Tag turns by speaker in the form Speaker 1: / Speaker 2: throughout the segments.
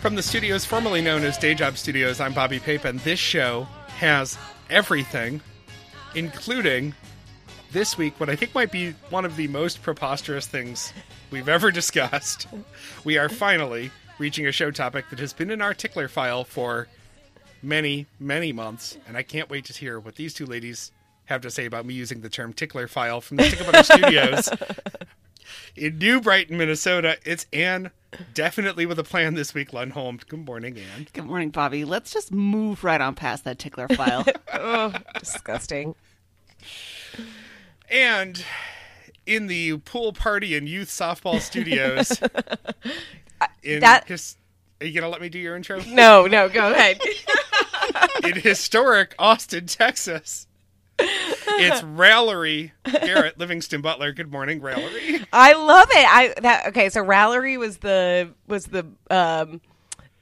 Speaker 1: From the studios formerly known as Dayjob Studios, I'm Bobby Pape, and this show has everything, including this week what I think might be one of the most preposterous things we've ever discussed. We are finally reaching a show topic that has been in our tickler file for many, many months, and I can't wait to hear what these two ladies have to say about me using the term tickler file from the Tickle Butter Studios in New Brighton, Minnesota. It's Anne, definitely with a plan this week, Lundholm. Good morning, Anne.
Speaker 2: Good morning, Bobby. Let's just move right on past that tickler file.
Speaker 3: Oh, disgusting.
Speaker 1: And in the pool party and youth softball studios, in
Speaker 3: that-
Speaker 1: his- are you gonna let me do your intro?
Speaker 3: No, no, go ahead.
Speaker 1: in historic Austin, Texas. It's Rallery Garrett Livingston Butler. Good morning, Rallery.
Speaker 3: I love it. I that okay. So Rallery was the was the um,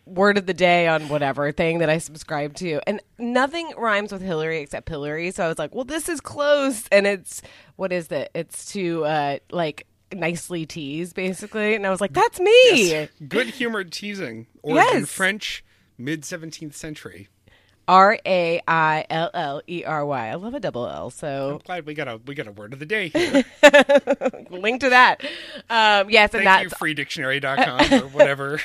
Speaker 3: word of the day on whatever thing that I subscribed to, and nothing rhymes with Hillary except Hillary. So I was like, well, this is close, and it's what is it? It's to uh, like nicely tease basically, and I was like, that's me.
Speaker 1: Good humored teasing. Origin
Speaker 3: Yes.
Speaker 1: French, mid 17th century.
Speaker 3: R A I L L E R Y. I love a double L. So
Speaker 1: Glad we got a we got a word of the day here.
Speaker 3: link to that. Um, yes, and
Speaker 1: Thank you,
Speaker 3: that's
Speaker 1: freedictionary.com or whatever.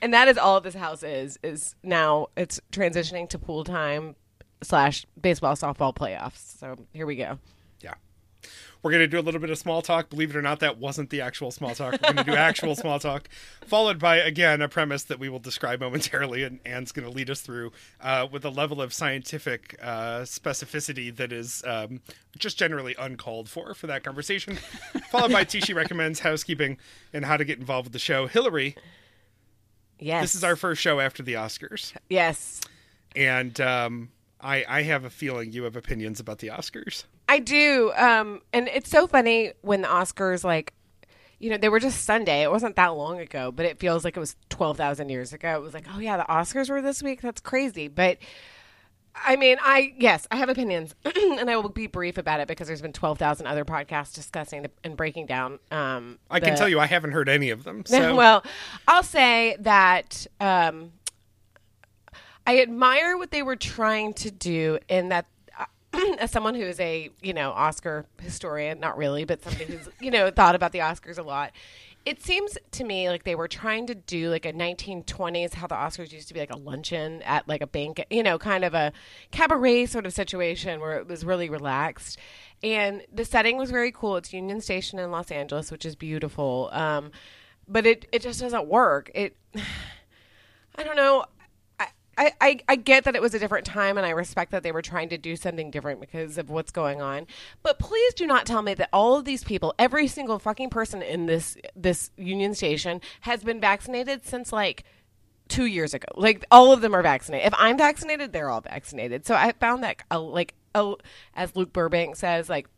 Speaker 3: and that is all this house is is now it's transitioning to pool time slash baseball softball playoffs so here we go
Speaker 1: Yeah. We're going to do a little bit of small talk. Believe it or not, that wasn't the actual small talk. We're going to do actual small talk, followed by, again, a premise that we will describe momentarily, and Anne's going to lead us through uh, with a level of scientific uh, specificity that is um, just generally uncalled for for that conversation, followed by Tishi Recommends Housekeeping and How to Get Involved with the Show. Hillary,
Speaker 3: yes
Speaker 1: this is our first show after the Oscars,
Speaker 3: yes
Speaker 1: and um, I, I have a feeling you have opinions about the Oscars.
Speaker 3: i do um and it's so funny when the oscars like you know they were just sunday it wasn't that long ago but it feels like it was 12000 years ago it was like oh yeah the oscars were this week that's crazy but I mean, I yes, I have opinions, and I will be brief about it because there's been twelve thousand other podcasts discussing the, and breaking down. Um,
Speaker 1: I can
Speaker 3: the-
Speaker 1: tell you I haven't heard any of them. So.
Speaker 3: well, I'll say that um, I admire what they were trying to do in that. uh, As someone who is a you know Oscar historian, not really, but somebody who's you know thought about the Oscars a lot, it seems to me like they were trying to do like a 1920s how the Oscars used to be like a luncheon at like a bank, you know, kind of a cabaret sort of situation where it was really relaxed, and the setting was very cool. It's Union Station in Los Angeles, which is beautiful. Um, but it it just doesn't work. It I don't know. I, I- I, I get that it was a different time and I respect that they were trying to do something different because of what's going on. But please do not tell me that all of these people, every single fucking person in this this union station has been vaccinated since like two years ago. Like all of them are vaccinated. If I'm vaccinated, they're all vaccinated. So I found that uh, like oh, as Luke Burbank says, like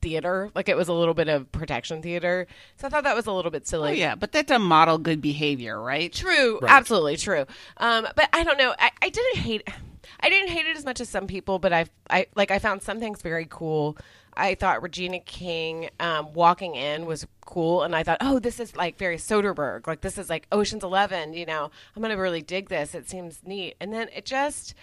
Speaker 3: theater, like it was a little bit of protection theater. So I thought that was a little bit silly.
Speaker 2: oh, yeah, but that doesn't model good behavior, right?
Speaker 3: True, absolutely true. Um, but I don't know. I, I didn't hate. I didn't hate it as much as some people, but I, I like I found some things very cool. I thought Regina King um, walking in was cool, and I thought, oh, this is like very Soderbergh, like this is like Ocean's Eleven. You know, I'm gonna really dig this. It seems neat, and then it just.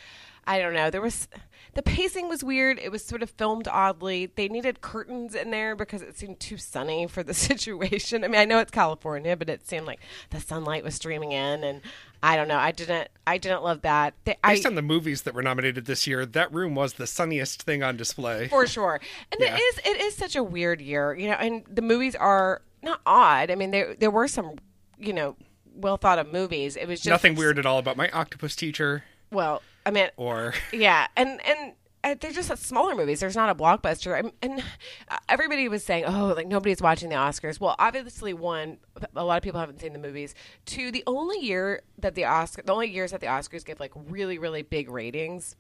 Speaker 3: I don't know. There was the pacing was weird. It was sort of filmed oddly. They needed curtains in there because it seemed too sunny for the situation. I mean, I know it's California, but it seemed like the sunlight was streaming in, and I don't know. I didn't. I didn't love that. They, I
Speaker 1: Based on the movies that were nominated this year, that room was the sunniest thing on display.
Speaker 3: for sure. And
Speaker 1: Yeah.
Speaker 3: it is. It is such a weird year, you know. And the movies are not odd. I mean, there there were some, you know, well thought of movies. It was just
Speaker 1: Nothing weird at all about my octopus teacher
Speaker 3: Well, I mean,
Speaker 1: or
Speaker 3: Yeah, and and uh, they're just smaller movies. There's not a blockbuster, and, and uh, everybody was saying, "Oh, like nobody's watching the Oscars." Well, obviously, one, a lot of people haven't seen the movies. Two, the only year that the Oscar, the only years that the Oscars give like really, really big ratings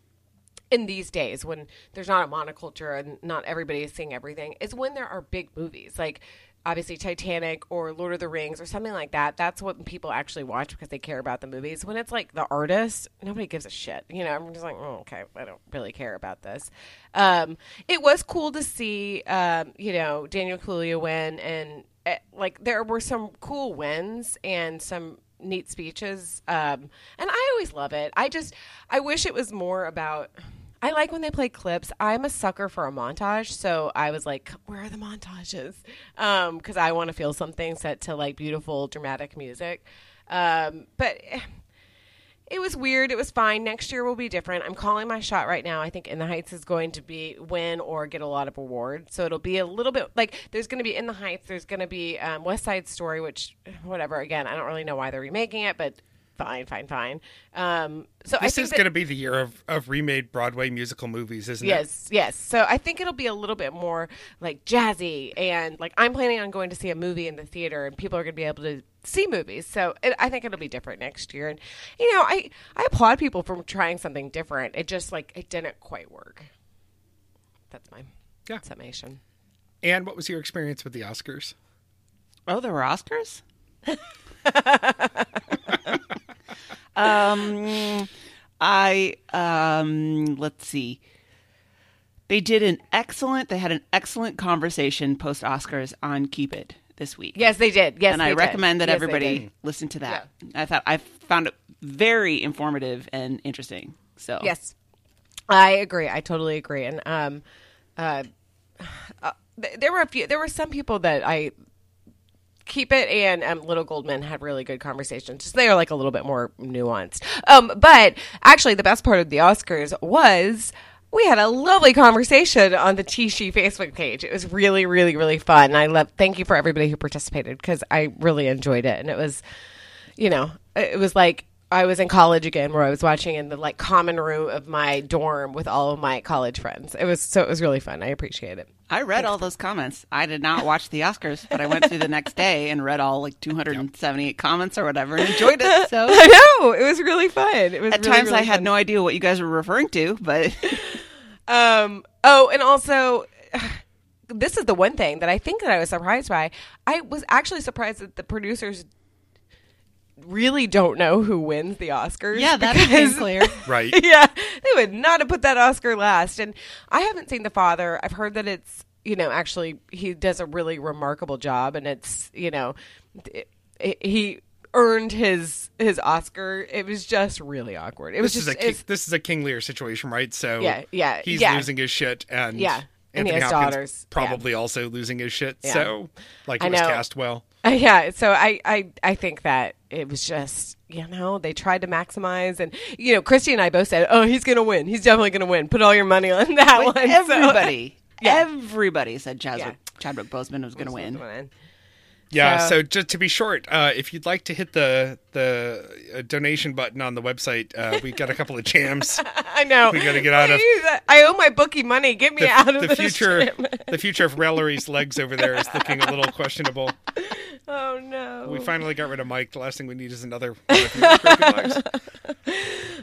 Speaker 3: in these days when there's not a monoculture and not everybody is seeing everything is when there are big movies like obviously Titanic or Lord of the Rings or something like that. That's what people actually watch because they care about the movies. When it's like the artist, nobody gives a shit. You know, I'm just like, oh, okay, I don't really care about this. Um, it was cool to see, um, you know, Daniel Kaluuya win and eh, like there were some cool wins and some neat speeches, um, and I always love it. I just I wish it was more about. I like when they play clips. I'm a sucker for a montage, so I was like, "Where are the montages?" Because I want to feel something set to like beautiful dramatic music. Um, but it was weird. It was fine. Next year will be different. I'm calling my shot right now. I think In the Heights is going to be win or get a lot of awards. So it'll be a little bit like there's going to be In the Heights. There's going to be um, West Side Story, which whatever. Again, I don't really know why they're remaking it, but fine, fine, fine. Um, so I
Speaker 1: This
Speaker 3: think
Speaker 1: is
Speaker 3: that-
Speaker 1: going to be the year of, of remade Broadway musical movies, isn't it?
Speaker 3: Yes, yes. So I think it'll be a little bit more like jazzy and like I'm planning on going to see a movie in the theater and people are going to be able to see movies. So it, I think it'll be different next year. And you know, I I applaud people for trying something different. It just like it didn't quite work. That's my
Speaker 1: Yeah.
Speaker 3: summation.
Speaker 1: And what was your experience with the Oscars?
Speaker 2: Oh, there were Oscars? um, I, um, let's see. They did an excellent, they had an excellent conversation post Oscars on Cupid this week.
Speaker 3: Yes, they did. Yes,
Speaker 2: and
Speaker 3: they
Speaker 2: I
Speaker 3: did.
Speaker 2: recommend that
Speaker 3: Yes, they did.
Speaker 2: everybody listen to that. I thought I found it very informative and interesting. So,
Speaker 3: Yes, I agree. I totally agree. And um, uh, uh, th- there were a few. There were some people that I keep it and um, little goldman had really good conversations just they are like a little bit more nuanced um, but actually the best part of the oscars was we had a lovely conversation on the Tishy Facebook page. It was really, really, really fun. I love. Thank you for everybody who participated because I really enjoyed it, and it was, you know, it was like I was in college again, where I was watching in the like common room of my dorm with all of my college friends. It was so it was really fun. I appreciate it.
Speaker 2: I read all those comments. I did not watch the Oscars, but I went through the next day and read all like 278 comments or whatever and enjoyed it. So,
Speaker 3: I know it was really fun. It was
Speaker 2: at
Speaker 3: really,
Speaker 2: times I
Speaker 3: really
Speaker 2: had
Speaker 3: fun.
Speaker 2: no idea what you guys were referring to, but
Speaker 3: Um. Oh, and also, this is the one thing that I think that I was surprised by. I was actually surprised that the producers really don't know who wins the Oscars. because-
Speaker 1: Right.
Speaker 3: yeah, they would not have put that Oscar last. And I haven't seen The Father. I've heard that it's, you know, actually he does a really remarkable job, and it's, you know, it, it- he earned his his Oscar. It was just really awkward. It was
Speaker 1: this is
Speaker 3: just
Speaker 1: a
Speaker 3: it's-
Speaker 1: ki- this is a King Lear situation, right? So
Speaker 3: Yeah, yeah,
Speaker 1: he's
Speaker 3: yeah.
Speaker 1: losing his shit, and
Speaker 3: Yeah, and he
Speaker 1: Anthony
Speaker 3: has
Speaker 1: Hopkins
Speaker 3: daughters, yeah.
Speaker 1: probably also losing his shit.
Speaker 3: Yeah.
Speaker 1: So like
Speaker 3: I
Speaker 1: he was
Speaker 3: know.
Speaker 1: cast well.
Speaker 3: Uh, yeah, so I, I I think that it was just you know they tried to maximize and you know Christy and I both said oh he's gonna win he's definitely gonna win put all your money on that one
Speaker 2: But
Speaker 3: So-
Speaker 2: everybody,
Speaker 3: Yeah.
Speaker 2: everybody said Chadwick, Chadwick Boseman was going to win.
Speaker 1: Yeah.
Speaker 3: So-
Speaker 1: So, just to be short, uh, if you'd like to hit the the uh, donation button on the website, uh, we got a couple of jams.
Speaker 3: I know
Speaker 1: We gotta get out of-
Speaker 3: Please, I owe my bookie money get me
Speaker 1: The,
Speaker 3: out of
Speaker 1: the
Speaker 3: this
Speaker 1: future,
Speaker 3: jam.
Speaker 1: the future of Mallory's legs over there is looking a little questionable.
Speaker 3: oh no
Speaker 1: We finally got rid of Mike. The last thing we need is another one of your crooked legs.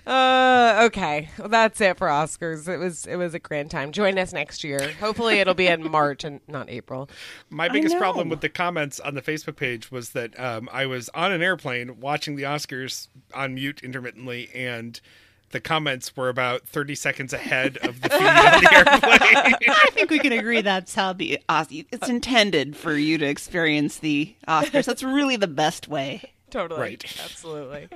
Speaker 3: uh, okay well, that's it for Oscars it was it was a grand time join us next year hopefully it'll be in March and not April
Speaker 1: My biggest problem
Speaker 2: know.
Speaker 1: with the comments on the Facebook page was that um, I was on an airplane watching the Oscars on mute intermittently, and the comments were about 30 seconds ahead of the feed on the airplane.
Speaker 2: I think we can agree that's how the Os- it's intended for you to experience the Oscars. That's really the best way.
Speaker 3: totally
Speaker 1: Right.
Speaker 3: absolutely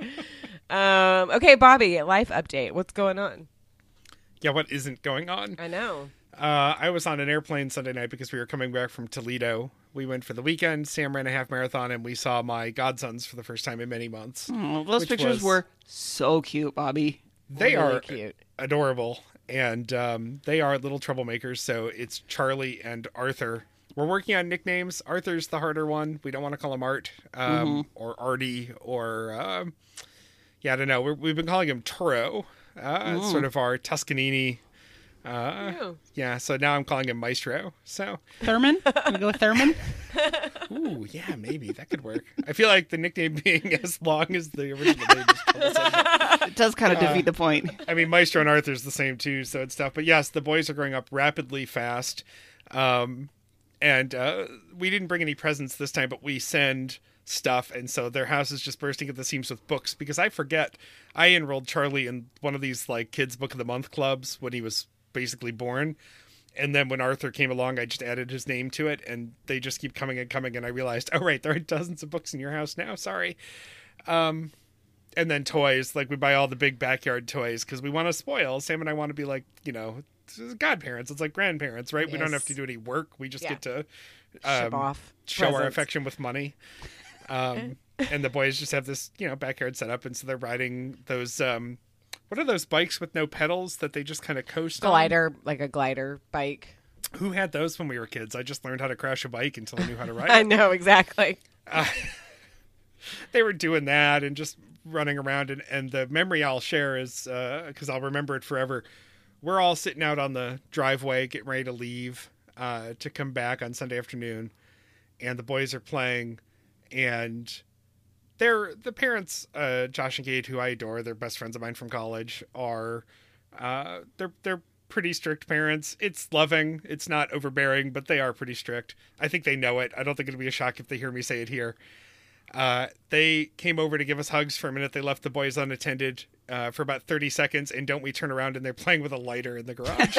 Speaker 3: um, okay Bobby life update what's going on.
Speaker 1: yeah, what isn't going on?
Speaker 3: I know.
Speaker 1: Uh, I was on an airplane Sunday night because we were coming back from Toledo. We went for the weekend. Sam ran a half marathon, and we saw my godsons for the first time in many months.
Speaker 3: Hmm.
Speaker 2: Oh, those
Speaker 1: Which
Speaker 2: pictures
Speaker 1: was-
Speaker 2: were so cute, Bobby.
Speaker 1: they
Speaker 3: really
Speaker 1: are
Speaker 3: cute.
Speaker 1: adorable and um, they are little troublemakers so it's charlie and arthur we're working on nicknames arthur's the harder one we don't want to call him art
Speaker 3: Mm-hmm.
Speaker 1: um, or artie or um, yeah i don't know we're, we've been calling him toro uh, it's
Speaker 3: Mm.
Speaker 1: sort of our tuscanini
Speaker 3: Yeah.
Speaker 1: yeah so now i'm calling him maestro so
Speaker 2: Thurman, Can we go with Thurman.
Speaker 1: ooh yeah maybe that could work i feel like the nickname being as long as the original name is troublesome.
Speaker 2: It does kind of defeat the point.
Speaker 1: I mean, Maestro and Arthur's the same too, so it's tough. But yes, the boys are growing up rapidly, fast, um, and uh, we didn't bring any presents this time, but we send stuff, and so their house is just bursting at the seams with books. Because I forget, I enrolled Charlie in one of these like kids' book of the month clubs when he was basically born. And then when Arthur came along, I just added his name to it, and they just keep coming and coming. And I realized, oh right, there are dozens of books in your house now. Sorry, Um, and then toys, like we buy all the big backyard toys because we want to spoil. Sam and I want to be like, you know, godparents. It's like grandparents, right? We don't have
Speaker 3: Yes.
Speaker 1: to do any work. We just
Speaker 3: Yeah.
Speaker 1: get to
Speaker 3: Ship
Speaker 1: um,
Speaker 3: off
Speaker 1: show our
Speaker 3: presents.
Speaker 1: affection with money. Um, and the boys just have this, you know, backyard setup, and so they're riding those. Um, what are those bikes with no pedals that they just kind of coast on?
Speaker 3: glider, like a glider bike.
Speaker 1: Who had those when we were kids? I just learned how to crash a bike until I knew how to ride.
Speaker 3: I
Speaker 1: it.
Speaker 3: know exactly.
Speaker 1: they were doing that and just running around and, and the memory i'll share is because i'll remember it forever we're all sitting out on the driveway getting ready to leave uh, to come back on sunday afternoon and the boys are playing and they're the parents uh, josh and kate who i adore they're best friends of mine from college are uh, they're they're pretty strict parents it's loving it's not overbearing but they are pretty strict i think they know it i don't think it'll be a shock if they hear me say it here uh, they came over to give us hugs for a minute. They left the boys unattended uh, for about 30 seconds, and don't we turn around and they're playing with a lighter in the garage.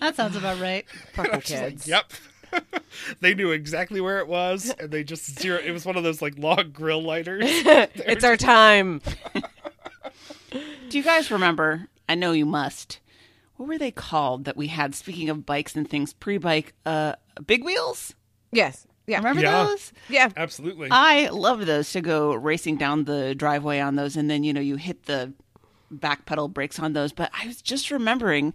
Speaker 4: That sounds about right.
Speaker 3: Fucking kids.
Speaker 1: yep. they knew exactly where it was, and they just zero. It was one of those like log grill lighters.
Speaker 3: It's our time.
Speaker 2: Do you guys remember? I know you must. What were they called that we had? Speaking of bikes and things, pre-bike, uh, big wheels.
Speaker 3: Yes. Yeah.
Speaker 2: Remember
Speaker 1: Yeah.
Speaker 2: those?
Speaker 3: Yeah.
Speaker 1: Absolutely.
Speaker 2: I love those to go racing down the driveway on those, and then you know you hit the back pedal brakes on those. But I was just remembering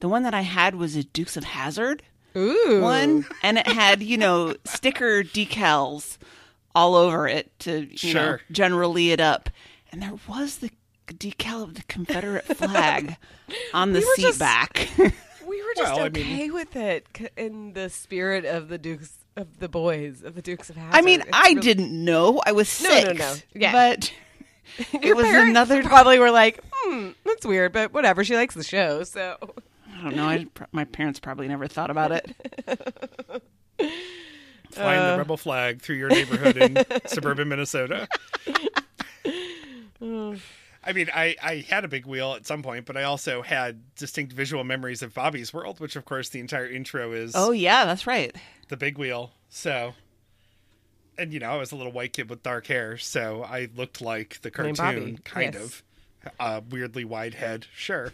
Speaker 2: the one that I had was a Dukes of Hazard
Speaker 3: Ooh.
Speaker 2: one, and it had you know sticker decals all over it to you know
Speaker 1: Sure.
Speaker 2: generally it up, and there was the decal of the Confederate flag on the
Speaker 3: were
Speaker 2: seat
Speaker 3: just-
Speaker 2: back.
Speaker 3: We were just
Speaker 1: Well, I mean-
Speaker 3: okay with it c- in the spirit of the Dukes of the boys of the Dukes of Hazzard.
Speaker 2: I mean, I didn't know. I was
Speaker 3: No, no,
Speaker 2: six.
Speaker 3: no. Yeah.
Speaker 2: but it was another
Speaker 3: Probably were like, hmm, that's weird, but whatever. She likes the show, so
Speaker 2: I don't know. I, pr- my parents probably never thought about it.
Speaker 1: Flying the rebel flag through your neighborhood in suburban Minnesota. I mean, I, I had a big wheel at some point, but I also had distinct visual memories of Bobby's World, which, of course, the entire intro is
Speaker 2: Oh yeah, that's right.
Speaker 1: the big wheel. So, and you know, I was a little white kid with dark hair, so I looked like the
Speaker 3: Named
Speaker 1: cartoon,
Speaker 3: Bobby,
Speaker 1: kind
Speaker 3: yes.
Speaker 1: of. Uh, weirdly wide head, sure.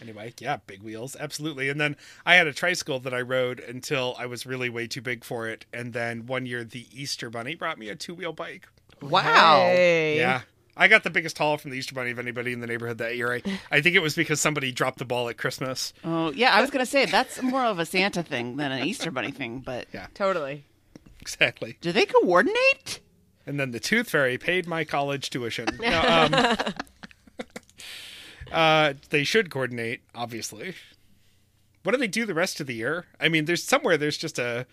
Speaker 1: anyway, yeah, big wheels, absolutely. And then I had a tricycle that I rode until I was really way too big for it. And then one year, the Easter Bunny brought me a two wheel bike.
Speaker 2: Wow.
Speaker 3: Hey.
Speaker 1: Yeah. I got the biggest haul from the Easter Bunny of anybody in the neighborhood that year. I, I think it was because somebody dropped the ball at Christmas.
Speaker 2: Oh yeah, I was gonna say that's more of a Santa thing than an Easter Bunny thing. But
Speaker 1: Yeah.
Speaker 3: totally.
Speaker 1: Exactly.
Speaker 2: do they coordinate?
Speaker 1: and then the tooth fairy paid my college tuition. No, um, uh, they should coordinate, obviously. What do they do the rest of the year? I mean, there's somewhere there's just a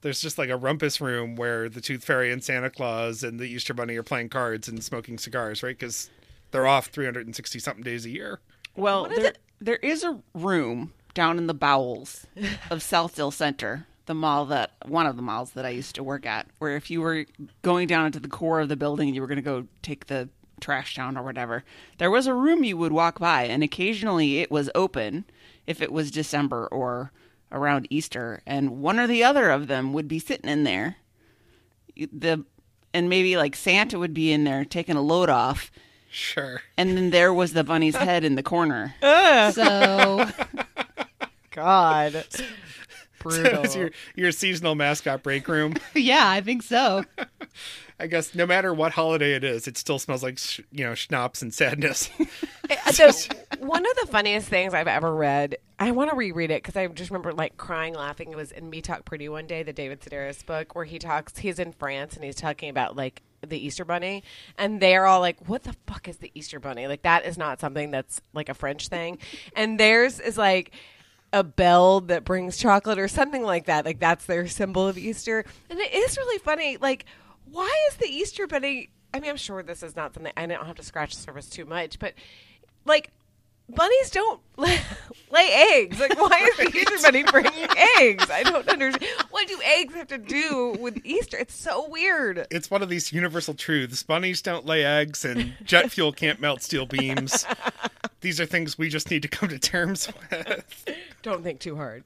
Speaker 1: there's just like a rumpus room where the tooth fairy and Santa Claus and the Easter Bunny are playing cards and smoking cigars, right? Because they're off 360 something days a year.
Speaker 2: Well, there, there is a room down in the bowels of Southdale Center, the mall that one of the malls that I used to work at, where if you were going down into the core of the building and you were going to go take the trash down or whatever, there was a room you would walk by, and occasionally it was open if it was December or around Easter, and one or the other of them would be sitting in there the and maybe like Santa would be in there taking a load off,
Speaker 1: Sure.
Speaker 2: and then there was the bunny's head in the corner.
Speaker 4: So
Speaker 3: God. Brutal.
Speaker 1: It's your your seasonal mascot break room.
Speaker 4: yeah, I think so.
Speaker 1: I guess no matter what holiday it is, it still smells like sh- you know schnapps and sadness.
Speaker 3: so one of the funniest things I've ever read, I want to reread it because I just remember like crying, laughing. It was in Me Talk Pretty one day, the David Sedaris book, where he talks. He's in France and he's talking about like the Easter Bunny, and they're all like, "What the fuck is the Easter Bunny? Like that is not something that's like a French thing." And theirs is like a bell that brings chocolate or something like that. Like that's their symbol of Easter, and it is really funny. Like, why is the Easter Bunny? I mean, I'm sure this is not something I don't have to scratch the surface too much, but like bunnies don't lay eggs. Like, why is the Easter bunny bringing eggs? I don't understand. What do eggs have to do with Easter? It's so weird.
Speaker 1: it's one of these universal truths. Bunnies don't lay eggs, and jet fuel can't melt steel beams. These are things we just need to come to terms with.
Speaker 3: Don't think too hard.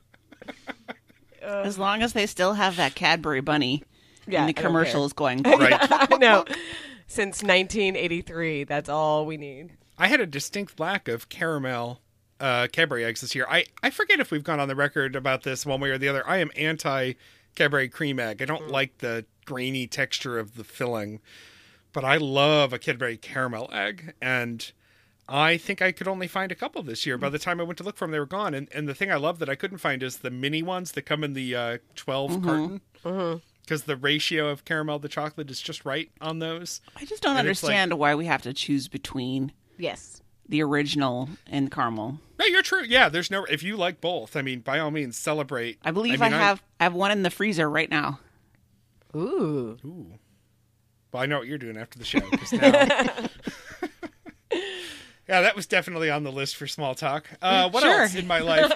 Speaker 2: As long as they still have that Cadbury bunny
Speaker 3: Yeah,
Speaker 2: and
Speaker 3: I
Speaker 2: the
Speaker 3: don't
Speaker 2: commercial
Speaker 3: care.
Speaker 2: is going.
Speaker 1: Right.
Speaker 3: I know. Since 1983, that's all we need.
Speaker 1: I had a distinct lack of caramel uh, Cadbury eggs this year. I, I forget if we've gone on the record about this one way or the other. I am anti Cadbury cream egg. I don't like the grainy texture of the filling, but I love a Cadbury caramel egg. And I think I could only find a couple this year. By the time I went to look for them, they were gone. And, and the thing I love that I couldn't find is the mini ones that come in the uh, 12 carton. Because the ratio of caramel to chocolate is just right on those.
Speaker 2: I just don't
Speaker 1: And it's like-
Speaker 2: understand why we have to choose between
Speaker 3: Yes.
Speaker 2: the original and caramel.
Speaker 1: No, you're true. Yeah, there's no. If you like both, I mean, by all means, celebrate.
Speaker 2: I believe I,
Speaker 1: mean,
Speaker 2: have I have one in the freezer right now.
Speaker 3: Ooh.
Speaker 1: well, I know what you're doing after the show. 'cause now... yeah, that was definitely on the list for small talk. Uh, what
Speaker 2: Mm, Sure.
Speaker 1: else in my life?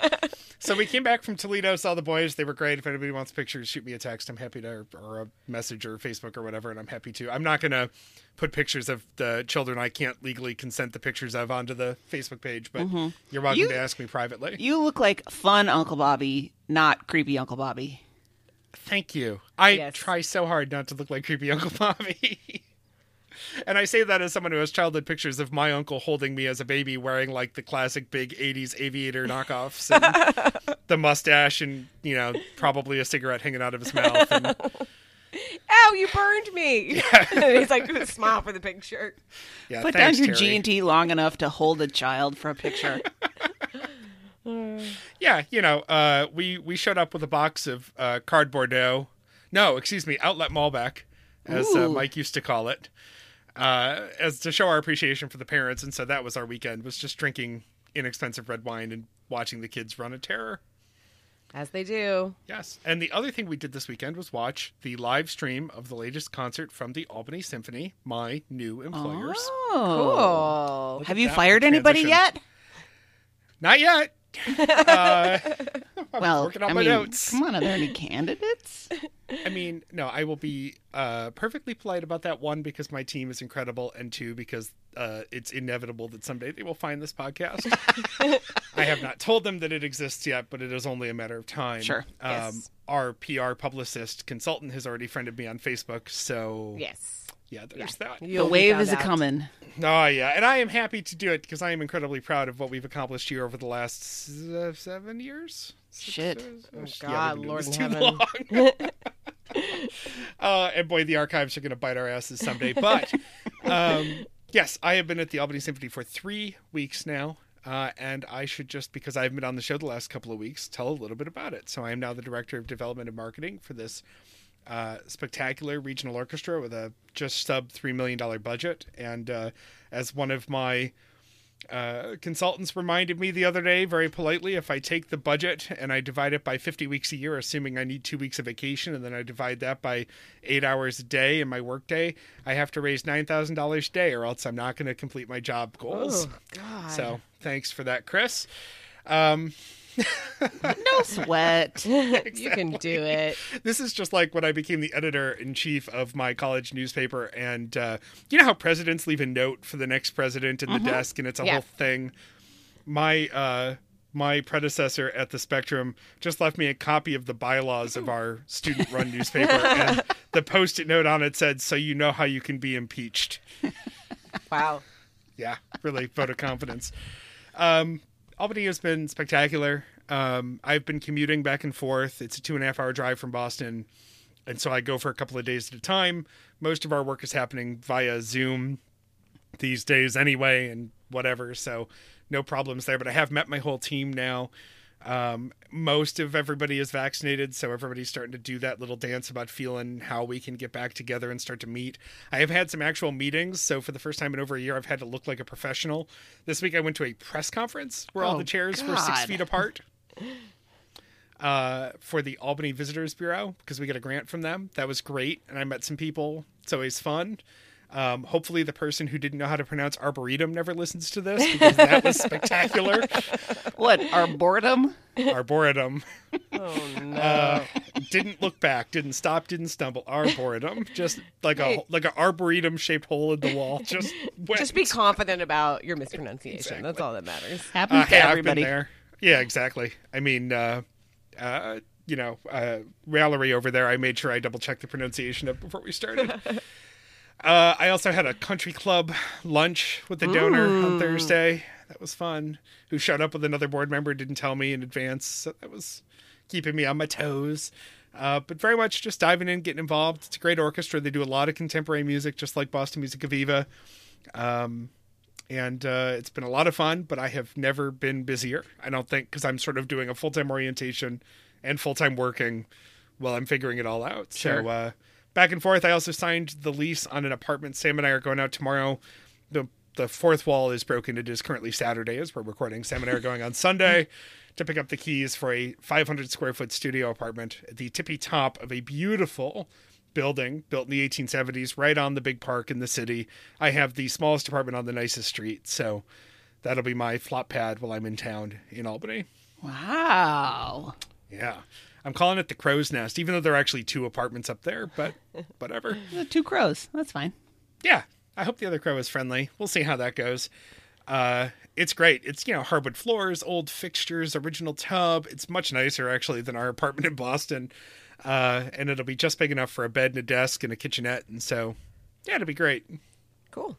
Speaker 1: so we came back from Toledo, saw the boys. They were great. If anybody wants pictures, shoot me a text. I'm happy to, or, or a message, or Facebook, or whatever, and I'm happy to. I'm not gonna put pictures of the children I can't legally consent the pictures of onto the Facebook page, but you're welcome
Speaker 2: Mm-hmm. You-
Speaker 1: to ask me privately.
Speaker 2: You look like fun Uncle Bobby, not creepy Uncle Bobby.
Speaker 1: Thank you. I
Speaker 3: Yes.
Speaker 1: try so hard not to look like creepy Uncle Bobby. and I say that as someone who has childhood pictures of my uncle holding me as a baby wearing like the classic big 80s aviator knockoffs and the mustache and, you know, probably a cigarette hanging out of his mouth. And
Speaker 3: Ow, you burned me. He's like, smile for the picture.
Speaker 1: yeah,
Speaker 2: Put
Speaker 1: thanks,
Speaker 2: down your
Speaker 1: Terry.
Speaker 2: G and T long enough to hold a child for a picture.
Speaker 1: Yeah, you know, uh, we we showed up with a box of uh, card Bordeaux. No, excuse me, Outlet Malbec, as uh,
Speaker 2: Ooh.
Speaker 1: Mike used to call it, uh, as to show our appreciation for the parents. And so that was our weekend was just drinking inexpensive red wine and watching the kids run a terror.
Speaker 3: As they do.
Speaker 1: Yes. And the other thing we did this weekend was watch the live stream of the latest concert from the Albany Symphony, my new employers.
Speaker 2: Oh,
Speaker 3: Cool.
Speaker 2: Have you
Speaker 1: That
Speaker 2: fired anybody
Speaker 1: transition.
Speaker 2: yet?
Speaker 1: Not yet. uh,
Speaker 2: well,
Speaker 1: working on
Speaker 2: I
Speaker 1: my
Speaker 2: mean,
Speaker 1: notes.
Speaker 2: come on, are there any candidates?
Speaker 1: I mean, no, I will be uh, perfectly polite about that. One, because my team is incredible, and two, because uh, it's inevitable that someday they will find this podcast. I have not told them that it exists yet, but it is only a matter of time.
Speaker 2: Sure.
Speaker 1: Um,
Speaker 3: Yes.
Speaker 1: Our PR publicist consultant has already friended me on Facebook, so
Speaker 3: Yes.
Speaker 1: yeah, there's that.
Speaker 2: The
Speaker 3: You'll be
Speaker 2: wave
Speaker 3: found
Speaker 2: is a
Speaker 3: out.
Speaker 2: coming.
Speaker 1: Oh yeah, and I am happy to do it because I am incredibly proud of what we've accomplished here over the last s- uh, seven years. Six
Speaker 2: Shit.
Speaker 1: years?
Speaker 3: Oh,
Speaker 1: sh-
Speaker 3: God,
Speaker 1: we've been
Speaker 3: Lord
Speaker 1: doing
Speaker 3: in
Speaker 1: this too long. uh, and boy, the archives are going to bite our asses someday. But um, yes, I have been at the Albany Symphony for three weeks now. Uh, and I should just, because I've been on the show the last couple of weeks, tell a little bit about it. So I am now the director of development and marketing for this uh, spectacular regional orchestra with a just sub $3 million budget. And uh, as one of my uh, consultants reminded me the other day very politely if I take the budget and I divide it by 50 weeks a year, assuming I need two weeks of vacation, and then I divide that by eight hours a day in my workday, I have to raise $9,000 a day or else I'm not going to complete my job goals.
Speaker 3: Oh, God.
Speaker 1: so thanks for that, Chris. Um,
Speaker 2: No sweat.
Speaker 3: You can do it.
Speaker 1: this is just like when I became the editor in chief of my college newspaper. And uh, you know how presidents leave a note for the next president in the desk, and it's a
Speaker 3: Yeah.
Speaker 1: whole thing. My uh, my predecessor at the Spectrum just left me a copy of the bylaws of our student-run newspaper, and the post-it note on it said, "So you know how you can be impeached."
Speaker 3: Wow.
Speaker 1: yeah, really vote of confidence. Um, Albany has been spectacular. Um, I've been commuting back and forth. It's a two and a half hour drive from Boston. And so I go for a couple of days at a time. Most of our work is happening via Zoom these days anyway and whatever. So no problems there. But I have met my whole team now. Um, most of everybody is vaccinated, so everybody's starting to do that little dance about feeling how we can get back together and start to meet. I have had some actual meetings, so for the first time in over a year, I've had to look like a professional. This week, I went to a press conference where all
Speaker 2: Oh,
Speaker 1: the chairs were six
Speaker 2: God.
Speaker 1: feet apart uh, for the Albany Visitors Bureau because we got a grant from them. That was great, and I met some people. It's always fun. Um, hopefully, the person who didn't know how to pronounce arboretum never listens to this because that was spectacular.
Speaker 2: What our boredom?
Speaker 1: Arboretum
Speaker 3: Oh, no.
Speaker 1: uh, didn't look back, didn't stop, didn't stumble. Arboretum, just like a like an arboretum shaped hole in the wall. Just went.
Speaker 3: Just be confident about your mispronunciation. That's all that matters.
Speaker 4: Happens
Speaker 1: Uh,
Speaker 4: to
Speaker 1: hey, I've been
Speaker 4: everybody.
Speaker 1: there. Yeah, exactly. I mean, uh, uh, you know, uh, raillery over there, I made sure I double checked the pronunciation of before we started. uh, I also had a country club lunch with the donor on Thursday. That was fun. Who showed up with another board member, didn't tell me in advance. So that was keeping me on my toes. Uh, but very much just diving in, getting involved. It's a great orchestra. They do a lot of contemporary music, just like Boston Music Aviva and uh, it's been a lot of fun. But I have never been busier. I don't think because I'm sort of doing a full time orientation and full time working while I'm figuring it all out. So
Speaker 2: Sure.
Speaker 1: uh, back and forth. I also signed the lease on an apartment. Sam and I are going out tomorrow. the The fourth wall is broken. It is currently Saturday as we're recording. Sam and I are going on Sunday to pick up the keys for a 500 square foot studio apartment at the tippy top of a beautiful building built in the 1870s right on the big park in the city. I have the smallest apartment on the nicest street, so that'll be my flop pad while I'm in town in Albany.
Speaker 2: Wow.
Speaker 1: Yeah. I'm calling it the crow's nest even though there are actually two apartments up there, but whatever.
Speaker 4: The two crows. That's fine.
Speaker 1: yeah, I hope the other crow is friendly. We'll see how that goes. Uh, it's great. It's you know hardwood floors, old fixtures, original tub. It's much nicer actually than our apartment in Boston, uh, and it'll be just big enough for a bed and a desk and a kitchenette, and so yeah, it'll be great.
Speaker 3: Cool.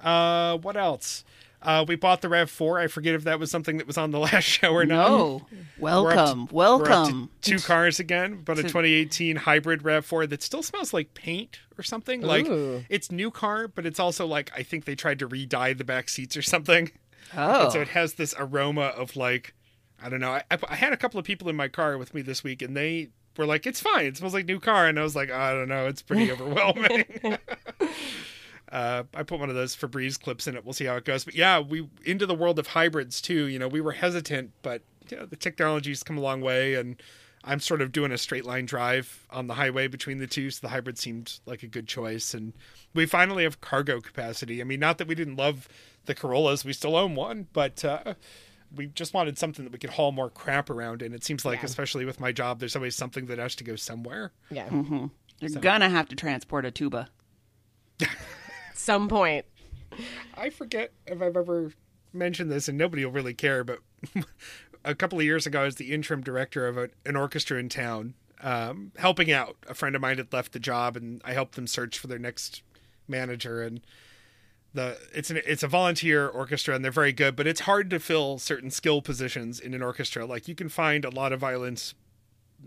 Speaker 1: Uh, what else? Uh, we bought the Rav Four. I forget if that was something that was on the last show or not.
Speaker 2: No.
Speaker 1: We're up to-
Speaker 2: Welcome.
Speaker 1: we're up to
Speaker 2: Welcome.
Speaker 1: two cars again, but a 2018 hybrid Rav4 that still smells like paint or something. Like
Speaker 3: Ooh.
Speaker 1: it's new car, but it's also like I think they tried to re-dye the back seats or something.
Speaker 2: Oh.
Speaker 1: And so it has this aroma of like I don't know. I, I- I had a couple of people in my car with me this week, and they were like, "It's fine. It smells like new car," and I was like, "I don't know. It's pretty overwhelming." Uh, I put one of those Febreze clips in it. We'll see how it goes. But yeah, we into the world of hybrids too. You know, we were hesitant, but you know, the technology's come a long way, and I'm sort of doing a straight line drive on the highway between the two, so the hybrid seemed like a good choice. And we finally have cargo capacity. I mean, not that we didn't love the Corollas, we still own one, but uh, we just wanted something that we could haul more crap around. And it seems like, especially with my job, there's always something that has to go somewhere.
Speaker 3: Yeah.
Speaker 2: Mm-hmm. You're gonna have to transport a tuba.
Speaker 3: Some point.
Speaker 1: I forget if I've ever mentioned this, and nobody will really care, but a couple of years ago, I was the interim director of a, an orchestra in town, um, helping out. A friend of mine had left the job, and I helped them search for their next manager. And the it's an it's a volunteer orchestra, and they're very good, but it's hard to fill certain skill positions in an orchestra. Like you can find a lot of violins,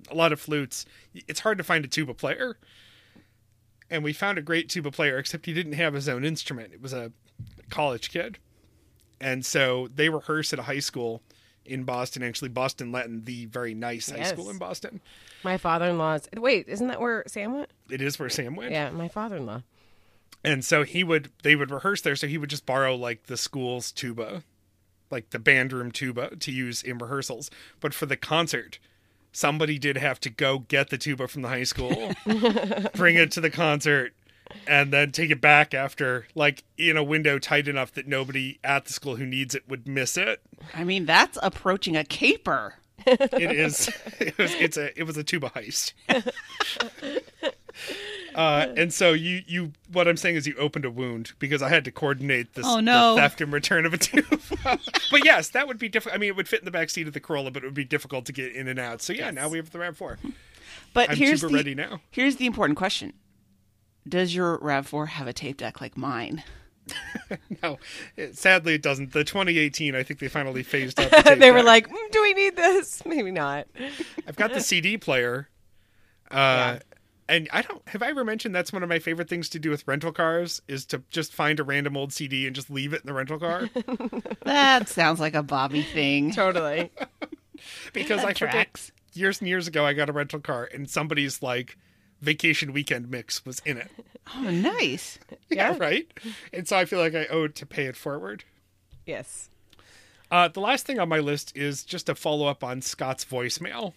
Speaker 1: a lot of flutes. It's hard to find a tuba player and we found a great tuba player, except he didn't have his own instrument. It was a college kid. And so they rehearse at a high school in Boston, actually, Boston Latin, the very nice high
Speaker 3: Yes.
Speaker 1: school in Boston.
Speaker 3: My father-in-law's. Wait, isn't that where Sam went?
Speaker 1: It is where Sam went.
Speaker 3: Yeah, my father-in-law.
Speaker 1: And so he would, they would rehearse there. So he would just borrow like the school's tuba, like the band room tuba to use in rehearsals. But for the concert, somebody did have to go get the tuba from the high school, bring it to the concert, and then take it back after, like in a window tight enough that nobody at the school who needs it would miss it.
Speaker 2: I mean, that's approaching a caper.
Speaker 1: It is. It was, it's a. It was a tuba heist. Uh, and so you you what I'm saying is you opened a wound because I had to coordinate this
Speaker 4: Oh, no.
Speaker 1: the theft and return of a tuba. but yes, that would be difficult. I mean, it would fit in the back seat of the Corolla, but it would be difficult to get in and out. So yeah, now we have the Ram Four.
Speaker 2: But
Speaker 1: I'm
Speaker 2: here's
Speaker 1: tuba
Speaker 2: the
Speaker 1: ready now.
Speaker 2: here's the important question: Does your Rav4 have a tape deck like mine?
Speaker 1: No, it, sadly it doesn't. The 2018, I think they finally phased out. the
Speaker 3: they were
Speaker 1: tape deck.
Speaker 3: like, mm, "Do we need this? Maybe not."
Speaker 1: I've got the CD player. Uh, And I don't have I ever mentioned that's one of my favorite things to do with rental cars is to just find a random old CD and just leave it in the rental car
Speaker 2: That sounds like a Bobby thing.
Speaker 3: Totally.
Speaker 1: because I forget
Speaker 2: Tracks.
Speaker 1: years and years ago I got a rental car and somebody's like vacation weekend mix was in it.
Speaker 2: Oh, nice.
Speaker 1: Yeah, right. And so I feel like I owe to pay it forward.
Speaker 3: Yes.
Speaker 1: Uh, the last thing on my list is just a follow up on Scott's voicemail.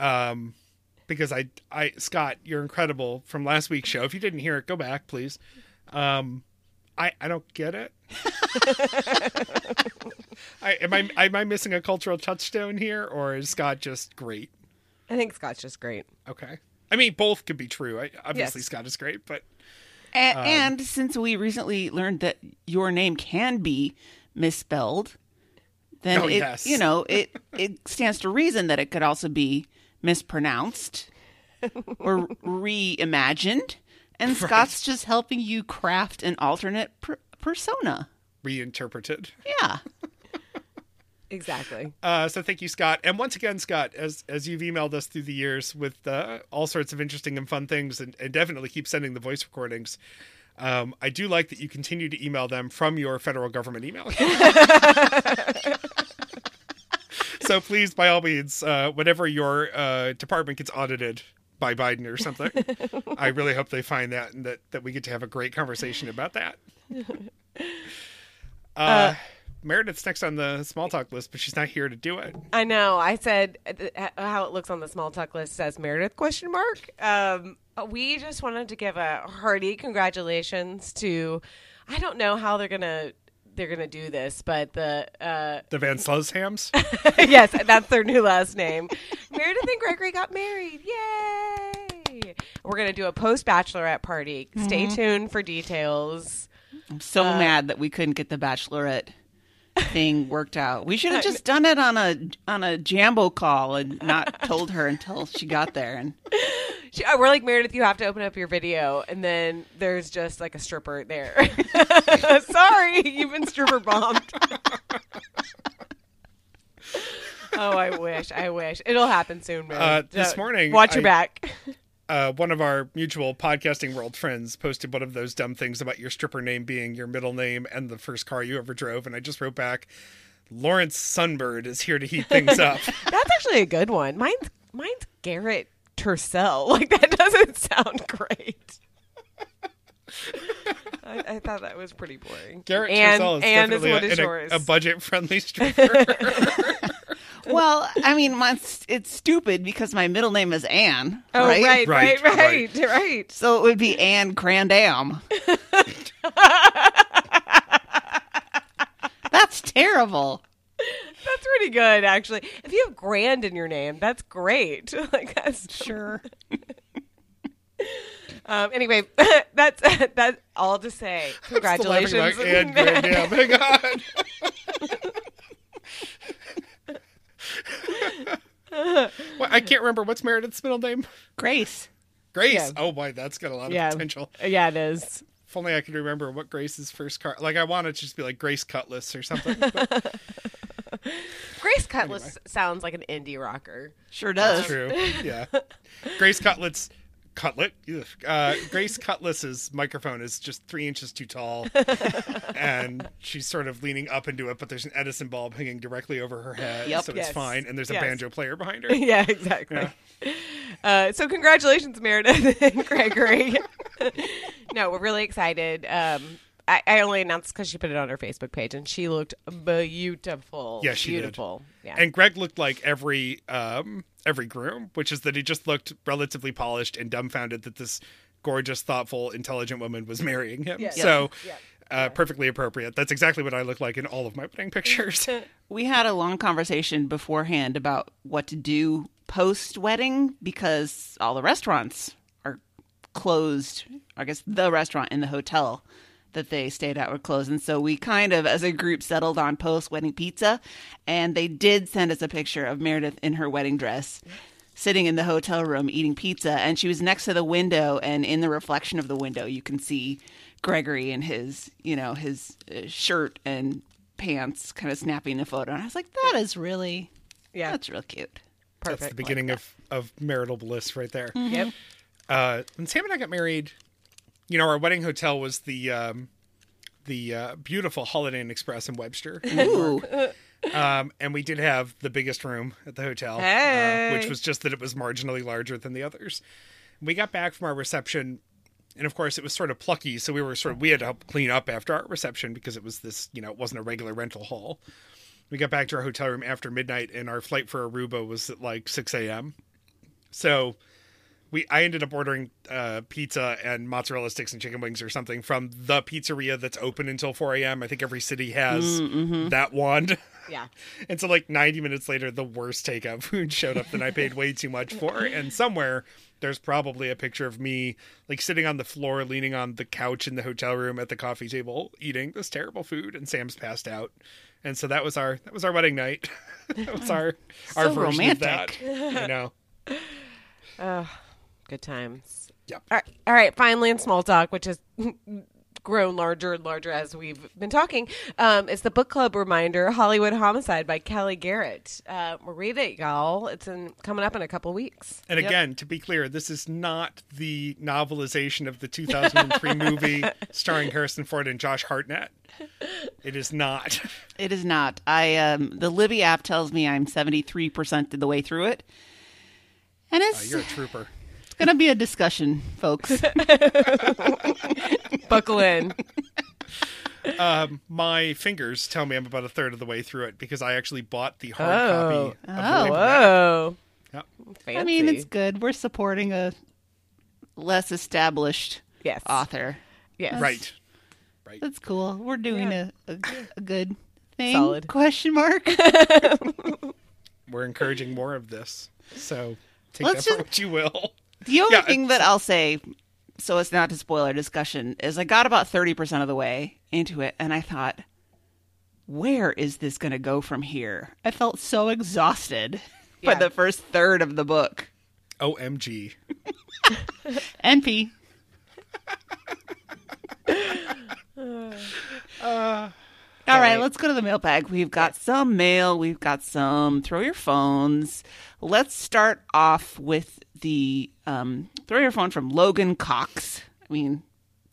Speaker 1: Um, because I, I, Scott, you're incredible from last week's show. If you didn't hear it, go back, please. Um, I, I don't get it. I, am I, am I missing a cultural touchstone here, or is Scott just great?
Speaker 3: I think Scott's just great.
Speaker 1: Okay. I mean, both could be true. I, obviously,
Speaker 3: Yes.
Speaker 1: Scott is great, but
Speaker 2: And,
Speaker 1: Um,
Speaker 2: and since we recently learned that your name can be misspelled, then
Speaker 1: Oh,
Speaker 2: it,
Speaker 1: yes.
Speaker 2: you know it it stands to reason that it could also be mispronounced or reimagined. And Scott's just helping you craft an alternate pr- persona.
Speaker 1: reinterpreted.
Speaker 2: Yeah.
Speaker 3: Exactly.
Speaker 1: Uh, so thank you, Scott. And once again, Scott, as as you've emailed us through the years with uh, all sorts of interesting and fun things, and, and definitely keep sending the voice recordings. Um, I do like that you continue to email them from your federal government email. so please, by all means, uh, whenever your uh, department gets audited by Biden or something, I really hope they find that and that, that we get to have a great conversation about that. Uh, Meredith's next on the small talk list, but she's not here to do it.
Speaker 3: I know. I said uh, th- h- how it looks on the small talk list says Meredith question mark. Um, we just wanted to give a hearty congratulations to. I don't know how they're gonna they're gonna do this, but the uh,
Speaker 1: The Van Slowshams.
Speaker 3: yes, that's their new last name. Meredith and Gregory got married. Yay! We're gonna do a post bachelorette party. Stay tuned for details.
Speaker 2: I'm so
Speaker 1: Uh,
Speaker 2: mad that we couldn't get the bachelorette thing worked out. We should have just done it on a on a jambo call and not told her until she got there and
Speaker 3: She, uh, we're like Meredith, you have to open up your video, and then there's just like a stripper there. Sorry, you've been stripper bombed. oh, I wish, I wish it'll happen soon, Meredith.
Speaker 1: Uh, this
Speaker 3: Uh,
Speaker 1: morning,
Speaker 3: watch your
Speaker 1: I-
Speaker 3: back.
Speaker 1: uh, one of our mutual podcasting world friends posted one of those dumb things about your stripper name being your middle name and the first car you ever drove, and I just wrote back, "Lawrence Sunbird is here to heat things up."
Speaker 3: That's actually a good one. Mine's mine's Garrett Tercel. Like that doesn't sound great. I, I thought that was pretty boring.
Speaker 1: Garrett
Speaker 3: and,
Speaker 1: Tercel is
Speaker 3: and
Speaker 1: definitely
Speaker 3: what
Speaker 1: a-
Speaker 3: is
Speaker 1: an- a-
Speaker 3: yours.
Speaker 1: a budget-friendly stripper.
Speaker 2: Well, I mean, mine's, it's stupid because my middle name is Anne.
Speaker 3: oh, right, right,
Speaker 1: Right,
Speaker 3: right,
Speaker 1: right.
Speaker 3: right.
Speaker 2: So it would be Anne Crandam. That's terrible.
Speaker 3: That's pretty good, actually. If you have grand in your name, that's great. like that's
Speaker 4: Sure.
Speaker 3: um, anyway. that's that's all to say.
Speaker 1: Still laughing
Speaker 3: Congratulations,
Speaker 1: about Anne Grandam. Hang on. well, I can't remember what's Meredith's middle name.
Speaker 2: Grace.
Speaker 1: Grace.
Speaker 3: Yeah.
Speaker 1: Oh boy, that's got a lot of
Speaker 3: yeah,
Speaker 1: potential.
Speaker 3: yeah, it is.
Speaker 1: If only I could remember what Grace's first car. Like I want it to just be like Grace Cutlass or something. but
Speaker 3: Grace Cutlass sounds like an indie rocker.
Speaker 2: Sure does.
Speaker 1: That's true. Yeah. Grace Cutlass. Cutlet. Ugh. Uh, Grace Cutlass's microphone is just three inches too tall, and she's sort of leaning up into it. But there's an Edison bulb hanging directly over her head,
Speaker 2: Yep.
Speaker 1: so it's
Speaker 3: Yes.
Speaker 1: fine. And there's a
Speaker 3: Yes.
Speaker 1: banjo player behind her.
Speaker 3: yeah, exactly. Uh, so congratulations, Meredith and Gregory. no, we're really excited. Um, I, I only announced because she put it on her Facebook page, and she looked beautiful.
Speaker 1: Yeah, she did.
Speaker 3: beautiful. Yeah,
Speaker 1: And Greg looked like every um, every groom, which is that he just looked relatively polished and dumbfounded that this gorgeous, thoughtful, intelligent woman was marrying him.
Speaker 3: Yes.
Speaker 1: So.
Speaker 3: Yeah.
Speaker 1: Uh, perfectly appropriate. That's exactly what I look like in all of my wedding pictures.
Speaker 2: We had a long conversation beforehand about what to do post wedding because all the restaurants are closed. I guess the restaurant and the hotel that they stayed at were closed. And so we kind of, as a group, settled on post wedding pizza. And they did send us a picture of Meredith in her wedding dress. Sitting in the hotel room eating pizza, and she was next to the window, and in the reflection of the window, you can see Gregory and his, you know, his uh, shirt and pants kind of snapping a photo and i was like that
Speaker 4: That is really.
Speaker 3: yeah,
Speaker 2: that's real cute
Speaker 3: perfect.
Speaker 1: That's the beginning of, of marital bliss right there.
Speaker 3: Yep.
Speaker 1: Uh, when Sam and I got married, you know, our wedding hotel was the um, the uh, beautiful Holiday Inn Express in Webster.
Speaker 2: ooh
Speaker 1: um, and we did have the biggest room at the hotel, uh, which
Speaker 3: Hey.
Speaker 1: was just that it was marginally larger than the others. We got back from our reception, and of course, it was sort of plucky. So we were sort of we had to help clean up after our reception because it was this you know it wasn't a regular rental hall. We got back to our hotel room after midnight, and our flight for Aruba was at like six a.m. So we I ended up ordering uh, pizza and mozzarella sticks and chicken wings or something from the pizzeria that's open until four a.m. I think every city has
Speaker 2: Mm, mm-hmm.
Speaker 1: that one.
Speaker 3: Yeah,
Speaker 1: And so, like 90 minutes later, the worst takeout food showed up that I paid way too much for. And somewhere there's probably a picture of me, like, sitting on the floor, leaning on the couch in the hotel room at the coffee table, eating this terrible food. And Sam's passed out. And so that was our that was our wedding night. that was our our
Speaker 2: So
Speaker 1: version
Speaker 2: romantic.
Speaker 1: of that. I know.
Speaker 3: Good times.
Speaker 1: Yep.
Speaker 3: All right, all right. Finally, in small talk, which has grown larger and larger as we've been talking, um, it's the book club reminder: Hollywood Homicide by Kelly Garrett. Uh, we'll read it, y'all. It's in, coming up in a couple weeks.
Speaker 1: And again, to be clear, this is not the novelization of the 2003 movie starring Harrison Ford and Josh Hartnett. It is not. Uh,
Speaker 2: It is not. I um the Libby app tells me I'm 73% of the way through it. And
Speaker 1: Uh,
Speaker 2: it's
Speaker 1: you're a trooper.
Speaker 2: it's going to be a discussion, folks.
Speaker 3: Buckle in.
Speaker 1: My fingers tell me I'm about a third of the way through it because I actually bought the hard
Speaker 3: Oh.
Speaker 1: copy. Of the
Speaker 4: Oh.
Speaker 1: paperback.
Speaker 3: Whoa.
Speaker 1: Yep.
Speaker 3: Fancy.
Speaker 4: I mean, it's good. We're supporting a
Speaker 2: Less established
Speaker 3: yes.
Speaker 2: author.
Speaker 3: Yes.
Speaker 1: Right.
Speaker 4: That's cool. We're doing a, a, a good thing.
Speaker 3: Solid.
Speaker 4: Question mark.
Speaker 1: We're encouraging more of this. So take
Speaker 2: Let's
Speaker 1: that for
Speaker 2: just-
Speaker 1: what you will.
Speaker 2: The only
Speaker 1: Yeah,
Speaker 2: thing that I'll say, so as not to spoil our discussion, is I got about 30% of the way into it and I thought, where is this going to go from here? I felt so exhausted
Speaker 3: Yeah.
Speaker 2: by the first third of the book.
Speaker 1: OMG.
Speaker 4: NP. All right, let's go to the mail.
Speaker 2: mailbag. We've got some mail. We've got some throw your phones. Let's start off with the um, throw your phone from Logan Cox. I mean,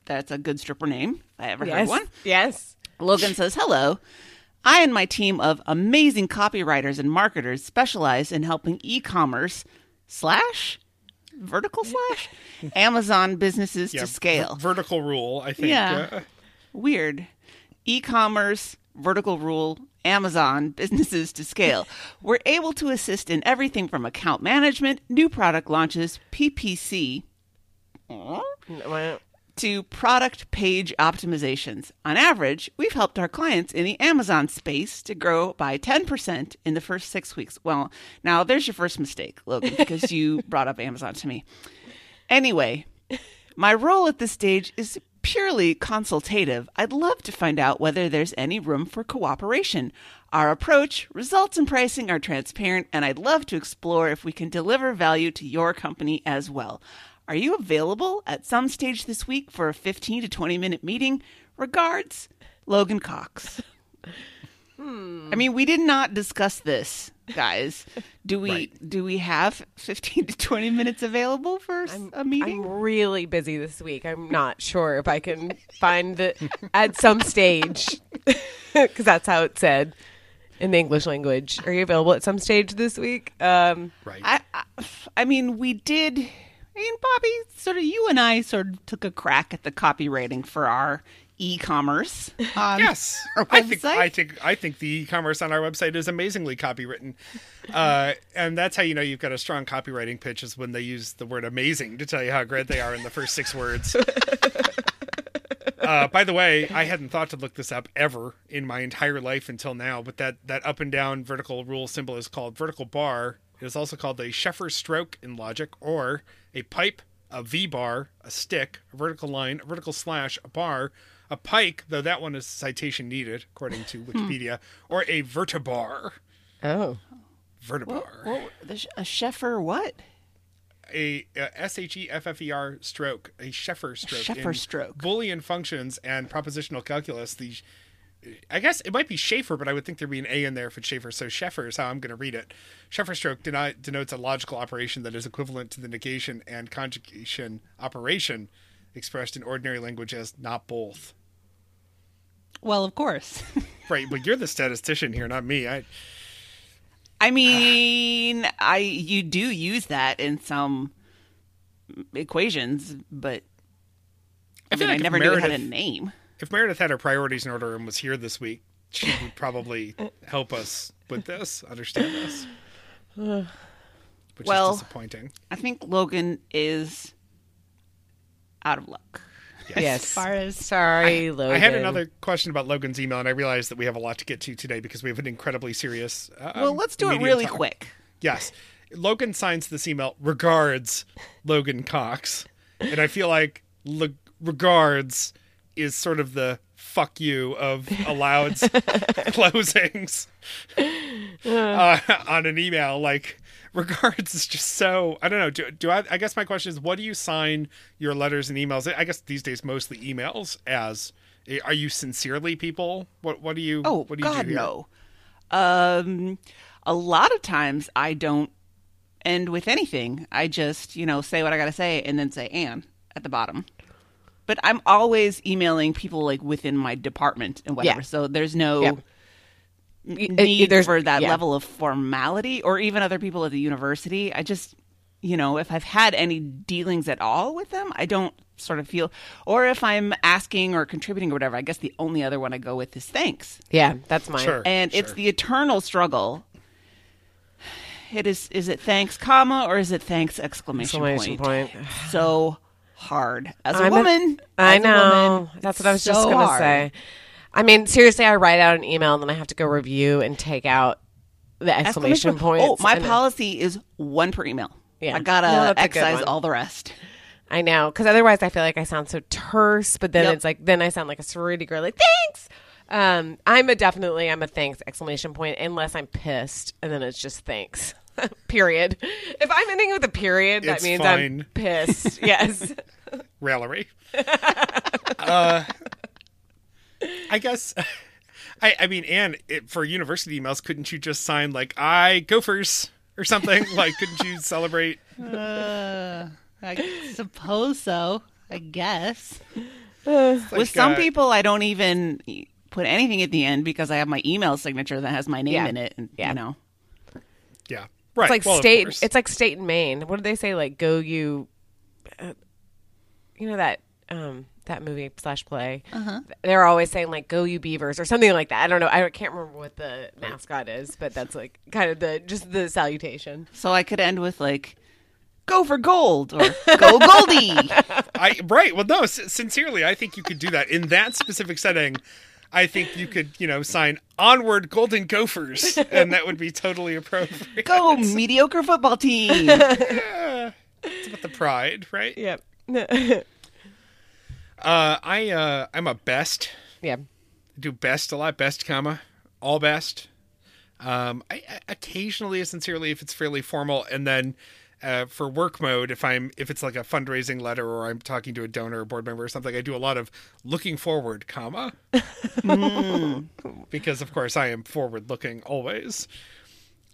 Speaker 2: that's a good stripper name if I ever heard
Speaker 3: Yes.
Speaker 2: one.
Speaker 3: Yes.
Speaker 2: Logan says, Hello. I and my team of amazing copywriters and marketers specialize in helping e commerce slash vertical slash Amazon businesses
Speaker 1: Yeah,
Speaker 2: to
Speaker 1: ver-
Speaker 2: scale.
Speaker 1: vertical rule, I think.
Speaker 4: Yeah.
Speaker 1: Uh,
Speaker 2: Weird. E commerce, vertical rule, Amazon businesses to scale. We're able to assist in everything from account management, new product launches, PPC,
Speaker 3: Well,
Speaker 2: to product page optimizations. On average, we've helped our clients in the Amazon space to grow by 10% in the first six weeks. Well, now there's your first mistake, Logan, because you brought up Amazon to me. Anyway, my role at this stage is purely consultative. I'd love to find out whether there's any room for cooperation. Our approach, results, and pricing are transparent, and I'd love to explore if we can deliver value to your company as well. Are you available at some stage this week for a 15 to 20 minute meeting? Regards, Logan Cox.
Speaker 3: Hmm.
Speaker 2: I mean, we did not discuss this, guys. Do we do we have 15 to 20 minutes available for s- a meeting?
Speaker 3: I'm really busy this week. I'm not sure if I can find the at some stage because that's how it said in the English language. Are you available at some stage this week? Um,
Speaker 1: right.
Speaker 2: I, I, I mean, we did. I mean, Bobby, sort of you and I sort of took a crack at the copywriting for our e-commerce. Um,
Speaker 1: Yes,
Speaker 2: our
Speaker 1: I think
Speaker 2: website?
Speaker 1: I think I think the e-commerce on our website is amazingly copywritten, uh, and that's how you know you've got a strong copywriting pitch is when they use the word "amazing" to tell you how great they are in the first six words. Uh, by the way, I hadn't thought to look this up ever in my entire life until now, but that that up and down vertical rule symbol is called vertical bar. It is also called a Sheffer stroke in logic, or a pipe, a V bar, a stick, a vertical line, a vertical slash, a bar, a pike, though that one is citation needed according to Wikipedia, or a vertibar.
Speaker 3: oh,
Speaker 1: Vertibar.
Speaker 2: What, the, sh- a Sheffer what?
Speaker 1: a uh, S-H-E-F-F-E-R stroke, a Sheffer stroke.
Speaker 2: Sheffer
Speaker 1: in
Speaker 2: stroke.
Speaker 1: Boolean functions and propositional calculus. The, I guess it might be Schaefer, but I would think there'd be an A in there for Schaefer. So Sheffer is how I'm going to read it. Sheffer stroke deni- denotes a logical operation that is equivalent to the negation and conjugation operation expressed in ordinary language as not both.
Speaker 4: Well, of course.
Speaker 1: Right, but you're the statistician here, not me. I
Speaker 2: I mean, I you do use that in some equations, but I,
Speaker 1: feel
Speaker 2: mean,
Speaker 1: like
Speaker 2: I
Speaker 1: if
Speaker 2: never knew it had a
Speaker 1: Meredith-
Speaker 2: name.
Speaker 1: if Meredith had her priorities in order and was here this week, she would probably help us with this, understand this. Which
Speaker 2: Well-
Speaker 1: is disappointing.
Speaker 2: I think Logan is out of luck.
Speaker 3: yes.
Speaker 4: As far as
Speaker 3: Sorry, Logan.
Speaker 1: I had another question about Logan's email, and I realized that we have a lot to get to today because we have an incredibly serious. Uh,
Speaker 2: well,
Speaker 1: um,
Speaker 2: let's do it
Speaker 1: media
Speaker 2: really
Speaker 1: topic.
Speaker 2: quick.
Speaker 1: Yes. Logan signs this email, regards Logan Cox. And I feel like le- regards is sort of the fuck you of allowed's closings uh, on an email. Like, regards is just so. I don't know. Do, do I? I guess my question is, what do you sign your letters and emails? I guess these days mostly emails. As are you sincerely people? What What do you?
Speaker 2: Oh
Speaker 1: what do you
Speaker 2: God,
Speaker 1: do here?
Speaker 2: no. Um, a lot of times I don't end with anything. I just you know say what I gotta say and then say "and" at the bottom. But I'm always emailing people like within my department and whatever.
Speaker 3: Yeah.
Speaker 2: So there's no
Speaker 3: Yeah.
Speaker 2: need
Speaker 3: e- there's-
Speaker 2: for that
Speaker 3: yeah.
Speaker 2: level of formality or even other people at the university. I just, you know, if I've had any dealings at all with them, I don't sort of feel, or if I'm asking or contributing or whatever, I guess the only other one I go with is thanks.
Speaker 3: Yeah, that's mine.
Speaker 1: Sure.
Speaker 2: And it's
Speaker 1: sure.
Speaker 2: the eternal struggle. It is, is it thanks, comma, or is it thanks, exclamation,
Speaker 3: Exclamation point.
Speaker 2: So hard. As a
Speaker 3: I'm a-
Speaker 2: woman,
Speaker 3: I
Speaker 2: as a
Speaker 3: know.
Speaker 2: woman,
Speaker 3: That's
Speaker 2: it's
Speaker 3: what I was just
Speaker 2: so
Speaker 3: gonna
Speaker 2: hard.
Speaker 3: say. I mean, seriously, I write out an email and then I have to go review and take out the exclamation, points.
Speaker 2: Oh, my
Speaker 3: and-
Speaker 2: policy is one per email.
Speaker 3: Yeah.
Speaker 2: I gotta
Speaker 3: No, that's a good
Speaker 2: excise
Speaker 3: one.
Speaker 2: all the rest.
Speaker 3: I know, because otherwise I feel like I sound so terse. But then
Speaker 2: Yep.
Speaker 3: it's like then I sound like a sorority girl, like thanks. Um, I'm a definitely I'm a thanks exclamation point unless I'm pissed, and then it's just thanks. period. If I'm ending with a period, that
Speaker 1: It's
Speaker 3: means
Speaker 1: fine.
Speaker 3: I'm pissed. yes.
Speaker 1: Rallery. uh, I guess. I, I mean, and it, for university emails, couldn't you just sign like "I Gophers" or something? like, couldn't you celebrate?
Speaker 4: Uh, I suppose so. I guess.
Speaker 1: like,
Speaker 2: With some
Speaker 1: uh,
Speaker 2: people, I don't even put anything at the end because I have my email signature that has my name
Speaker 3: Yeah.
Speaker 2: in it. And,
Speaker 3: Yeah.
Speaker 2: You know,
Speaker 1: Yeah, right.
Speaker 3: It's like
Speaker 1: well, of
Speaker 3: state.
Speaker 1: course.
Speaker 3: It's like state in Maine. What did they say? Like go you. Uh, you know that um that movie slash play. They're always saying like go you beavers or something like that. I don't know. I can't remember what the mascot is, but that's like kind of the just the salutation.
Speaker 2: so I could end with like, "Go for gold" or "Go Goldie."
Speaker 1: I right. Well, no. s- Sincerely, I think you could do that in that specific setting. I think you could, you know, sign "Onward, Golden Gophers," and that would be totally appropriate.
Speaker 2: Go mediocre football team.
Speaker 1: It's about the pride, right?
Speaker 3: Yep.
Speaker 1: Uh, I uh, I'm a best.
Speaker 3: yeah.
Speaker 1: do best a lot best comma all best um I, I occasionally sincerely if it's fairly formal and then uh, for work mode if i'm if it's like a fundraising letter or i'm talking to a donor or board member or something i do a lot of looking forward comma
Speaker 3: Hmm.
Speaker 1: because of course i am forward looking always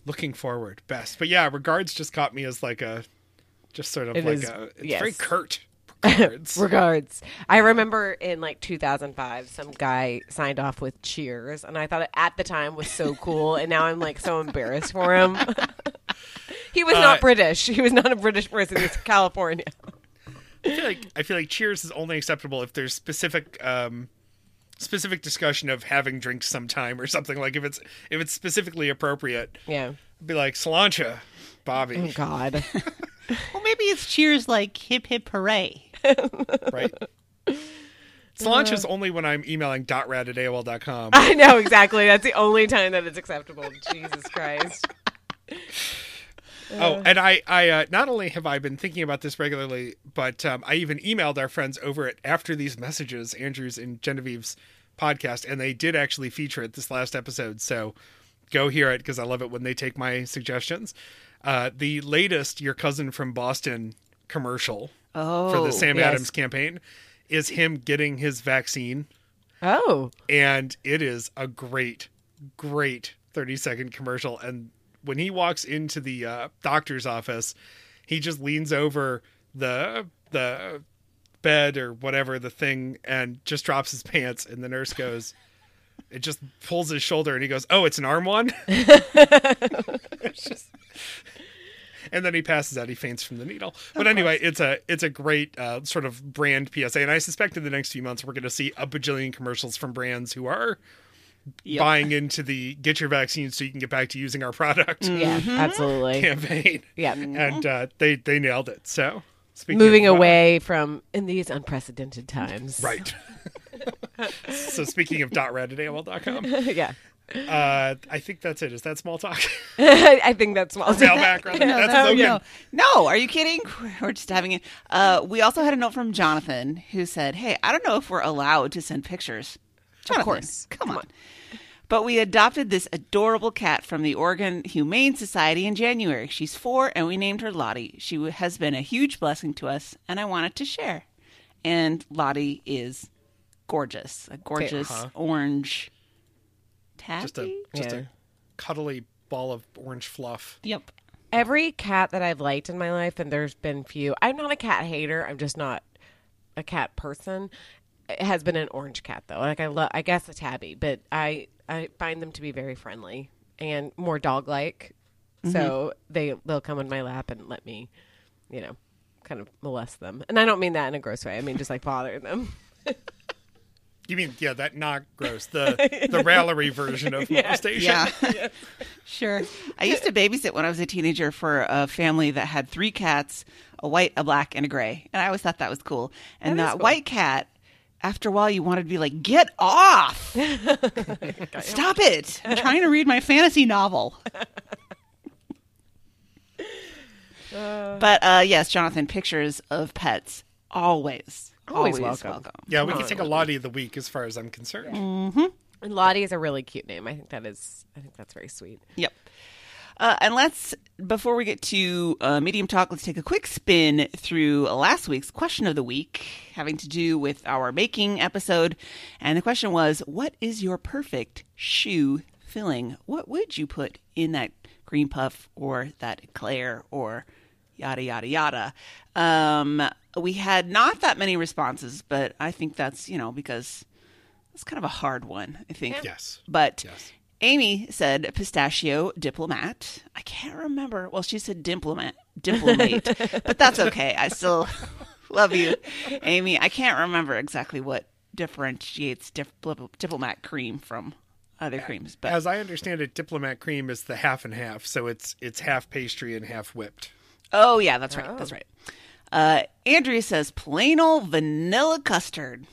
Speaker 1: looking forward best but yeah regards just caught me as like a just sort of
Speaker 3: It
Speaker 1: like
Speaker 3: is-
Speaker 1: a it's
Speaker 3: yes.
Speaker 1: very curt regards
Speaker 3: Regards. I remember in like 2005, some guy signed off with Cheers, and I thought it at the time was so cool, and now I'm like so embarrassed for him. he was not British. He was not a British person. He's California.
Speaker 1: I feel like I feel like Cheers is only acceptable if there's specific um specific discussion of having drinks sometime or something like if it's if it's specifically appropriate.
Speaker 3: Yeah.
Speaker 1: I'd be like Solancha, Bobby,
Speaker 3: Oh, God.
Speaker 4: Well, maybe it's cheers like hip hip hooray.
Speaker 1: right? Solancha's only when I'm emailing dotrat at AOL.com.
Speaker 3: I know exactly. That's the only time that it's acceptable. Jesus Christ.
Speaker 1: Oh, and I, I uh, not only have I been thinking about this regularly, but um, I even emailed our friends over at After These Messages, Andrew's and Genevieve's podcast, and they did actually feature it this last episode. So go hear it because I love it when they take my suggestions. Uh, the latest Your Cousin from Boston commercial for
Speaker 2: Oh,
Speaker 1: the Sam
Speaker 3: yes.
Speaker 1: Adams campaign is him getting his vaccine
Speaker 3: Oh.
Speaker 1: and it is a great great 30 second commercial and when he walks into the uh, doctor's office he just leans over the the bed or whatever the thing and just drops his pants and the nurse goes it just pulls his shoulder and he goes oh it's an arm one It's just- and then he passes out he faints from the needle but anyway it's a it's a great uh, sort of brand psa and i suspect in the next few months we're going to see a bajillion commercials from brands who are
Speaker 2: Yep.
Speaker 1: buying into the get your vaccine so you can get back to using our product
Speaker 3: Yeah. Absolutely.
Speaker 1: campaign
Speaker 3: Yeah.
Speaker 1: and uh, they they nailed it so speaking
Speaker 3: Mm-hmm. Moving
Speaker 1: of, uh,
Speaker 3: away from in these unprecedented times.
Speaker 1: right so speaking of dot com.
Speaker 3: yeah.
Speaker 1: Uh, I think that's it. Is that small talk?
Speaker 3: I think that's small.
Speaker 1: Mailback, rather.
Speaker 2: No,
Speaker 1: that's
Speaker 2: that-
Speaker 1: Logan.
Speaker 2: no, no. Are you kidding? We're just having it. Uh, we also had a note from Jonathan who said, "Hey, I don't know if we're allowed to send pictures." Jonathan,
Speaker 3: course.
Speaker 2: come, on. But we adopted this adorable cat from the Oregon Humane Society in January. She's four, and we named her Lottie. She w- has been a huge blessing to us, and I wanted to share. And Lottie is gorgeous—a gorgeous orange tabby.
Speaker 1: Just a just
Speaker 3: Yeah.
Speaker 1: a cuddly ball of orange fluff.
Speaker 4: Yep.
Speaker 3: Every cat that I've liked in my life, and there's been few. I'm not a cat hater. I'm just not a cat person. It has been an orange cat though. Like I love, I guess a tabby, but I I find them to be very friendly and more dog like. So they they'll come in my lap and let me, you know, kind of molest them. And I don't mean that in a gross way. I mean just like bother them.
Speaker 1: You mean yeah, that not gross. The the raillery version of molestation.
Speaker 2: Yeah.
Speaker 4: Sure.
Speaker 2: I used to babysit when I was a teenager for a family that had three cats a white, a black, and a gray. And I always thought that was cool. And that, white cat, after a while, you wanted to be like, get off! Stop it! I'm trying to read my fantasy novel. but uh, yes, Jonathan, pictures of pets always,
Speaker 3: Always
Speaker 2: always,
Speaker 3: welcome.
Speaker 2: welcome.
Speaker 1: Yeah, we can take a Lottie of the week as far as I'm concerned.
Speaker 2: Mm.
Speaker 3: And Lottie is a really cute name. I think that is. I think that's very sweet.
Speaker 2: Yep. Uh, and let's, before we get to uh, medium talk, let's take a quick spin through last week's question of the week, having to do with our baking episode. And the question was, what is your perfect shoe filling? What would you put in that cream puff or that eclair or yada, yada, yada? Um, we had not that many responses, but I think that's, you know, because it's kind of a hard one, I think.
Speaker 1: Yes.
Speaker 2: But
Speaker 1: Yes.
Speaker 2: Amy said pistachio diplomat. I can't remember. Well, she said diplomat, diplomate, but that's okay. I still love you, Amy. I can't remember exactly what differentiates dip- diplomat cream from other creams, but
Speaker 1: As I understand it, diplomat cream is the half and half, so it's it's half pastry and half whipped.
Speaker 2: oh yeah, that's right. That's right. Uh, Andrea says plain old vanilla custard.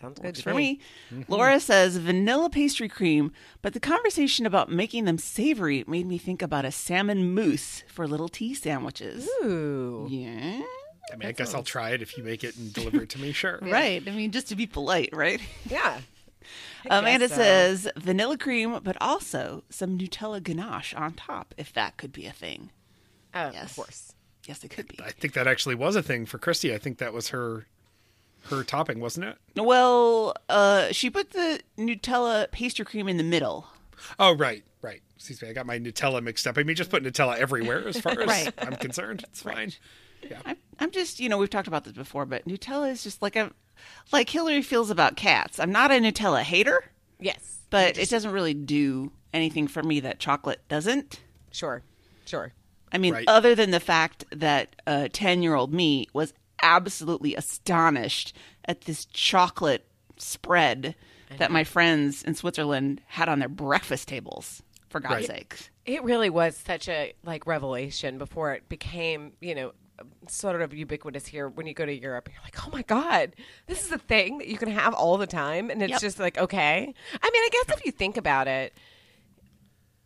Speaker 3: Sounds good Mm-hmm. to
Speaker 2: for me. Laura says vanilla pastry cream, but the conversation about making them savory made me think about a salmon mousse for little tea sandwiches.
Speaker 3: Ooh.
Speaker 2: Yeah.
Speaker 1: I mean, I guess I'll try it if you make it and deliver it to me. Sure.
Speaker 4: Right.
Speaker 2: I mean, just to be polite, right? Um,
Speaker 3: Yeah.
Speaker 2: Amanda
Speaker 3: so.
Speaker 2: says vanilla cream, but also some Nutella ganache on top, if that could be a thing.
Speaker 3: Uh, Of
Speaker 2: Yes.
Speaker 3: course.
Speaker 2: Yes, it could be.
Speaker 1: I think that actually was a thing for Christy. I think that was her her topping, wasn't it?
Speaker 2: Well, uh, she put the Nutella pastry cream in the middle.
Speaker 1: Oh, right, right. Excuse me, I got my Nutella mixed up. I mean, just put Nutella everywhere as far as I'm concerned. It's fine.
Speaker 2: I'm, I'm just, you know, we've talked about this before, but Nutella is just like a, like Hillary feels about cats. I'm not a Nutella hater,
Speaker 3: Yes.
Speaker 2: but it doesn't really do anything for me that chocolate doesn't.
Speaker 3: Sure. Sure.
Speaker 2: I mean,
Speaker 1: Right.
Speaker 2: other than the fact that uh, 10 year old me was absolutely astonished at this chocolate spread that my friends in Switzerland had on their breakfast tables, for God's sakes.
Speaker 3: It really was such a like revelation before it became, you know, sort of ubiquitous here when you go to Europe and you're like, "Oh my god, this is a thing that you can have all the time." And it's
Speaker 2: Yep.
Speaker 3: just like, "Okay." I mean, I guess if you think about it,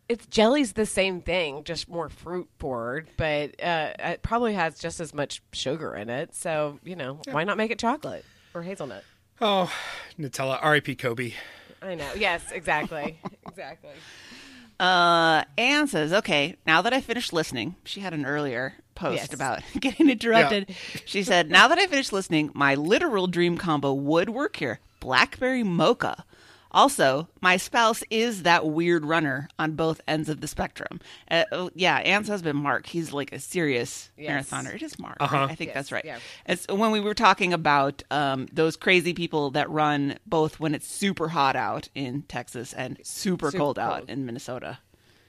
Speaker 3: it's jelly's the same thing, just more fruit forward, but uh, it probably has just as much sugar in it. So, you know, why not make it chocolate or hazelnut?
Speaker 1: Oh, Nutella. R.I.P. Kobe.
Speaker 3: I know. Yes, exactly. exactly.
Speaker 2: Uh, Anne says, okay, now that I finished listening, she had an earlier post
Speaker 3: Yes.
Speaker 2: about getting interrupted. She said, now that I finished listening, my literal dream combo would work here Blackberry Mocha. Also, my spouse is that weird runner on both ends of the spectrum. Uh, oh, yeah, Anne's husband, Mark, he's like a serious
Speaker 3: Yes. Uh-huh.
Speaker 2: marathoner. It is Mark. I think that's right.
Speaker 3: yeah.
Speaker 2: It's when we were talking about um, those crazy people that run both when it's super hot out in Texas and super, cold, out in Minnesota.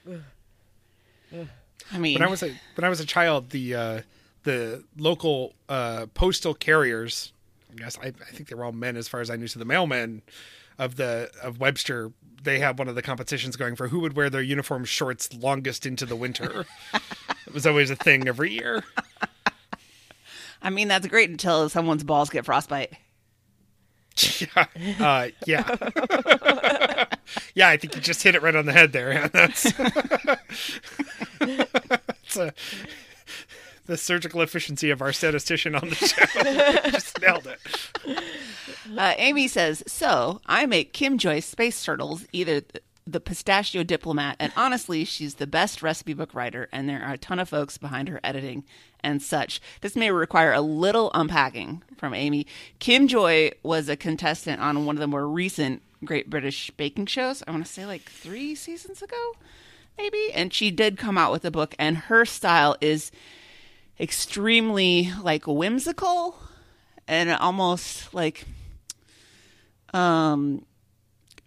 Speaker 2: I mean,
Speaker 1: When I was a when I was a child, the uh, the local uh, postal carriers, I guess I, I think they were all men as far as I knew. So the mailmen of the of Webster, they had one of the competitions going for who would wear their uniform shorts longest into the winter. it was always a thing every year.
Speaker 2: I mean, that's great until someone's balls get frostbite.
Speaker 1: Yeah, uh, yeah. yeah, I think you just hit it right on the head there. Yeah, that's, that's a, the surgical efficiency of our statistician on the show. just nailed it.
Speaker 2: Uh, Amy says, "So I make Kim Joyce space turtles, either th- the pistachio diplomat, and honestly, she's the best recipe book writer, and there are a ton of folks behind her editing and such. This may require a little unpacking from Amy. Kim Joy was a contestant on one of the more recent Great British baking shows. I want to say like three seasons ago, maybe. And she did come out with a book, and her style is." extremely like whimsical and almost like um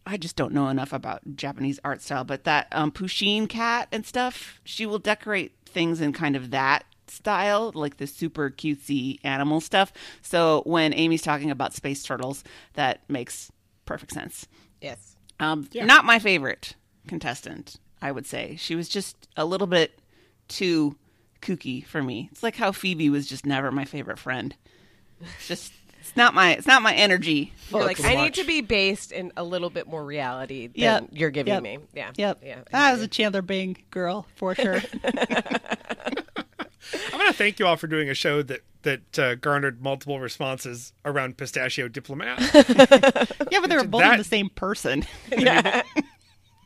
Speaker 2: I just don't know enough about Japanese art style, but that um Pusheen cat and stuff, she will decorate things in kind of that style, like the super cutesy animal stuff. So when Amy's talking about space turtles, that makes perfect sense.
Speaker 3: Yes.
Speaker 2: Um, Not my favorite contestant, I would say. She was just a little bit too kooky for me. It's like how Phoebe was just never my favorite friend. It's just it's not my it's not my energy.
Speaker 3: You're like,
Speaker 2: folks.
Speaker 3: I need to be based in a little bit more reality than
Speaker 4: Yep.
Speaker 3: you're giving
Speaker 4: Yep.
Speaker 3: me. Yeah.
Speaker 4: Yep. Ah,
Speaker 3: Yeah.
Speaker 4: I was a Chandler Bing girl for sure.
Speaker 1: I'm going to thank you all for doing a show that that uh, garnered multiple responses around pistachio diplomat.
Speaker 4: yeah, but they're both
Speaker 1: That-
Speaker 4: the same person.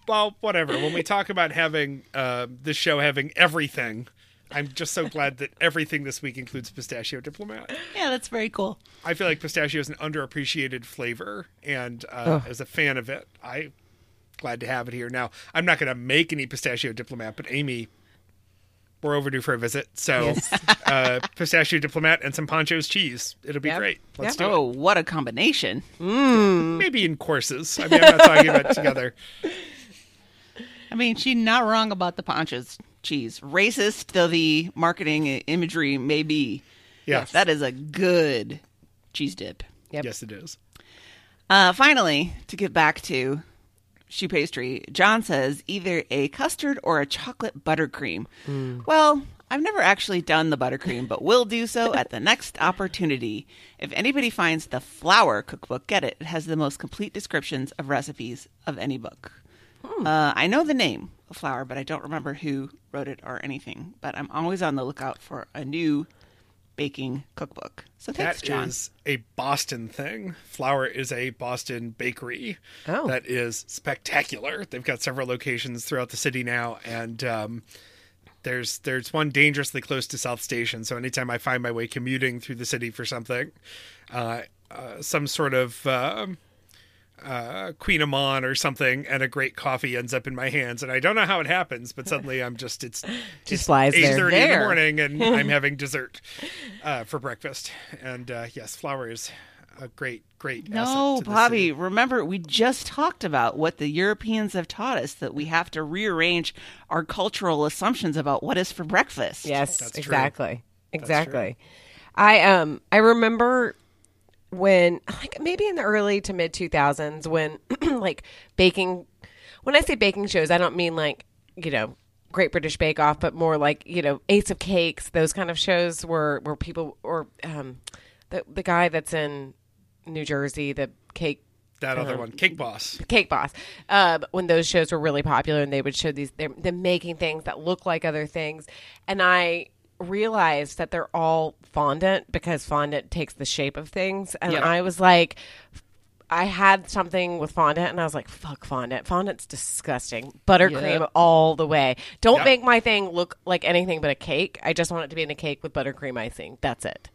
Speaker 1: well, whatever. When we talk about having uh, this show having everything, I'm just so glad that everything this week includes pistachio diplomat.
Speaker 4: yeah, that's very cool.
Speaker 1: I feel like pistachio is an underappreciated flavor, and uh, as a fan of it, I glad to have it here. Now, I'm not going to make any pistachio diplomat, but Amy, we're overdue for a visit, so uh, pistachio diplomat and some Pancho's cheese. It'll be
Speaker 3: Yep.
Speaker 1: great. Let's
Speaker 3: Yep.
Speaker 1: do it.
Speaker 2: Oh, what a combination.
Speaker 1: Maybe in courses. I mean, I'm not talking about together.
Speaker 4: I mean, she not wrong about the ponchos.
Speaker 2: Jeez. Racist though the marketing imagery may be.
Speaker 1: Yes.
Speaker 2: That is a good cheese dip.
Speaker 3: Yep.
Speaker 1: Yes, it is.
Speaker 2: Uh, finally, to get back to shoe pastry, John says either a custard or a chocolate buttercream. Well, I've never actually done the buttercream, but will do so at the next opportunity. If anybody finds the flour cookbook, get it. It has the most complete descriptions of recipes of any book. Uh, I know the name of flour, but I don't remember who wrote it or anything. But I'm always on the lookout for a new baking cookbook. So thanks,
Speaker 1: That
Speaker 2: John.
Speaker 1: is a Boston thing. Flour is a Boston bakery
Speaker 3: Oh.
Speaker 1: that is spectacular. They've got several locations throughout the city now, and um, there's there's one dangerously close to South Station. So anytime I find my way commuting through the city for something, uh, uh, some sort of um uh, Queen Amon or something, and a great coffee ends up in my hands, and I don't know how it happens, but suddenly I'm just it's
Speaker 3: Just flies
Speaker 1: eight
Speaker 3: there.
Speaker 1: thirty in the
Speaker 2: There.
Speaker 1: morning, and I'm having dessert uh, for breakfast. And uh, yes, flour is a great, great.
Speaker 2: No,
Speaker 1: asset to the
Speaker 2: Bobby,
Speaker 1: city.
Speaker 2: remember we just talked about what the Europeans have taught us that
Speaker 1: Mm-hmm.
Speaker 2: we have to rearrange our cultural assumptions about what is for breakfast.
Speaker 3: Yes,
Speaker 1: That's true.
Speaker 3: exactly. Exactly. I um I remember when like maybe in the early to mid 2000s when like baking when I say baking shows I don't mean like, you know, Great British Bake Off, but more like, you know, Ace of Cakes, those kind of shows where where people or um the the guy that's in New Jersey, the cake
Speaker 1: that other one, Cake Boss.
Speaker 3: Cake Boss, um, when those shows were really popular and they would show these, they're, them making things that look like other things. And I realized that they're all fondant because fondant takes the shape of things. And
Speaker 2: Yep.
Speaker 3: I was like, I had something with fondant and I was like, fuck fondant. Fondant's disgusting. Buttercream all the way. Don't
Speaker 1: Yep.
Speaker 3: make my thing look like anything but a cake. I just want it to be in a cake with buttercream icing. That's it.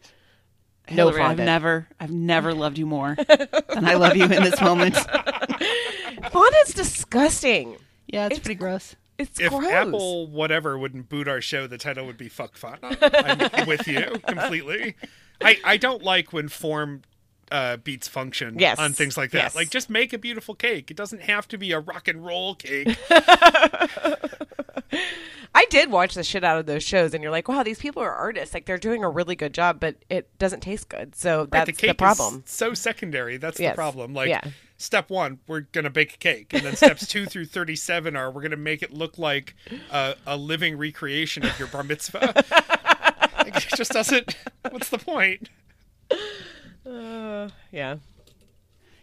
Speaker 3: No
Speaker 2: Hillary, I've
Speaker 3: fondant.
Speaker 2: never, I've never loved you more than I love you in this moment.
Speaker 3: Fondant's disgusting.
Speaker 4: Yeah, it's, pretty gross.
Speaker 3: It's
Speaker 1: If
Speaker 3: gross.
Speaker 1: Apple whatever wouldn't boot our show, the title would be "Fuck Fun." I'm with you completely. I I don't like when form. Uh, beats function
Speaker 3: Yes.
Speaker 1: on things like that.
Speaker 3: Yes.
Speaker 1: Like, just make a beautiful cake. It doesn't have to be a rock and roll cake.
Speaker 3: I did watch the shit out of those shows, and you're like, wow, these people are artists. Like they're doing a really good job, but it doesn't taste good. So
Speaker 1: Right,
Speaker 3: that's the, problem.
Speaker 1: Is so secondary. That's
Speaker 3: Yes.
Speaker 1: the problem. Like
Speaker 3: Yeah.
Speaker 1: step one, we're gonna bake a cake, and then steps two through thirty-seven are we're gonna make it look like a, a living recreation of your bar mitzvah. Like, it just doesn't. What's the point?
Speaker 3: yeah.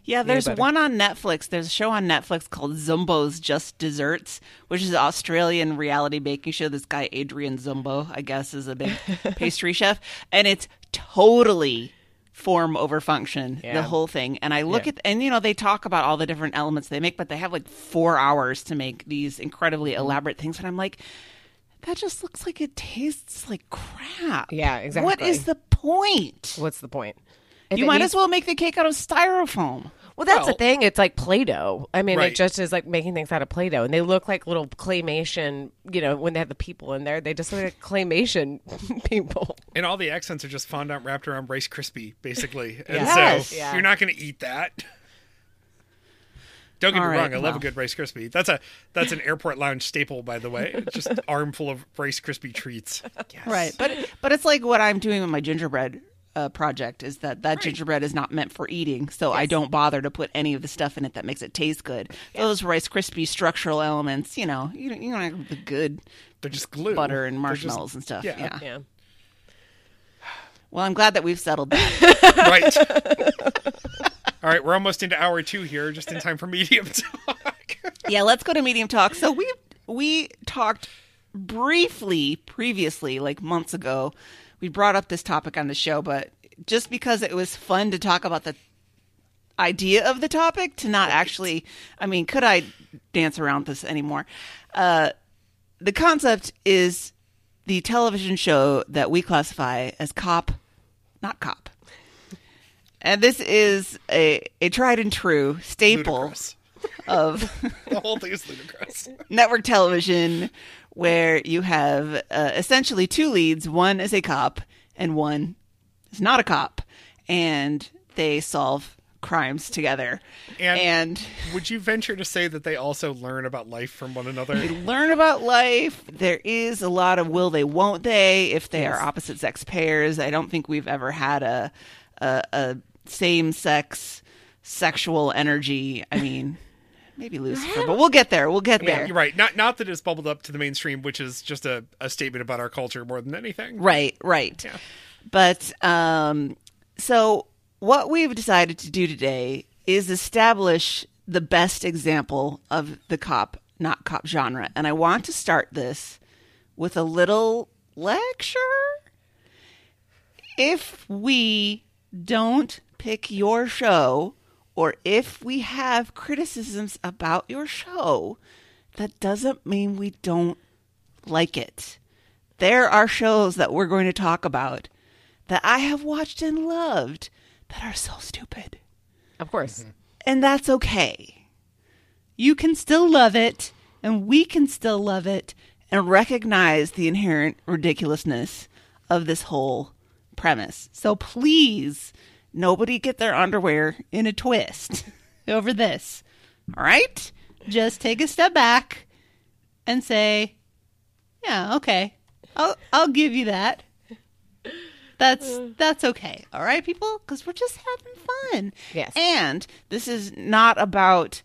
Speaker 2: Yeah, there's
Speaker 3: better.
Speaker 2: one on Netflix. There's a show on Netflix called Zumbo's Just Desserts, which is an Australian reality baking show. This guy, Adrian Zumbo, I guess, is a big pastry chef. And it's totally form over function, the
Speaker 3: Yeah.
Speaker 2: whole thing. And I look at, and you know, they talk about all the different elements they make, but they have like four hours to make these incredibly
Speaker 3: Mm-hmm.
Speaker 2: elaborate things. And I'm like, that just looks like it tastes like crap.
Speaker 3: Yeah,
Speaker 2: What
Speaker 3: exactly.
Speaker 2: is the point?
Speaker 3: What's the point? If
Speaker 2: you
Speaker 3: it
Speaker 2: might
Speaker 3: needs-
Speaker 2: as well make the cake out of styrofoam.
Speaker 3: Well, that's
Speaker 1: Well-
Speaker 3: the thing. It's like Play-Doh. I mean,
Speaker 1: Right.
Speaker 3: it just is like making things out of Play-Doh, and they look like little claymation. You know, when they have the people in there, they just look like claymation people.
Speaker 1: And all the accents are just fondant wrapped around Rice crispy, basically. And
Speaker 2: Yes.
Speaker 1: so
Speaker 3: Yeah.
Speaker 1: you're not going to eat that. Don't get
Speaker 2: All
Speaker 1: me
Speaker 2: right,
Speaker 1: wrong, I love
Speaker 2: well.
Speaker 1: a good Rice Krispie. That's a that's an airport lounge staple, by the way. It's just armful of Rice Krispie treats. Yes.
Speaker 2: Right, but but it's like what I'm doing with my gingerbread uh, project is that that gingerbread is not meant for eating, so I don't bother to put any of the stuff in it that makes it taste good. Those Rice Krispie structural elements, you know, you don't, you don't have the good
Speaker 1: They're just glue.
Speaker 2: butter and
Speaker 1: They're just-
Speaker 2: marshmallows and stuff. Yeah.
Speaker 1: yeah.
Speaker 3: Yeah.
Speaker 2: Well, I'm glad that we've settled
Speaker 1: Right.
Speaker 2: that.
Speaker 1: All right, we're almost into hour two here, just in time for medium talk.
Speaker 2: yeah, let's go to medium talk. So we we talked briefly previously, like months ago. We brought up this topic on the show, but just because it was fun to talk about the idea of the topic to not actually i mean could i dance around this anymore uh the concept is the television show that we classify as cop not cop and this is a a tried and true staple
Speaker 1: Ludicrous.
Speaker 2: of
Speaker 1: The whole thing is ludicrous.
Speaker 2: network television where you have uh, essentially two leads one is a cop and one is not a cop and they solve crimes together
Speaker 1: And-
Speaker 2: and,
Speaker 1: Would you venture to say that they also learn about life from one another?
Speaker 2: learn about life there is a lot of will they won't they if they are opposite sex pairs i don't think we've ever had a a, a same sex sexual energy i mean maybe lucifer but we'll get there we'll get there
Speaker 1: You're right. Not not that it's bubbled up to the mainstream, which is just a, a statement about our culture more than anything.
Speaker 2: Right, right. But um, so what we've decided to do today is establish the best example of the cop, not cop genre. And I want to start this with a little lecture. If we don't pick your show, or if we have criticisms about your show, that doesn't mean we don't like it. There are shows that we're going to talk about that I have watched and loved that are so stupid.
Speaker 3: Of course.
Speaker 2: And that's okay.
Speaker 4: You can still love it, and we can still love it.
Speaker 2: And recognize the inherent ridiculousness of this whole premise. So please, nobody get their underwear in a twist.
Speaker 4: Over this,
Speaker 2: All right?
Speaker 4: just take a step back and say, "Yeah, okay, I'll I'll give you that. That's that's okay. All right, people, because we're just having fun.
Speaker 3: Yes.
Speaker 2: And this is not about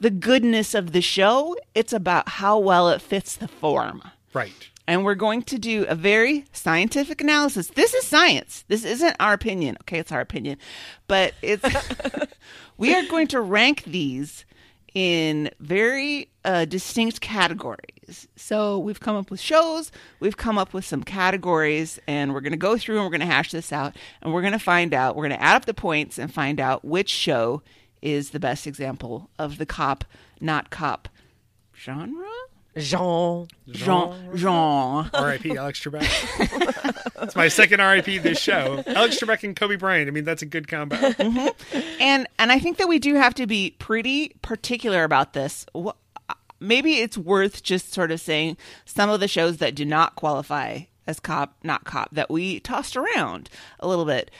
Speaker 2: the goodness of the show, it's about how well it fits the form.
Speaker 1: Right.
Speaker 2: and we're going to do a very scientific analysis. This is science. This isn't our opinion. Okay, it's our opinion, but it's we are going to rank these in very uh, distinct categories. So we've come up with shows, we've come up with some categories, and we're going to go through and we're going to hash this out, and we're going to find out. We're going to add up the points and find out which show is the best example of the cop not cop genre.
Speaker 3: Jean.
Speaker 2: Jean, Jean.
Speaker 1: R.I.P. Alex Trebek. it's my second R.I.P. this show. Alex Trebek and Kobe Bryant. I mean, that's a good combo.
Speaker 2: and and I think that we do have to be pretty particular about this. Wh- uh, Maybe it's worth just sort of saying some of the shows that do not qualify as cop, not cop, that we tossed around a little bit.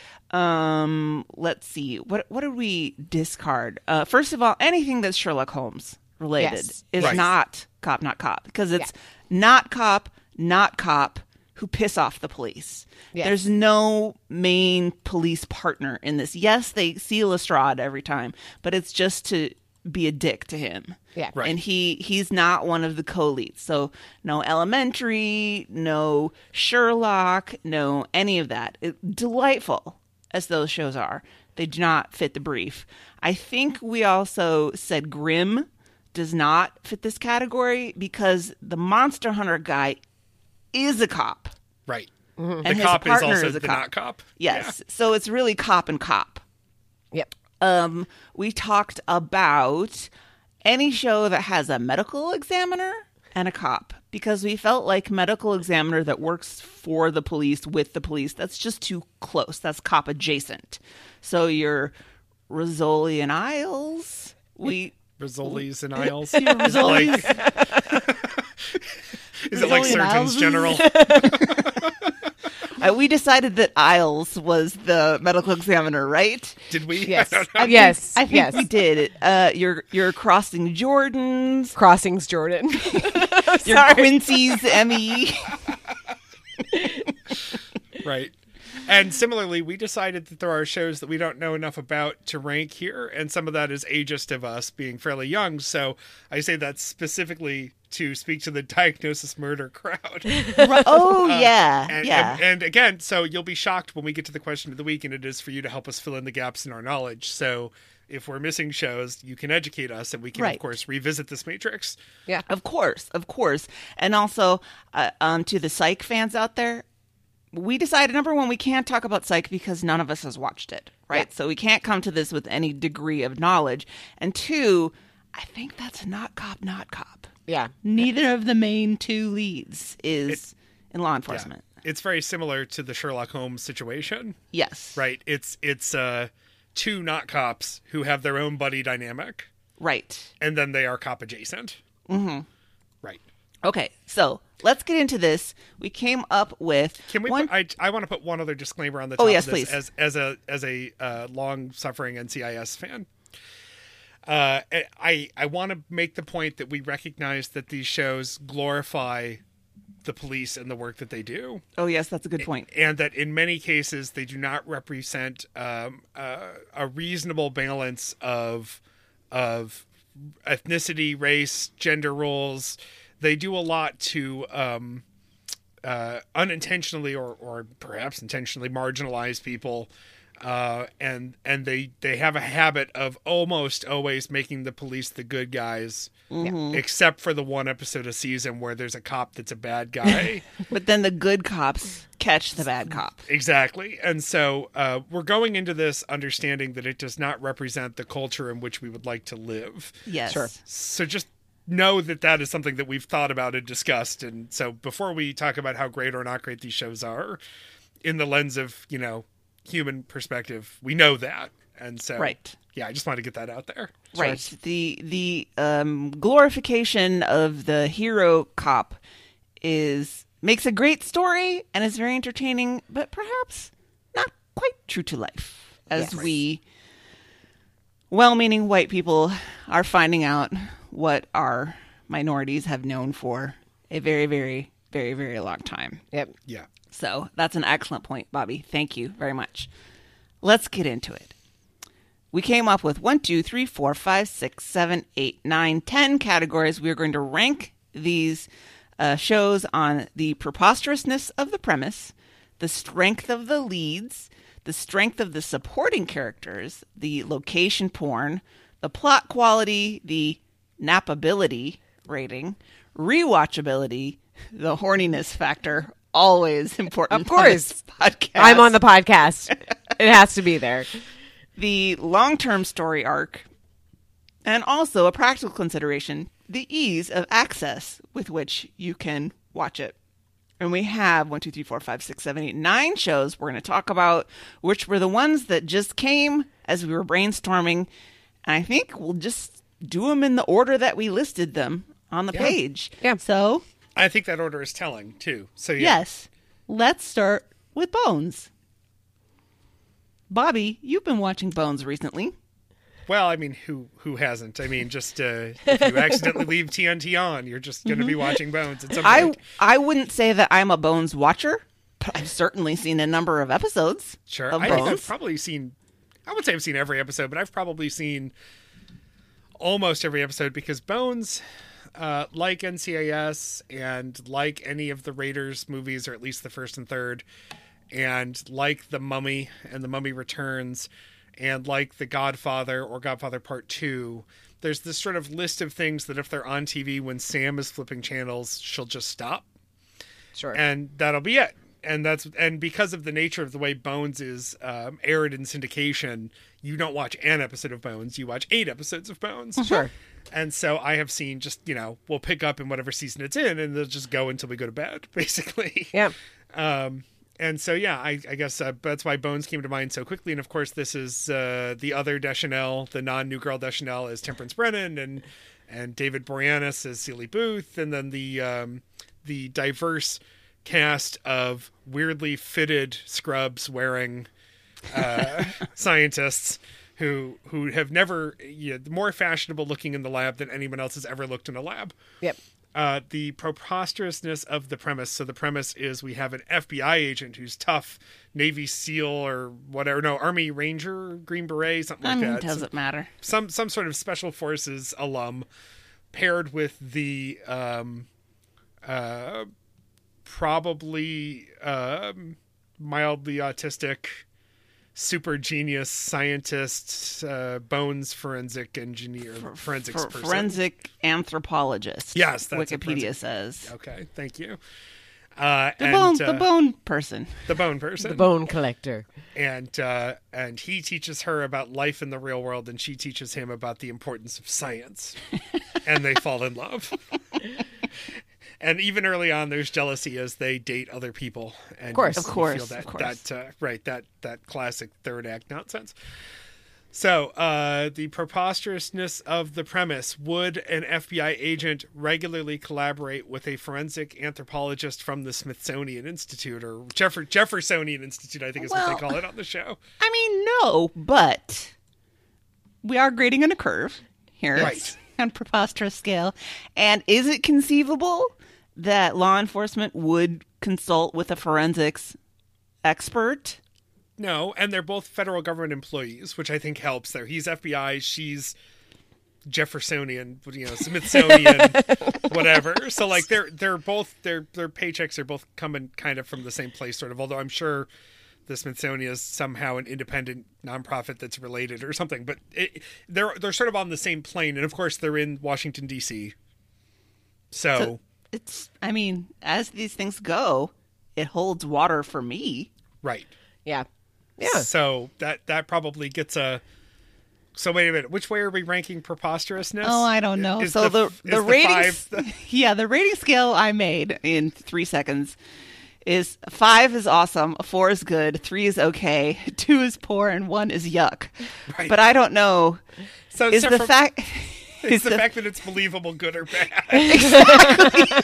Speaker 2: Um, let's see, what what did we discard? Uh, first of all, anything that's Sherlock Holmes related
Speaker 3: Yes.
Speaker 2: is
Speaker 1: Right.
Speaker 2: not cop, not cop, because it's not cop, not cop who piss off the police.
Speaker 3: Yes.
Speaker 2: There's no main police partner in this. Yes, they see Lestrade every time, but it's just to be a dick to him.
Speaker 3: Yeah. Right.
Speaker 2: And he he's not one of the co-leads. So no elementary, no Sherlock, no any of that. It, delightful as those shows are. They do not fit the brief. I think we also said grim does not fit this category because the monster hunter guy is a cop.
Speaker 1: Right.
Speaker 2: And
Speaker 1: Hmm. the
Speaker 2: his
Speaker 1: cop is
Speaker 2: partner
Speaker 1: also
Speaker 2: is a
Speaker 1: the
Speaker 2: cop.
Speaker 1: not cop.
Speaker 2: Yes. So it's really cop and cop.
Speaker 3: Yep.
Speaker 2: Um, we talked about any show that has a medical examiner and a cop because we felt like medical examiner that works for the police with the police that's just too close. That's cop adjacent. So your Rizzoli and Isles, we
Speaker 1: Rizzoli's and Isles.
Speaker 4: Rizzoli's.
Speaker 1: Is it like, is it like
Speaker 4: Rizzoli and
Speaker 1: Surgeons
Speaker 4: Isles.
Speaker 1: General?
Speaker 2: uh, we decided that Isles was the medical examiner, right?
Speaker 1: Did we?
Speaker 3: Yes.
Speaker 1: I don't know.
Speaker 3: yes.
Speaker 4: I think
Speaker 3: yes.
Speaker 2: We did. Uh, your your crossing Jordans,
Speaker 3: Crossings Jordan.
Speaker 2: your
Speaker 3: Sorry.
Speaker 2: Quincy's E. Emmy.
Speaker 1: Right. And similarly, we decided that there are shows that we don't know enough about to rank here, and some of that is ageist of us being fairly young. So I say that specifically to speak to the diagnosis murder crowd.
Speaker 2: oh yeah,
Speaker 1: Uh, And,
Speaker 2: yeah.
Speaker 1: and, and again, so you'll be shocked when we get to the question of the week, and it is for you to help us fill in the gaps in our knowledge. So if we're missing shows, you can educate us, and we can,
Speaker 2: Right.
Speaker 1: of course, revisit this matrix.
Speaker 3: yeah.
Speaker 2: Of course, of course. And also, uh, um, to the Psych fans out there, we decided number one, we can't talk about Psych because none of us has watched it, right? So we can't come to this with any degree of knowledge. And two, I think that's not cop, not cop.
Speaker 3: Yeah.
Speaker 4: Neither of the main two leads.
Speaker 2: Leads is in law enforcement.
Speaker 1: It's very similar to the Sherlock Holmes situation.
Speaker 2: Yes.
Speaker 1: right it's it's uh two not cops who have their own buddy dynamic
Speaker 2: Right.
Speaker 1: and then they are cop adjacent mm-hmm right
Speaker 2: Okay. So let's get into this. We came up with
Speaker 1: can we
Speaker 2: one.
Speaker 1: put, i i want to put one other disclaimer on the
Speaker 2: Oh,
Speaker 1: top
Speaker 2: yes,
Speaker 1: of this
Speaker 2: please.
Speaker 1: as as a as a uh, long suffering ncis fan uh, I I want to make the point that we recognize that these shows glorify the police and the work that they do.
Speaker 2: oh, yes, that's a good point.
Speaker 1: and that in many cases they do not represent um, uh, a reasonable balance of of ethnicity, race, gender roles. They do a lot to um, uh, unintentionally or, or perhaps intentionally marginalize people. Uh, and and they, they have a habit of almost always making the police the good guys, except for the one episode a season where there's a cop that's a bad guy.
Speaker 2: But then the good cops catch the bad cop.
Speaker 1: Exactly. And so uh, we're going into this understanding that it does not represent the culture in which we would like to live.
Speaker 2: Yes.
Speaker 3: Sure.
Speaker 1: So just know that that is something that we've thought about and discussed. And so before we talk about how great or not great these shows are, in the lens of, you know, human perspective, we know that. And so,
Speaker 2: Right.
Speaker 1: yeah, I just wanted to get that out there.
Speaker 2: right the the um, glorification of the hero cop is makes a great story and is very entertaining but perhaps not quite true to life as
Speaker 3: Yes.
Speaker 2: we well-meaning white people are finding out what our minorities have known for a very very very very long time
Speaker 3: Yep.
Speaker 1: Yeah.
Speaker 2: so that's an excellent point, Bobby. Thank you very much. Let's get into it. We came up with one, two, three, four, five, six, seven, eight, nine, ten categories. We are going to rank these uh, shows on the preposterousness of the premise, the strength of the leads, the strength of the supporting characters, the location porn, the plot quality, the nappability rating, rewatchability, the horniness factor, always important.
Speaker 3: Of
Speaker 2: on this podcast.
Speaker 3: I'm on the podcast. it has to be there.
Speaker 2: the long-term story arc, and also a practical consideration, the ease of access with which you can watch it. And we have one, two, three, four, five, six, seven, eight, nine shows we're going to talk about, which were the ones that just came as we were brainstorming. And I think we'll just do them in the order that we listed them on the page.
Speaker 3: Yeah.
Speaker 4: So,
Speaker 1: I think that order is telling, too. So, yeah.
Speaker 4: yes, let's start with Bones.
Speaker 2: Bobby, you've been watching Bones recently.
Speaker 1: Well, I mean, who who hasn't? I mean, just uh, if you accidentally leave TNT on, you're just going to be watching Bones at some point.
Speaker 2: Mm-hmm. I I wouldn't say that I'm a Bones watcher, but I've certainly seen a number of episodes.
Speaker 1: Sure.
Speaker 2: of
Speaker 1: I think I've
Speaker 2: Bones.
Speaker 1: probably seen, I would say I've seen every episode, but I've probably seen almost every episode because Bones, uh, like NCIS and like any of the Raiders movies, or at least the first and third, and like The Mummy and The Mummy Returns, And like The Godfather or Godfather Part 2, there's this sort of list of things that if they're on TV when Sam is flipping channels, she'll just stop
Speaker 3: Sure.
Speaker 1: and that'll be it. And that's and because of the nature of the way Bones is um, aired in syndication, you don't watch an episode of Bones; you watch eight episodes of Bones.
Speaker 3: Sure.
Speaker 1: And so I have seen just you know we'll pick up in whatever season it's in, and they'll just go until we go to bed, basically.
Speaker 3: yeah.
Speaker 1: Um, and so yeah, I, I guess uh, that's why Bones came to mind so quickly. And of course, this is uh, the other Deschanel, the non-new girl Deschanel, is Temperance Brennan, and and David Boreanaz is Celie Booth, and then the um, the diverse cast of weirdly fitted scrubs wearing uh, scientists. Who, who have never you know, more fashionable looking in the lab than anyone else has ever looked in a lab
Speaker 3: Yep.
Speaker 1: uh, the preposterousness of the premise. So the premise is we have an FBI agent who's tough, Navy SEAL or whatever, no Army Ranger, Green Beret, something
Speaker 2: I
Speaker 1: like
Speaker 2: mean,
Speaker 1: that. Some,
Speaker 2: doesn't matter.
Speaker 1: some some sort of special forces alum, paired with the um, uh, probably um, mildly autistic. Super genius scientist, uh, bones forensic engineer, forensics
Speaker 2: For
Speaker 1: person.
Speaker 2: forensic anthropologist.
Speaker 1: Yes, that's a
Speaker 2: Wikipedia
Speaker 1: forensic-
Speaker 2: says
Speaker 1: Okay, thank you. Uh,
Speaker 2: the
Speaker 1: and,
Speaker 2: bone,
Speaker 1: uh,
Speaker 2: the bone person.
Speaker 1: the bone person,
Speaker 3: Bone collector.
Speaker 1: and uh, and he teaches her about life in the real world, and she teaches him about the importance of science, and they fall in love. and even early on, there's jealousy as they date other people. And of
Speaker 3: course.
Speaker 2: Of course,
Speaker 1: feel that,
Speaker 2: of course.
Speaker 1: that uh, right that that classic third act nonsense. So, uh, the preposterousness of the premise would an FBI agent regularly collaborate with a forensic anthropologist from the Smithsonian Institute or Jeffer- Jeffersonian Institute, I think is what
Speaker 2: Well-
Speaker 1: they call it on the show?
Speaker 2: I mean, no, but we are grading on a curve here
Speaker 1: Right.
Speaker 2: on preposterous scale. And is it conceivable that law enforcement would consult with a forensics expert?
Speaker 1: No, and they're both federal government employees, which I think helps there. He's FBI, she's Jeffersonian, you know, Smithsonian, whatever. So like they're they're both their their paychecks are both coming kind of from the same place, sort of. Although I'm sure the Smithsonian is somehow an independent nonprofit that's related or something. But it, they're they're sort of on the same plane, and of course they're in Washington D.C. so
Speaker 2: It's, I mean, as these things go, it holds water for me.
Speaker 1: right.
Speaker 3: Yeah. Yeah.
Speaker 1: So that that probably gets a. So wait a minute. Which way are we ranking preposterousness?
Speaker 4: Oh, I don't know.
Speaker 1: Is
Speaker 2: So the
Speaker 1: f-
Speaker 2: the,
Speaker 1: is
Speaker 2: ratings,
Speaker 1: five-
Speaker 2: yeah, the rating scale I made in three seconds is five is awesome, a four is good, three is okay, two is poor, and one is yuck.
Speaker 1: Right.
Speaker 2: But I don't know.
Speaker 1: so
Speaker 2: Is
Speaker 1: except
Speaker 2: the
Speaker 1: for-
Speaker 2: fact?
Speaker 1: it's
Speaker 2: Is
Speaker 1: the,
Speaker 2: the
Speaker 1: fact that it's believable, good or bad?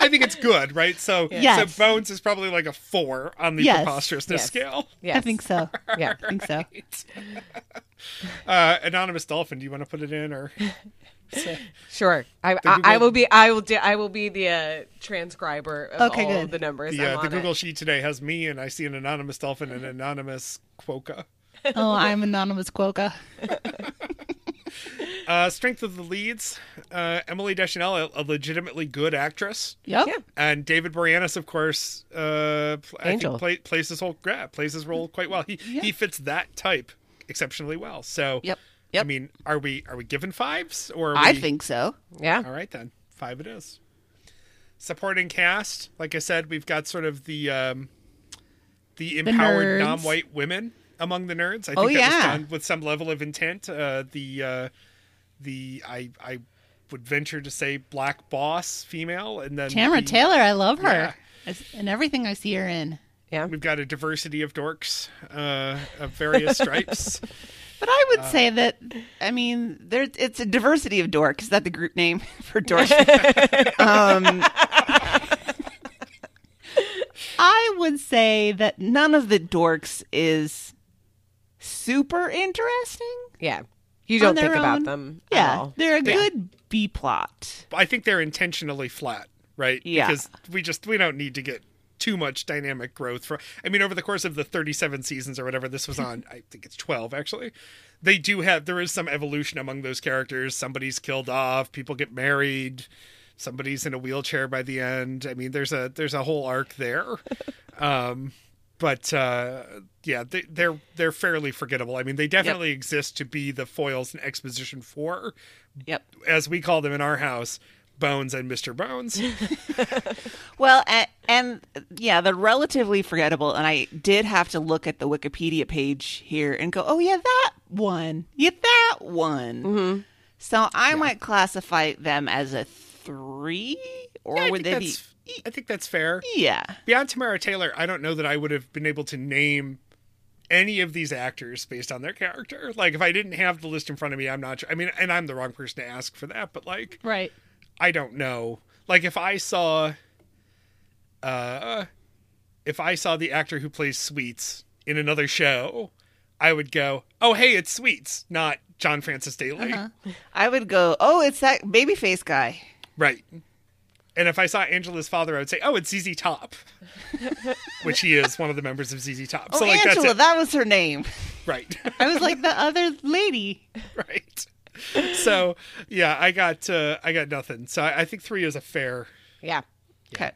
Speaker 1: I think it's good, right? So
Speaker 2: Yes.
Speaker 1: so bones is probably like a four on the
Speaker 2: Yes.
Speaker 1: preposterousness
Speaker 3: Yes.
Speaker 1: scale.
Speaker 3: Yes.
Speaker 4: I think so.
Speaker 3: Yeah.
Speaker 4: I think so.
Speaker 1: Uh, anonymous dolphin, do you want to put it in or?
Speaker 3: Sure. I, I,
Speaker 1: Google-
Speaker 3: I will be I will do, I will be the uh, transcriber of
Speaker 4: Okay,
Speaker 3: all
Speaker 4: good.
Speaker 3: of the numbers.
Speaker 1: The,
Speaker 3: I'm
Speaker 1: uh,
Speaker 3: on
Speaker 1: the Google
Speaker 3: it.
Speaker 1: sheet today has me, and I see an anonymous dolphin and anonymous quokka.
Speaker 4: Oh, I'm anonymous quokka.
Speaker 1: Uh, strength of the leads: uh, Emily Deschanel, a, a legitimately good actress,
Speaker 4: Yep.
Speaker 3: Yeah.
Speaker 1: and David Boreanaz, of course, uh, pl- I
Speaker 3: Angel.
Speaker 1: think play, plays his whole yeah, plays his role quite well. He he fits that type exceptionally well. So
Speaker 2: Yep. Yep.
Speaker 1: I mean, are we are we given fives or? Are
Speaker 2: I
Speaker 1: we-
Speaker 2: think so.
Speaker 3: Yeah.
Speaker 1: all right then, five it is. Supporting cast, like I said, we've got sort of the um, the empowered
Speaker 4: nerds.
Speaker 1: non-white women among the nerds. I think
Speaker 2: Oh,
Speaker 1: that was
Speaker 2: yeah.
Speaker 1: done with some level of intent. Uh, the uh, the I I would venture to say black boss female, and then
Speaker 4: Tamara
Speaker 1: the-
Speaker 4: Taylor, I love
Speaker 1: Yeah.
Speaker 4: her. As- And everything I see her in.
Speaker 3: Yeah.
Speaker 1: We've got a diversity of dorks uh, of various stripes.
Speaker 2: But I would say that I mean there it's a diversity of dork. Is that the group name for dork? um, I would say that none of the dorks is super interesting.
Speaker 3: Yeah. You
Speaker 2: on
Speaker 3: don't
Speaker 2: their
Speaker 3: think about
Speaker 2: own.
Speaker 3: them. at
Speaker 2: Yeah,
Speaker 3: all.
Speaker 2: they're a good B plot.
Speaker 1: I think they're intentionally flat, right?
Speaker 2: Yeah.
Speaker 1: Because we just we don't need to get too much dynamic growth for I mean over the course of the 37 seasons or whatever this was on, I think it's 12 actually. They do have there is some evolution among those characters. Somebody's killed off, people get married, somebody's in a wheelchair by the end. I mean, there's a there's a whole arc there. Um but uh, yeah, they, they're they're fairly forgettable. I mean, they definitely exist to be the foils and exposition for,
Speaker 2: Yep.
Speaker 1: as we call them in our house, Bones and Mister Bones.
Speaker 2: Well, and, and yeah, they're relatively forgettable. And I did have to look at the Wikipedia page here and go, oh, yeah, that one. Yeah, that one.
Speaker 3: Mm-hmm.
Speaker 2: So I might classify them as a three, or
Speaker 1: I
Speaker 2: would
Speaker 1: think
Speaker 2: they be.
Speaker 1: that's e, I think that's fair.
Speaker 2: Yeah.
Speaker 1: Beyond Tamara Taylor, I don't know that I would have been able to name any of these actors based on their character. Like, if I didn't have the list in front of me, I'm not sure. I mean, and I'm the wrong person to ask for that, but like,
Speaker 4: Right.
Speaker 1: I don't know. Like, if I saw, uh, if I saw the actor who plays Sweets in another show, I would go, oh, hey, it's Sweets, not John Francis Daly.
Speaker 2: Uh-huh. I would go, oh, it's that babyface guy.
Speaker 1: Right. And if I saw Angela's father, I would say, "Oh, it's ZZ Top," which he is one of the members of ZZ Top.
Speaker 2: Oh,
Speaker 1: so like
Speaker 2: Angela,
Speaker 1: that's
Speaker 2: that was her name.
Speaker 1: it. right,
Speaker 4: I was like the other lady.
Speaker 1: right. So yeah, I got uh, I got nothing. So I, I think three is a fair
Speaker 3: Yeah.
Speaker 2: Okay.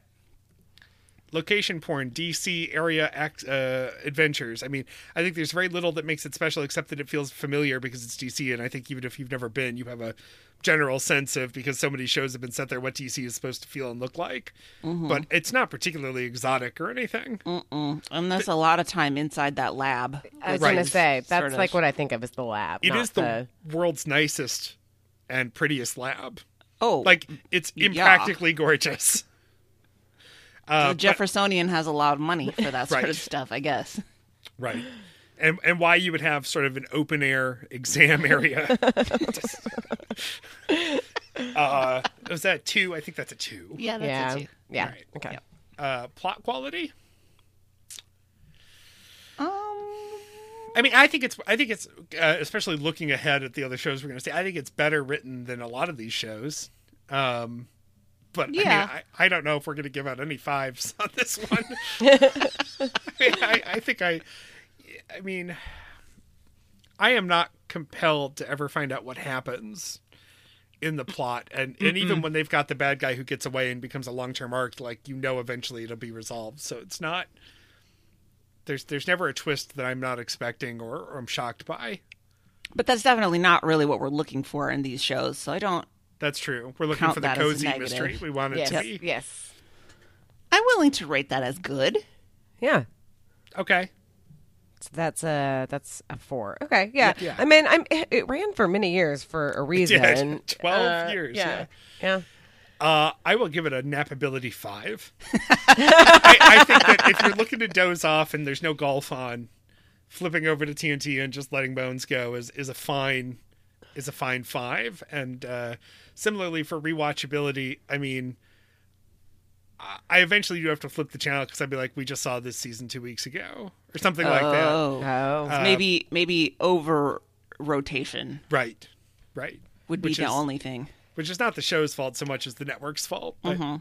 Speaker 1: location porn, DC area ac- uh, adventures. I mean, I think there's very little that makes it special except that it feels familiar because it's DC, and I think even if you've never been, you have a general sense of because so many shows have been set there what DC is supposed to feel and look like.
Speaker 2: Mm-hmm.
Speaker 1: But it's not particularly exotic or anything.
Speaker 2: And that's a lot of time inside that lab.
Speaker 3: I was
Speaker 1: Right.
Speaker 3: gonna say that's
Speaker 2: Sort of.
Speaker 3: like what I think of as the lab.
Speaker 1: It
Speaker 3: not
Speaker 1: is the, world's nicest and prettiest lab.
Speaker 2: Oh,
Speaker 1: Like it's impractically gorgeous.
Speaker 2: the Jeffersonian has allowed money for that sort
Speaker 1: Uh, Right.
Speaker 2: of stuff, I guess.
Speaker 1: Right. And and why you would have sort of an open air exam area. Just- uh was that two? I think that's a two.
Speaker 2: Oh,
Speaker 4: Yeah, that's
Speaker 3: yeah,
Speaker 4: it too.
Speaker 3: yeah.
Speaker 1: Right.
Speaker 3: Okay.
Speaker 1: Uh plot quality?
Speaker 4: Um,
Speaker 1: I mean, I think it's, I think it's, uh, especially looking ahead at the other shows we're going to see, I think it's better written than a lot of these shows. Um, but
Speaker 4: Yeah.
Speaker 1: I, mean, I, I don't know if we're going to give out any fives on this one. I, mean, I, I think I, I mean, I am not compelled to ever find out what happens in the plot, and and even when they've got the bad guy who gets away and becomes a long term arc, like you know, eventually it'll be resolved. So it's not there's there's never a twist that I'm not expecting or, or I'm shocked by.
Speaker 2: But that's definitely not really what we're looking for in these shows. So I don't.
Speaker 1: That's true. We're looking
Speaker 2: Count
Speaker 1: for the
Speaker 2: that as a
Speaker 1: cozy
Speaker 2: negative.
Speaker 1: mystery we want it
Speaker 3: Yes.
Speaker 1: to be.
Speaker 3: Yes.
Speaker 2: I'm willing to rate that as good.
Speaker 3: Yeah.
Speaker 1: Okay.
Speaker 3: So that's a that's a four. Okay, yeah.
Speaker 1: Yeah.
Speaker 3: I mean, I'm it, it ran for many years for a reason. Uh,
Speaker 1: did. 12
Speaker 2: uh,
Speaker 1: years,
Speaker 3: yeah.
Speaker 1: Uh, I will give it a napability five. I, I think that if you're looking to doze off and there's no golf on, flipping over to TNT and just letting bones go is is a fine is a fine five. And uh, similarly for rewatchability, I mean. I- I eventually do have to flip the channel because I'd be like, we just saw this season two weeks ago or something like that.
Speaker 2: oh,
Speaker 3: Oh,
Speaker 1: Uh,
Speaker 2: maybe maybe over rotation
Speaker 1: Right, right.
Speaker 2: would be
Speaker 1: Which
Speaker 2: the
Speaker 1: is-
Speaker 2: only thing.
Speaker 1: which is not the show's fault so much as the network's fault. But
Speaker 2: Mm-hmm.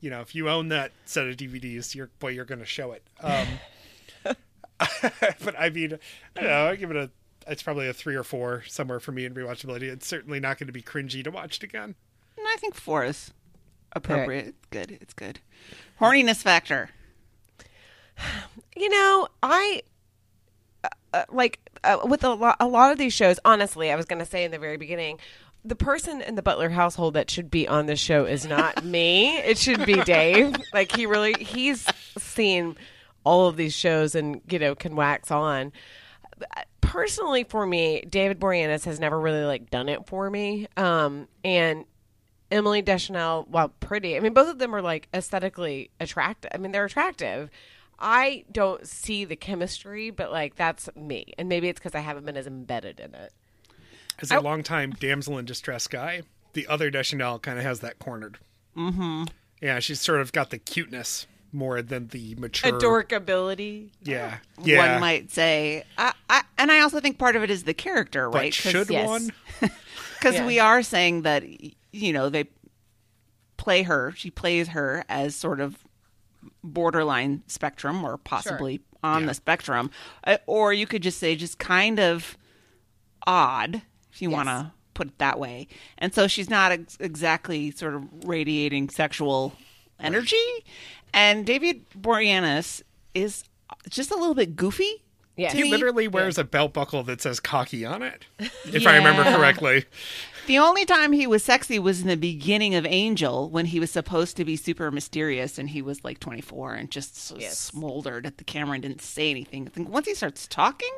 Speaker 1: you know, if you own that set of DVDs, you're boy, you're going to show it. Um, but I mean, I don't know. I give it a. It's probably a three or four somewhere for me in rewatchability. It's certainly not going to be cringy to watch it again.
Speaker 2: And I think four is appropriate. Good, it's good. Horniness factor.
Speaker 3: you know, I uh, like uh, with a lot, a lot of these shows. Honestly, I was going to say in the very beginning, the person in the Butler household that should be on this show is not me. It should be Dave. Like he really, he's seen all of these shows and you know can wax on. Personally, for me, David Boreanaz has never really like done it for me. Um, and Emily Deschanel, while pretty, I mean, both of them are like aesthetically attractive. I mean, they're attractive. I don't see the chemistry, but like that's me. And maybe it's because I haven't been as embedded in it.
Speaker 1: As a longtime damsel in distress guy, the other Deschanel kind of has that cornered. Mm-hmm. Yeah, she's sort of got the cuteness more than the mature.
Speaker 3: Adorkability.
Speaker 1: Yeah, yeah.
Speaker 2: One might say, I, I, and I also think part of it is the character,
Speaker 1: but
Speaker 2: right? 'Cause-
Speaker 1: should
Speaker 3: yes.
Speaker 1: one?
Speaker 2: because
Speaker 3: Yeah.
Speaker 2: we are saying that y- you know they play her she plays her as sort of borderline spectrum or possibly on the spectrum Uh, or you could just say just kind of odd if you want to put it that way and so she's not ex- exactly sort of radiating sexual energy and david boreanaz is just a little bit goofy.
Speaker 3: Yeah.
Speaker 2: to
Speaker 3: He
Speaker 2: me.
Speaker 1: He literally wears a belt buckle that says cocky on it, if I remember
Speaker 4: Yeah.
Speaker 1: correctly.
Speaker 2: The only time he was sexy was in the beginning of Angel when he was supposed to be super mysterious and he was like 24 and just s-
Speaker 3: Yes.
Speaker 2: smoldered at the camera and didn't say anything. I think once he starts talking,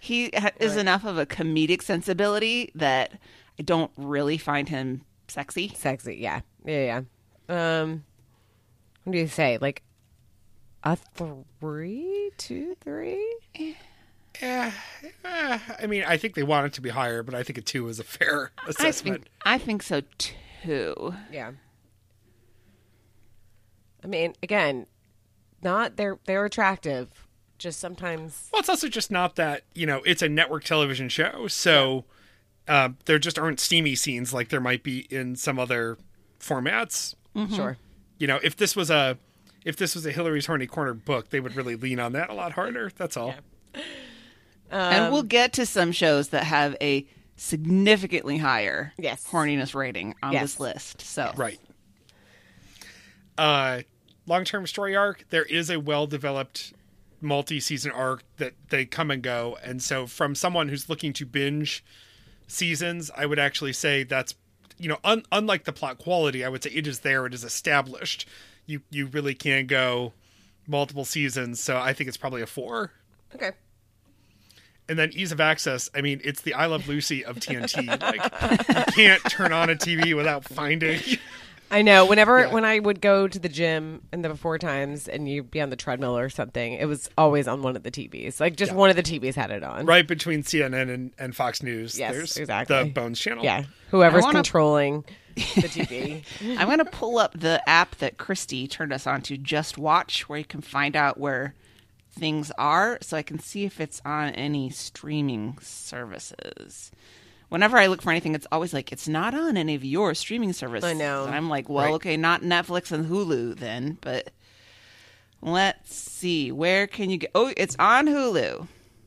Speaker 2: he ha- is enough of a comedic sensibility that I don't really find him sexy.
Speaker 3: Sexy. Yeah. Yeah. Yeah. Um, what do you say? Like a three, two, three?
Speaker 1: Eh, I mean, I think they want it to be higher, but I think a two is a fair
Speaker 2: I
Speaker 1: assessment.
Speaker 2: think, I think so too.
Speaker 3: Yeah. I mean, again, not they're they're attractive. Just sometimes
Speaker 1: Well, it's also just not that you know it's a network television show, so uh, there just aren't steamy scenes like there might be in some other formats.
Speaker 3: sure.
Speaker 1: You know, if this was a if this was a Hillary's Horny Corner book, they would really lean on that a lot harder. That's all.
Speaker 2: and
Speaker 3: Um,
Speaker 2: we'll get to some shows that have a significantly higher
Speaker 3: Yes.
Speaker 2: horniness rating on
Speaker 3: Yes.
Speaker 2: this list. So
Speaker 1: Right. Uh, long term story arc. There is a well developed multi season arc that they come and go, and so from someone who's looking to binge seasons, I would actually say that's you know un- unlike the plot quality, I would say it is there. It is established. You you really can go multiple seasons, so I think it's probably a four.
Speaker 3: Okay.
Speaker 1: And then ease of access. I mean, it's the I Love Lucy of TNT. Like you can't turn on a TV without finding.
Speaker 3: I know. Whenever when I would go to the gym in the before times and you'd be on the treadmill or something, it was always on one of the TVs. Like just one of the TVs had it on.
Speaker 1: right between CNN and, and Fox News.
Speaker 3: Yes,
Speaker 1: there's
Speaker 3: exactly.
Speaker 1: The Bones Channel.
Speaker 3: Yeah. Whoever's
Speaker 2: I wanna-
Speaker 3: controlling the TV.
Speaker 2: I'm going to pull up the app that Christy turned us on to Just Watch, where you can find out where things are so I can see if it's on any streaming services. Whenever I look for anything, it's always like, it's not on any of your streaming services.
Speaker 3: I know.
Speaker 2: And I'm like, well, okay, not Netflix and Hulu then, but let's see. Where can you get? Oh, it's on Hulu.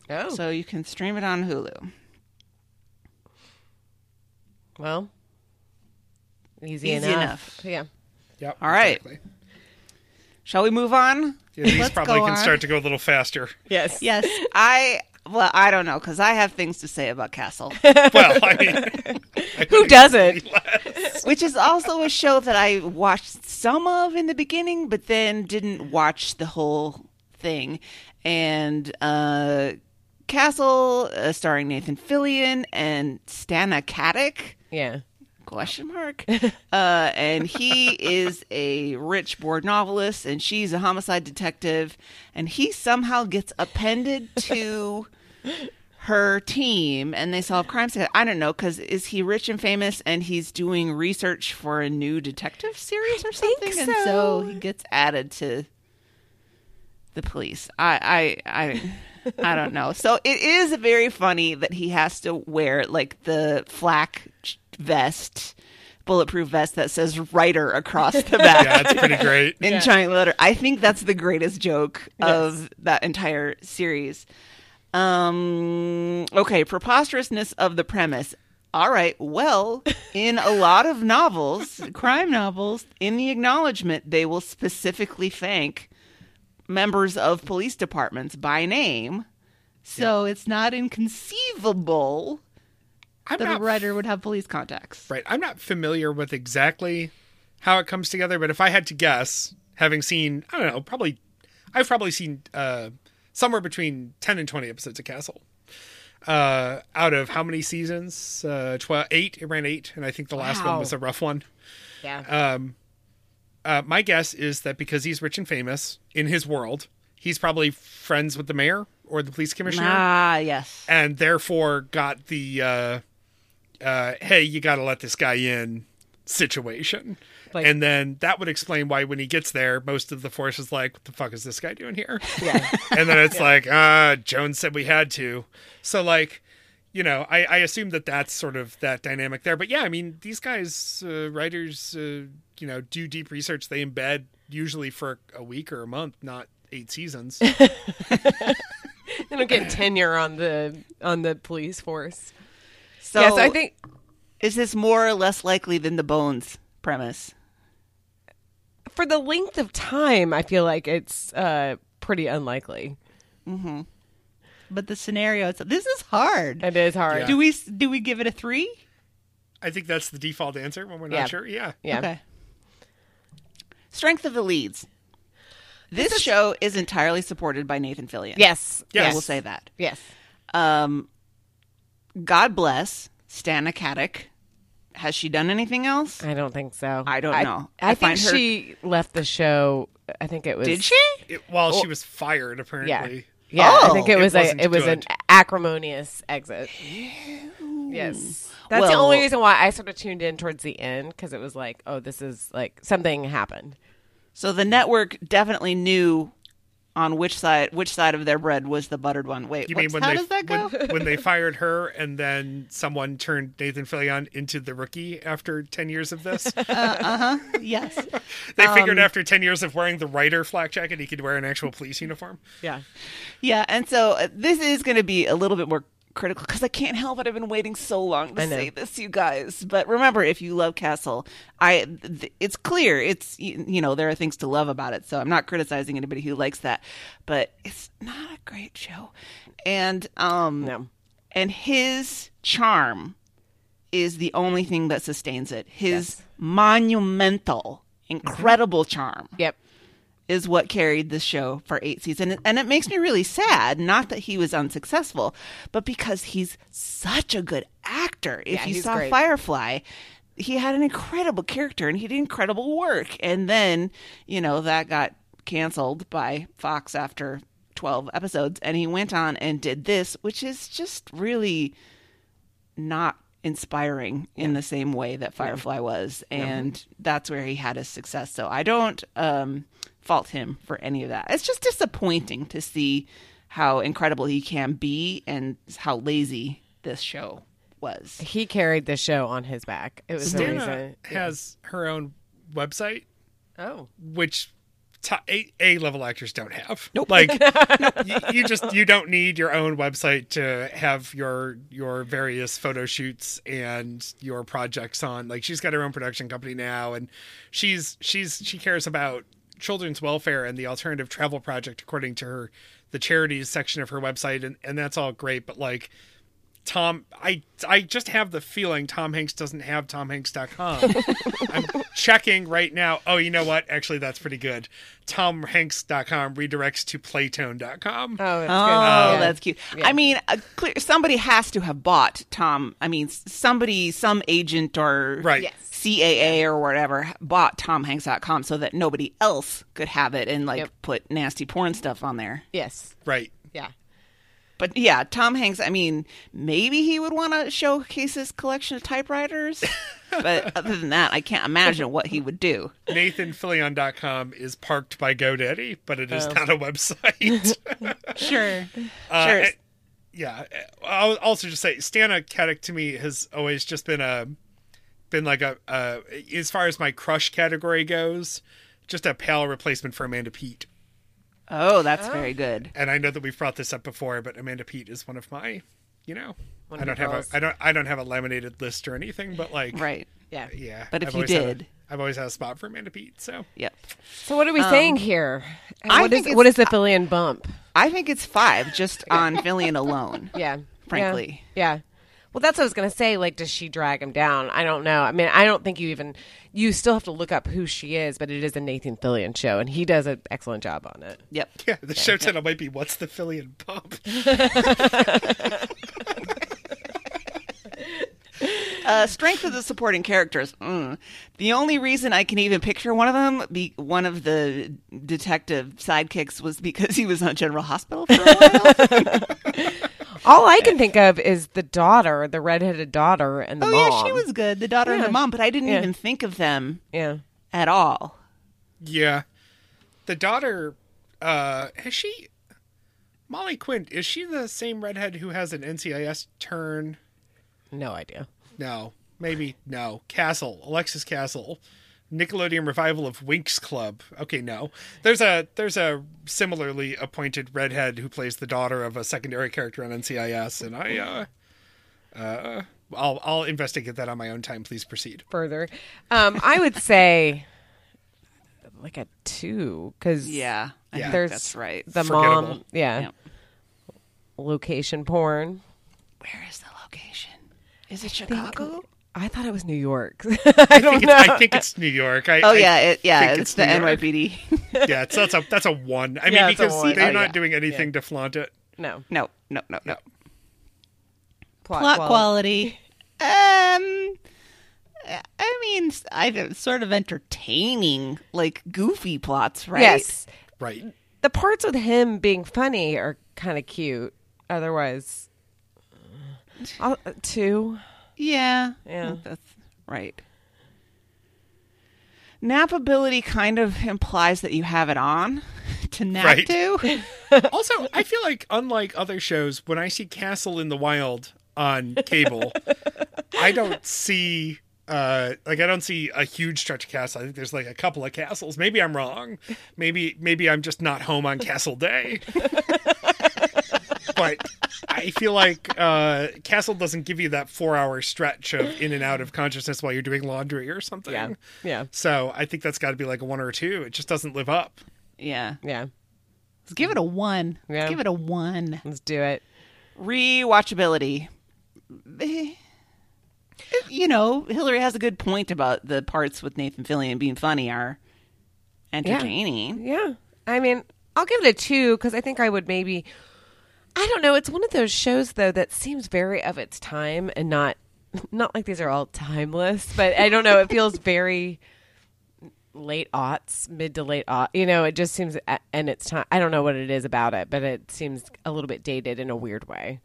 Speaker 3: oh.
Speaker 2: So you can stream it on Hulu.
Speaker 3: well. Easy,
Speaker 2: Easy
Speaker 3: enough.
Speaker 2: enough.
Speaker 3: Yeah.
Speaker 1: Yep.
Speaker 2: All right.
Speaker 1: exactly.
Speaker 2: Shall we move on?
Speaker 1: Yeah, these
Speaker 4: Let's
Speaker 1: probably
Speaker 4: go
Speaker 1: can
Speaker 4: on.
Speaker 1: start to go a little faster.
Speaker 3: Yes.
Speaker 4: Yes.
Speaker 2: I, well, I don't know because I have things to say about Castle.
Speaker 1: Well, I mean,
Speaker 3: Who doesn't?
Speaker 2: which is also a show that I watched some of in the beginning, but then didn't watch the whole thing. And uh, Castle, uh, starring Nathan Fillion and Stana Katic,
Speaker 3: Yeah.
Speaker 2: question mark, uh, and he is a rich board novelist, and she's a homicide detective, and he somehow gets appended to. her team and they solve crimes together. I don't know because is he rich and famous and he's doing research for a new detective series or something? And so he gets added to the police. I I I, I don't know. So it is very funny that he has to wear like the flak vest, bulletproof vest that says writer across the back
Speaker 1: yeah, that's pretty great.
Speaker 2: in giant letter. I think that's the greatest joke of that entire series. Um, okay, preposterousness of the premise. All right. Well, in a lot of novels,
Speaker 4: Crime novels.
Speaker 2: in the acknowledgement, they will specifically thank members of police departments by name.
Speaker 4: So it's not inconceivable
Speaker 1: I'm
Speaker 4: that a
Speaker 1: not
Speaker 4: writer would have police contacts.
Speaker 1: right. I'm not familiar with exactly how it comes together, but if I had to guess, having seen, I don't know, probably, I've probably seen uh, somewhere between ten and twenty episodes of Castle. Uh, out of how many seasons? Uh, twelve, eight. It ran eight, and I think the last one
Speaker 2: Wow.
Speaker 1: was a rough one.
Speaker 3: Yeah.
Speaker 1: uh, my guess is that because he's rich and famous in his world, he's probably friends with the mayor or the police commissioner,
Speaker 2: Ah, yes.
Speaker 1: and therefore got the uh, uh, "hey, you got to let this guy in" situation.
Speaker 3: Like-
Speaker 1: and then that would explain why when he gets there, most of the force is like, "What the fuck is this guy doing here?"
Speaker 3: yeah.
Speaker 1: and then it's like, "Ah, Jones said we had to." So like. You know, I, I assume that that's sort of that dynamic there. But yeah, I mean, these guys, uh, writers, uh, you know, do deep research. They embed usually for a week or a month, not eight seasons.
Speaker 3: They don't get tenure on the on the police force.
Speaker 2: So,
Speaker 3: yes, I think
Speaker 2: is this more or less likely than the Bones premise?
Speaker 3: for the length of time, I feel like it's uh, pretty unlikely.
Speaker 4: But the scenario, it's, this is hard.
Speaker 3: It is hard.
Speaker 1: Yeah.
Speaker 4: Do we do we give it a three?
Speaker 1: I think that's the default answer when we're not
Speaker 3: Yeah.
Speaker 1: sure. Yeah.
Speaker 3: Yeah.
Speaker 4: Okay.
Speaker 2: Strength of the leads. This, show is entirely supported by Nathan Fillion.
Speaker 3: Yes.
Speaker 1: Yes.
Speaker 2: I will say that.
Speaker 3: Yes.
Speaker 2: Um, God bless Stana Katic. Has she done anything else?
Speaker 3: I don't think so.
Speaker 2: I don't know.
Speaker 3: I,
Speaker 2: I
Speaker 3: think
Speaker 2: find her-
Speaker 3: she left the show. I think it was.
Speaker 2: Did she?
Speaker 1: It, while she was fired,
Speaker 3: Yeah.
Speaker 1: apparently.
Speaker 3: Yeah. I
Speaker 2: Oh.
Speaker 3: think it
Speaker 1: It
Speaker 3: was a
Speaker 1: wasn't
Speaker 3: it was an
Speaker 1: good.
Speaker 3: acrimonious exit. Yes. That's the
Speaker 2: Well-
Speaker 3: only reason why I sort of tuned in towards the end because it was like, oh, this is like something happened.
Speaker 2: So the network definitely knew on which side which side of their bread was the buttered one. Wait,
Speaker 1: You mean
Speaker 2: what's-
Speaker 1: when
Speaker 2: how
Speaker 1: they
Speaker 2: does that go?
Speaker 1: When, when they fired her and then someone turned Nathan Fillion into the rookie after 10 years of this?
Speaker 4: Yes.
Speaker 1: they figured after 10 years of wearing the writer flak jacket, he could wear an actual police uniform.
Speaker 3: Yeah.
Speaker 2: Yeah, and so uh, this is going to be a little bit more critical because I can't help it. I've been waiting so long to
Speaker 3: I know.
Speaker 2: say this, you guys. But remember, if you love Castle, I th- it's clear it's you, you know there are things to love about it. So I'm not criticizing anybody who likes that, but it's not a great show. And um,
Speaker 3: No.
Speaker 2: and his charm is the only thing that sustains it. His monumental, incredible charm
Speaker 3: Yep.
Speaker 2: is what carried the show for eight seasons. And it makes me really sad, not that he was unsuccessful, but because he's such a good actor. If
Speaker 3: Yeah,
Speaker 2: you
Speaker 3: he's
Speaker 2: saw
Speaker 3: great.
Speaker 2: Firefly, he had an incredible character and he did incredible work. And then, you know, that got canceled by Fox after 12 episodes. And he went on and did this, which is just really not inspiring in the same way that Firefly was, and that's where he had his success. So I don't um, fault him for any of that. It's just disappointing to see how incredible he can be and how lazy this show was.
Speaker 3: He carried the show on his back. It was the
Speaker 1: Dana
Speaker 2: uh,
Speaker 3: reason.
Speaker 1: has her own website,
Speaker 3: Oh.
Speaker 1: which A level actors don't have. Nope. Like you, you just you don't need your own website to have your your various photo shoots and your projects on. Like she's got her own production company now, and she's she's she cares about children's welfare and the alternative travel project according to her the charities section of her website and, and that's all great but like Tom, I I just have the feeling Tom Hanks doesn't have tomhanks.com. I'm checking right now. Oh, you know what? Actually, that's pretty good. Tomhanks.com redirects to playtone.com.
Speaker 3: Oh, that's
Speaker 2: Oh,
Speaker 3: good.
Speaker 2: that's cute. I mean, uh, clear, somebody has to have bought Tom. I mean, s- somebody, some agent or
Speaker 1: Right. Yes.
Speaker 2: CAA or whatever bought TomHanks.com so that nobody else could have it and like
Speaker 3: Yep.
Speaker 2: put nasty porn stuff on there.
Speaker 3: Yes.
Speaker 1: Right.
Speaker 3: Yeah.
Speaker 2: But yeah, Tom Hanks. I mean, maybe he would want to showcase his collection of typewriters, but other than that, I can't imagine what he would do.
Speaker 1: NathanFillion.com is parked by GoDaddy, but it is not a website.
Speaker 4: Sure.
Speaker 2: sure.
Speaker 1: eh, yeah. I'll also just say Stana Katic to me has always just been a been like a, a as far as my crush category goes, just a pale replacement for Amanda Pete.
Speaker 2: oh, that's very good.
Speaker 1: and I know that we've brought this up before, but Amanda Pete is one of my, you know,
Speaker 3: One
Speaker 1: I
Speaker 3: of your
Speaker 1: don't have a,
Speaker 3: girls.
Speaker 1: I don't, I don't have a laminated list or anything, but like,
Speaker 2: Right.
Speaker 3: Yeah.
Speaker 1: yeah.
Speaker 2: But if you
Speaker 1: always had a-
Speaker 2: did-
Speaker 1: I've always had a spot for Amanda Pete, so
Speaker 2: Yep.
Speaker 3: So what are we saying here? And
Speaker 2: Um, I
Speaker 3: what is-
Speaker 2: think it's-
Speaker 3: what is the Fillion bump?
Speaker 2: I think it's five just on Fillion alone.
Speaker 3: Yeah.
Speaker 2: Frankly.
Speaker 3: Yeah. Yeah. Well, that's what I was gonna say. Like, does she drag him down? I don't know. I mean, I don't think you even. You still have to look up who she is, but it is a Nathan Fillion show, and he does an excellent job on it.
Speaker 2: Yep.
Speaker 1: yeah. The show title might be "What's the Fillion Pump?"
Speaker 2: Uh, strength of the supporting characters. Mm. The only reason I can even picture one of them, be, one of the detective sidekicks, was because he was on General Hospital for a while.
Speaker 3: All I can think of is the daughter, the redheaded daughter, and the
Speaker 4: Oh
Speaker 3: mom.
Speaker 4: yeah, she was good. The daughter and
Speaker 2: the
Speaker 4: the mom.
Speaker 2: mom, but I didn't even think of them
Speaker 3: Yeah.
Speaker 2: at all.
Speaker 1: yeah, the daughter, uh, has she? Molly Quint is she the same redhead who has an NCIS turn?
Speaker 3: No idea.
Speaker 1: No, maybe no. Castle, Alexis Castle, Nickelodeon revival of Winx Club. Okay, no. There's a there's a similarly appointed redhead who plays the daughter of a secondary character on NCIS, and I uh, uh, I'll I'll investigate that on my own time. Please proceed.
Speaker 3: Further, um, I would say like a two because
Speaker 2: Yeah, I
Speaker 1: Yeah.
Speaker 2: think
Speaker 3: There's
Speaker 2: that's right.
Speaker 3: the
Speaker 1: Forgettable.
Speaker 3: mom. Yeah.
Speaker 2: Yep.
Speaker 3: location porn.
Speaker 2: Where is the location? Is it Chicago?
Speaker 3: I thought it was New York. I
Speaker 1: I
Speaker 3: don't
Speaker 1: think, it's,
Speaker 3: know.
Speaker 1: I think it's New York. I,
Speaker 2: Oh
Speaker 1: I
Speaker 2: yeah, it, yeah,
Speaker 1: think
Speaker 2: it's, the
Speaker 1: New York.
Speaker 2: NYPD.
Speaker 1: Yeah, it's, that's a that's a one. I mean,
Speaker 3: Yeah, it's a
Speaker 1: because
Speaker 3: one.
Speaker 1: they're
Speaker 3: Oh,
Speaker 1: not
Speaker 3: yeah.
Speaker 1: doing anything to flaunt it.
Speaker 3: no
Speaker 2: no, no, no, no.
Speaker 3: plot,
Speaker 4: Plot
Speaker 3: quali-
Speaker 4: quality. Um, I mean, I don't- sort of entertaining, like goofy plots, right?
Speaker 3: Yes,
Speaker 1: Right.
Speaker 3: the parts with him being funny are kind of cute. Otherwise, I'll, uh, two.
Speaker 4: Yeah.
Speaker 3: Yeah.
Speaker 2: That's right. Nappability kind of implies that you have it on.
Speaker 4: To nap
Speaker 1: Right.
Speaker 4: to.
Speaker 1: Also, I feel like unlike other shows, when I see Castle in the Wild on cable, I don't see uh like I don't see a huge stretch of castle. I think there's like a couple of castles. Maybe I'm wrong. Maybe maybe I'm just not home on Castle Day. but I feel like uh Castle doesn't give you that 4-hour stretch of in and out of consciousness while you're doing laundry or something.
Speaker 3: Yeah, yeah,
Speaker 1: So, I think that's got to be like a 1 or a 2. It just doesn't live up.
Speaker 2: Yeah.
Speaker 3: yeah.
Speaker 4: Let's give it a one.
Speaker 3: Yeah.
Speaker 4: Let's give it a one.
Speaker 3: Let's do it.
Speaker 2: Rewatchability. Eh, You know, Hillary has a good point about the parts with Nathan Fillion being funny are entertaining.
Speaker 3: Yeah. I mean, I'll give it a two because I think I would maybe. I don't know. It's one of those shows though that seems very of its time and not not like these are all timeless, but I don't know. It feels very late aughts, mid to late aught. You know, it just seems a- and it's time. I don't know what it is about it, but it seems a little bit dated in a weird way.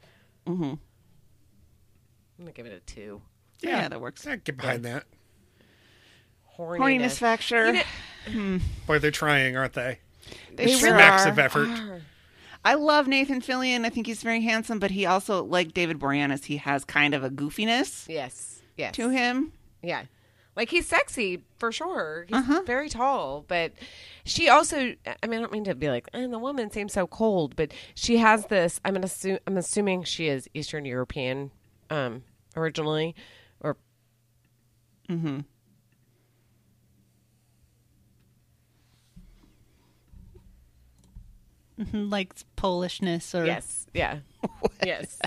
Speaker 3: Mm-hmm. I'm gonna give it a two.
Speaker 2: Yeah, that works.
Speaker 1: I can get behind that.
Speaker 3: Horniness.
Speaker 2: Horniness factor.
Speaker 1: Boy, they're trying, aren't they?
Speaker 2: They
Speaker 1: It's
Speaker 2: sure
Speaker 1: smacks
Speaker 2: are.
Speaker 1: of effort.
Speaker 2: I love Nathan Fillion. I think he's very handsome, but he also, like David Boreanaz, he has kind of a goofiness
Speaker 3: Yes. Yes.
Speaker 2: to him.
Speaker 3: Yeah. Like he's sexy for sure. He's very tall, but she also I mean I don't mean to be like, and the woman seems so cold, but she has this I'm gonna assume I'm assuming she is Eastern European um originally or
Speaker 4: Like Polishness or
Speaker 3: yes, yeah. yes.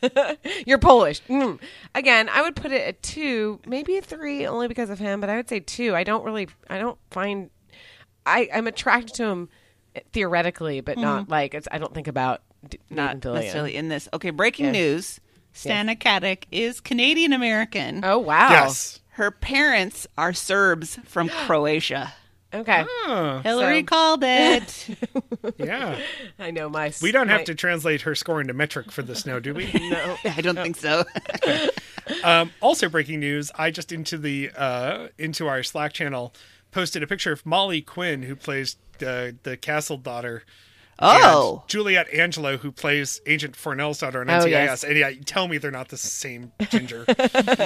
Speaker 3: You're Polish. Mm. Again, I would put it at 2, maybe a 3 only because of him, but I would say 2. I don't really I don't find I I'm attracted to him theoretically,
Speaker 1: Mm-hmm.
Speaker 3: but not like it's I don't think about d-
Speaker 2: Not
Speaker 3: Nathan Fillion.
Speaker 2: necessarily in this. Okay, breaking news.
Speaker 4: Stana Katic is Canadian American.
Speaker 3: Oh
Speaker 2: Ah.
Speaker 3: wow!
Speaker 1: Yes.
Speaker 2: Her parents are Serbs from Croatia.
Speaker 3: Okay.
Speaker 1: Huh,
Speaker 4: Hillary
Speaker 3: So-
Speaker 4: called it.
Speaker 1: yeah.
Speaker 3: I know my.
Speaker 1: We don't have
Speaker 3: my-
Speaker 1: to translate her score into metric for this now, do we?
Speaker 3: No.
Speaker 2: I don't think so.
Speaker 1: Um, also breaking news, I just into the uh, into our Slack channel posted a picture of Molly Quinn who plays the the castle daughter. and
Speaker 2: Oh.
Speaker 1: Juliet Angelo, who plays Agent Fornell's daughter on
Speaker 3: Oh,
Speaker 1: NCIS,
Speaker 3: yes.
Speaker 1: and yeah, tell me they're not the same ginger.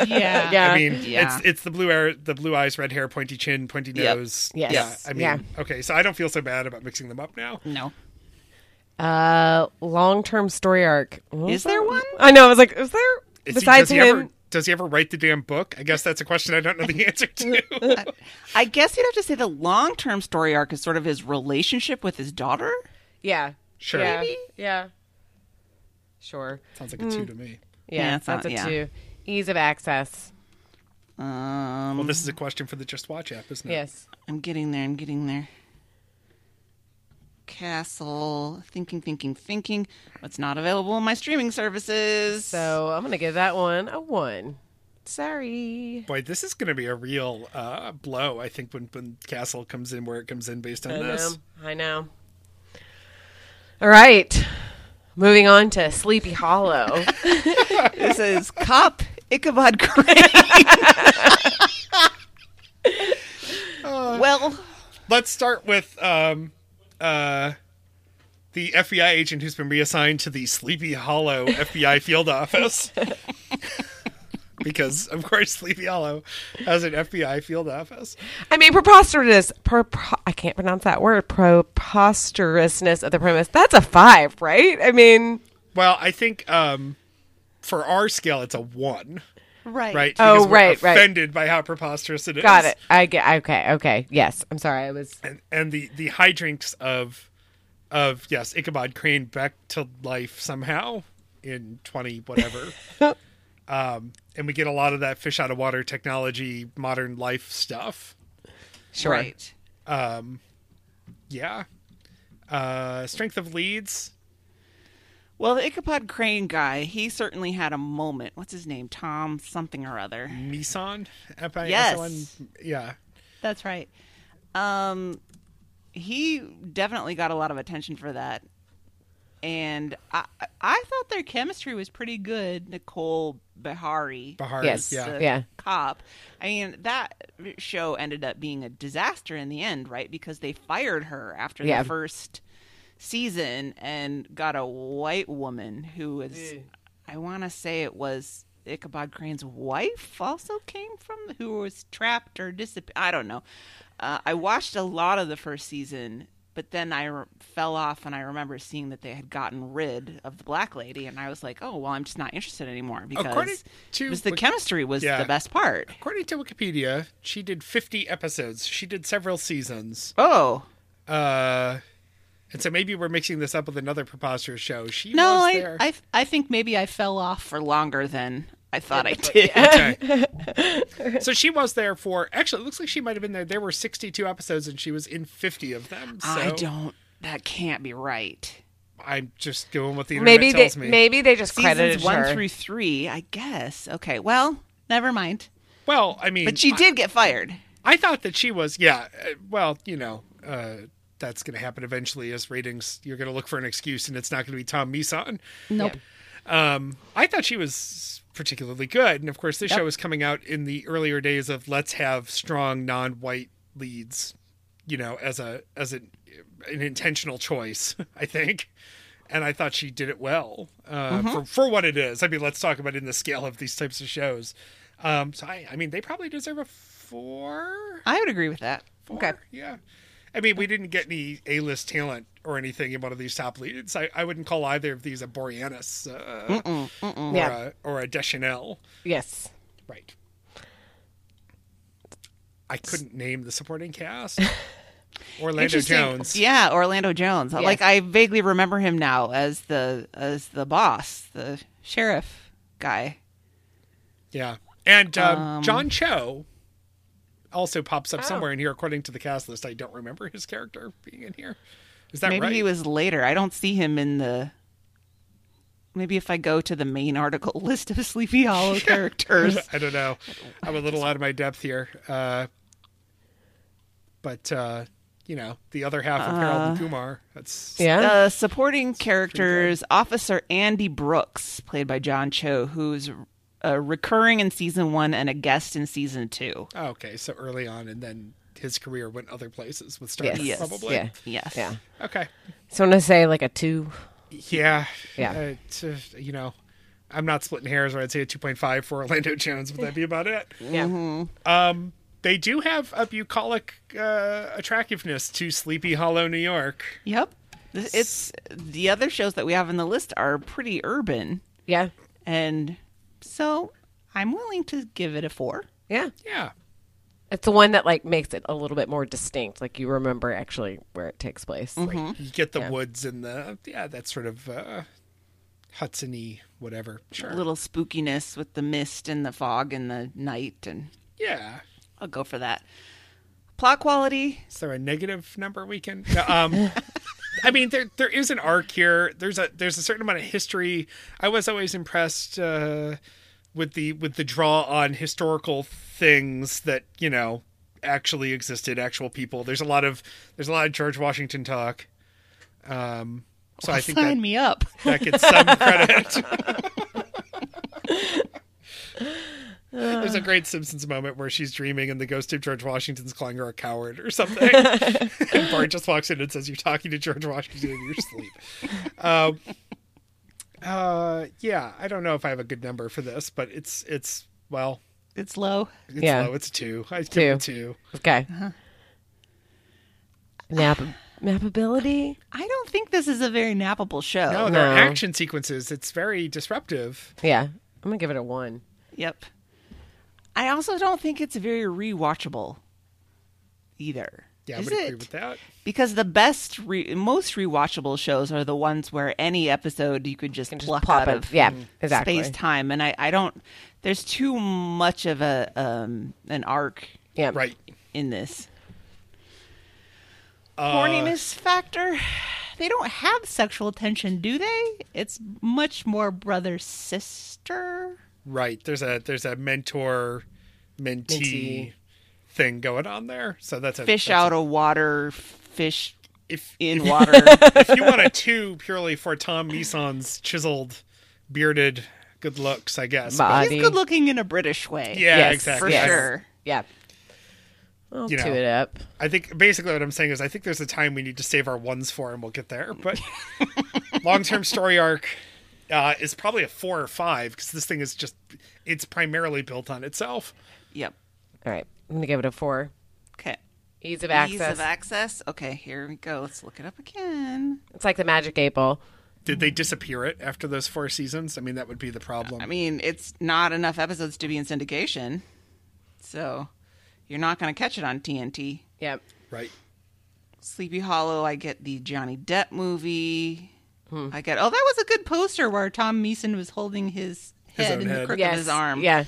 Speaker 4: yeah.
Speaker 3: Yeah.
Speaker 1: I mean,
Speaker 2: Yeah.
Speaker 1: it's it's the blue hair, the blue eyes, red hair, pointy chin, pointy
Speaker 2: Yep.
Speaker 1: nose.
Speaker 3: Yes.
Speaker 1: Yeah, I mean,
Speaker 3: Yeah.
Speaker 1: okay, so I don't feel so bad about mixing them up now.
Speaker 4: No.
Speaker 3: Uh, long-term story arc. What was
Speaker 2: Is there
Speaker 3: that?
Speaker 2: one?
Speaker 3: I know. I was like, is there?
Speaker 1: Is he-
Speaker 3: besides
Speaker 1: does he
Speaker 3: him,
Speaker 1: ever, does he ever write the damn book? I guess that's a question I don't know the answer to.
Speaker 2: I guess you'd have to say the long term story arc is sort of his relationship with his daughter.
Speaker 3: yeah.
Speaker 1: Sure.
Speaker 3: Yeah.
Speaker 1: Maybe?
Speaker 3: Yeah. Sure.
Speaker 1: Sounds like a
Speaker 3: Mm.
Speaker 1: two to me.
Speaker 3: Yeah,
Speaker 2: Yeah, it's
Speaker 3: that's a
Speaker 2: not- yeah.
Speaker 3: two. Ease of access.
Speaker 2: Um,
Speaker 1: Well, this is a question for the Just Watch app, isn't it?
Speaker 3: Yes.
Speaker 2: I'm getting there. I'm getting there. Castle, thinking, thinking, thinking. What's not available on my streaming services?
Speaker 3: So I'm gonna give that one a one. Sorry.
Speaker 1: Boy, this is going to be a real uh, blow. I think when, when Castle comes in, where it comes in based on
Speaker 3: I know.
Speaker 1: this.
Speaker 3: I know. All right. Moving on to Sleepy Hollow.
Speaker 2: this is Cop Ichabod Crane. well,
Speaker 1: Let's start with um, uh, the FBI agent who's been reassigned to the Sleepy Hollow FBI field office. because of course Sleepy Hollow has an FBI field office.
Speaker 3: I mean, preposterous. Prepo- I can't pronounce that word. Preposterousness of the premise. That's a five, right? I mean,
Speaker 1: Well, I think um, for our scale, it's a one,
Speaker 4: Right.
Speaker 1: right?
Speaker 3: Oh,
Speaker 1: Because we're
Speaker 3: right, right.
Speaker 1: Offended by how preposterous it is.
Speaker 3: got it. I get. Okay. Okay. Yes. I'm sorry. I was.
Speaker 1: and and the the high drinks of of yes, Ichabod Crane back to life somehow in twenty whatever. um, and we get a lot of that fish out of water technology, modern life stuff.
Speaker 3: Sure.
Speaker 2: Right.
Speaker 1: Yeah. Uh, strength of leads.
Speaker 2: Well, the Ichabod Crane guy, he certainly had a moment. What's his name? Tom something or other.
Speaker 1: Nissan.
Speaker 2: Yes.
Speaker 1: Yeah.
Speaker 4: That's right.
Speaker 2: Um, he definitely got a lot of attention for that, and I I thought their chemistry was pretty good. Nicole Behari,
Speaker 1: Bahar.
Speaker 3: Yes.
Speaker 1: Yeah.
Speaker 2: the
Speaker 3: Yeah.
Speaker 2: cop. I mean, that show ended up being a disaster in the end, right? Because they fired her after
Speaker 3: Yeah.
Speaker 2: the first season and got a white woman who was,
Speaker 1: Eh.
Speaker 2: I want to say it was Ichabod Crane's wife, also came from, who was trapped or disappeared. I don't know. Uh, I watched a lot of the first season. But then I re- fell off, and I remember seeing that they had gotten rid of the black lady, and I was like, "Oh, well, I'm just not interested anymore." Because
Speaker 1: According to
Speaker 2: it was the
Speaker 1: Wik-
Speaker 2: chemistry was
Speaker 1: Yeah.
Speaker 2: the best part.
Speaker 1: According to Wikipedia, she did 50 episodes. She did several seasons.
Speaker 2: Oh,
Speaker 1: Uh, and so maybe we're mixing this up with another preposterous show. She
Speaker 4: No,
Speaker 1: was
Speaker 4: I,
Speaker 1: there.
Speaker 4: I I think maybe I fell off.
Speaker 2: for longer than I thought I did. Yeah.
Speaker 1: Okay. so she was there for actually. It looks like she might have been there. There were 62 episodes, and she was in 50 of them. So
Speaker 2: I don't. That can't be right.
Speaker 1: I'm just doing what the internet
Speaker 3: Maybe they
Speaker 1: tells me.
Speaker 3: maybe they just credited
Speaker 2: Seasons one
Speaker 3: her.
Speaker 2: through three, I guess. Okay, well,
Speaker 4: Never mind.
Speaker 1: Well, I mean,
Speaker 2: but she did get fired.
Speaker 1: I thought that she was, yeah. uh, Well, you know, uh, that's going to happen eventually as ratings. You're going to look for an excuse, and it's not going to be Tom Meson.
Speaker 4: Nope.
Speaker 1: Um, I thought she was particularly good, and of course, this show was coming out in the earlier days of let's have strong non-white leads, you know, as a as an an intentional choice, I think. And I thought she did it well uh, for for what it is. I mean, let's talk about it in the scale of these types of shows. Um, so I, I mean, they probably deserve a four
Speaker 2: I would agree with that.
Speaker 1: okay. Yeah. I mean, we didn't get any A list talent or anything in one of these top leads. I, I wouldn't call either of these a Boreanaz uh, Or,
Speaker 3: Yeah.
Speaker 1: a, or a Deschanel.
Speaker 3: Yes.
Speaker 1: Right. I couldn't name the supporting cast. Orlando
Speaker 2: Interesting.
Speaker 1: Jones.
Speaker 2: Yeah, Orlando Jones.
Speaker 3: Yes.
Speaker 2: Like I vaguely remember him now as the as the boss, the sheriff guy.
Speaker 1: Yeah. And um, John Cho also pops up
Speaker 2: Oh.
Speaker 1: somewhere in here, according to the cast list. I don't remember his character being in here. Is that
Speaker 2: Maybe
Speaker 1: right?
Speaker 2: he was later. I don't see him in the. Maybe if I go to the main article list of Sleepy Hollow characters,
Speaker 1: I don't know. I'm a little out of my depth here. Uh, but uh, you know, the other half of Harold and Kumar. That's
Speaker 3: Yeah.
Speaker 2: uh, supporting characters Officer Andy Brooks, played by John Cho, who's uh, recurring in season one and a guest in season two.
Speaker 1: oh, okay. So early on, and then his career went other places with Star
Speaker 3: Yes.
Speaker 1: Trek,
Speaker 2: Yes.
Speaker 1: probably.
Speaker 3: Yeah.
Speaker 2: Yes.
Speaker 3: Yeah.
Speaker 1: Okay.
Speaker 3: So I'm gonna say like a two.
Speaker 1: Yeah.
Speaker 3: Yeah.
Speaker 1: Uh, it's, uh, you know, I'm not splitting hairs, or I'd say a 2.5 for Orlando Jones. Would that be about it?
Speaker 3: Yeah.
Speaker 1: They do have a bucolic uh, attractiveness to Sleepy Hollow, New York.
Speaker 2: Yep. This- It's the other shows that we have on the list are pretty urban,
Speaker 3: Yeah.
Speaker 2: and
Speaker 4: So I'm willing to give it a four.
Speaker 3: Yeah.
Speaker 1: Yeah.
Speaker 3: It's the one that like makes it a little bit more distinct. Like you remember actually where it takes place.
Speaker 1: You get the woods and the yeah, that sort of uh, Hudson-y whatever. Sure.
Speaker 2: a little spookiness with the mist and the fog and the night, and
Speaker 1: Yeah.
Speaker 2: I'll go for that. Plot quality,
Speaker 1: Is there a negative number we can? No, um, I mean, there there is an arc here. There's a there's a certain amount of history. I was always impressed uh, with the with the draw on historical things that you know actually existed, actual people. There's a lot of there's a lot of George Washington talk. Um, so I think that,
Speaker 4: Sign me up.
Speaker 1: that gets some credit. There's a great Simpsons moment where she's dreaming and the ghost of George Washington's calling her a coward or something. and Bart just walks in and says, You're talking to George Washington in your sleep. Um, uh, yeah, I don't know if I have a good number for this, but it's, it's well,
Speaker 4: It's low.
Speaker 1: it's
Speaker 3: Yeah.
Speaker 1: low. It's a two. I give it a two.
Speaker 3: Okay. Map mappability.
Speaker 4: I don't think
Speaker 2: think this is a very nappable show.
Speaker 1: No, Oh, there are
Speaker 3: No.
Speaker 1: action sequences. It's very disruptive.
Speaker 3: Yeah. I'm gonna give it a one.
Speaker 2: Yep. I also don't think it's very rewatchable either.
Speaker 1: Yeah,
Speaker 2: Is
Speaker 1: I would agree
Speaker 2: it?
Speaker 1: with that.
Speaker 2: Because the best, re- most rewatchable shows are the ones where any episode you could just
Speaker 3: Can just
Speaker 2: pluck
Speaker 3: pop
Speaker 2: out
Speaker 3: it.
Speaker 2: of
Speaker 3: Yeah, exactly.
Speaker 2: space time, and I, I don't. There's too much of a um an arc
Speaker 3: Yeah.
Speaker 1: Right.
Speaker 2: in this.
Speaker 1: Uh,
Speaker 2: Horniness factor.
Speaker 4: They don't have sexual tension, do they? It's much more brother sister.
Speaker 1: Right. There's a there's a mentor mentee,
Speaker 3: Mentee.
Speaker 1: thing going on there. So that's a
Speaker 2: Fish
Speaker 1: that's
Speaker 2: out of water. Fish
Speaker 1: A, if
Speaker 2: in water.
Speaker 1: if you want a two purely for Tom Meson's chiseled, bearded, good looks, I guess. but-
Speaker 3: Body.
Speaker 4: He's good looking in a British way.
Speaker 1: yeah,
Speaker 3: Yes,
Speaker 1: exactly.
Speaker 2: for
Speaker 3: Yes.
Speaker 2: sure.
Speaker 3: Yeah. I'll
Speaker 1: You
Speaker 3: two
Speaker 1: know.
Speaker 3: it up.
Speaker 1: I think basically what I'm saying is I think there's a time we need to save our ones for and we'll get there. But long term story arc uh, is probably a four or five because this thing is just it's primarily built on itself.
Speaker 2: Yep.
Speaker 3: All right. I'm gonna give it a four.
Speaker 2: Okay.
Speaker 3: Ease of access.
Speaker 2: Ease of access. Okay, here we go. Let's look it up again.
Speaker 3: it's like the magic eight ball.
Speaker 1: Did they disappear it after those four seasons? I mean, that would be the problem.
Speaker 2: I mean, it's not enough episodes to be in syndication, so you're not going to catch it on TNT.
Speaker 3: Yep.
Speaker 1: right.
Speaker 2: Sleepy Hollow. I get the Johnny Depp movie.
Speaker 3: Hmm.
Speaker 4: I get. Oh, that was a good poster where Tom Meeson was holding his
Speaker 1: His
Speaker 4: head
Speaker 1: own
Speaker 4: in
Speaker 1: head.
Speaker 4: the crook
Speaker 3: Yes.
Speaker 4: of his arm.
Speaker 3: Yeah.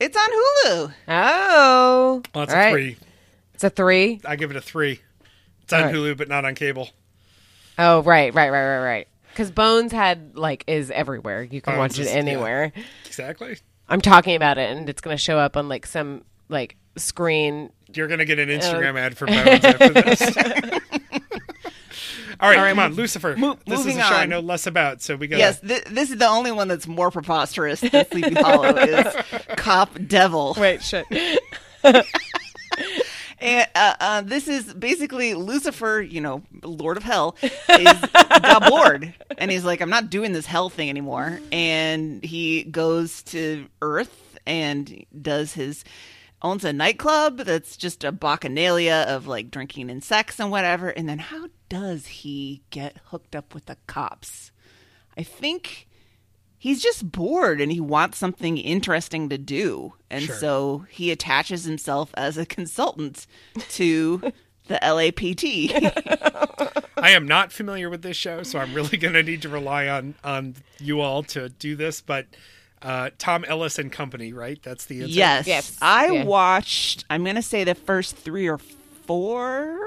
Speaker 2: It's on Hulu.
Speaker 3: Oh.
Speaker 1: Well, it's
Speaker 3: All
Speaker 1: a
Speaker 3: right.
Speaker 1: three.
Speaker 3: It's a three.
Speaker 1: I give it a three. It's on
Speaker 3: All right.
Speaker 1: Hulu, but not on cable.
Speaker 3: Oh, right, right, right, right, right. Because Bones had like is everywhere. You can
Speaker 1: Oh,
Speaker 3: watch
Speaker 1: just-
Speaker 3: it
Speaker 1: yeah.
Speaker 3: anywhere.
Speaker 1: Exactly.
Speaker 3: I'm talking about it, and it's gonna show up on like some like screen.
Speaker 1: You're gonna get an
Speaker 2: Uh,
Speaker 1: Instagram ad for Bones after this. All right, come on, Lucifer.
Speaker 2: Mo-
Speaker 1: this is a
Speaker 2: moving
Speaker 1: show I
Speaker 2: on.
Speaker 1: know less about, so we got
Speaker 2: Yes, th- this is the only one that's more preposterous than Sleepy Hollow is Cop Devil.
Speaker 3: Wait, shit.
Speaker 2: And, uh, uh, this is basically Lucifer, you know, Lord of Hell, is, got bored. And he's like, I'm not doing this hell thing anymore. And he goes to Earth and does his, owns a nightclub that's just a bacchanalia of like drinking and sex and whatever. And then how does he get hooked up with the cops? I think he's just bored and he wants something interesting to do. And
Speaker 1: Sure.
Speaker 2: so he attaches himself as a consultant to the LAPT.
Speaker 1: I am not familiar with this show, so I'm really going to need to rely on on you all to do this. But uh, Tom Ellis and Company, right? That's the answer.
Speaker 2: yes.
Speaker 3: Yes.
Speaker 2: I
Speaker 3: Yeah.
Speaker 2: watched, I'm going to say the first three or four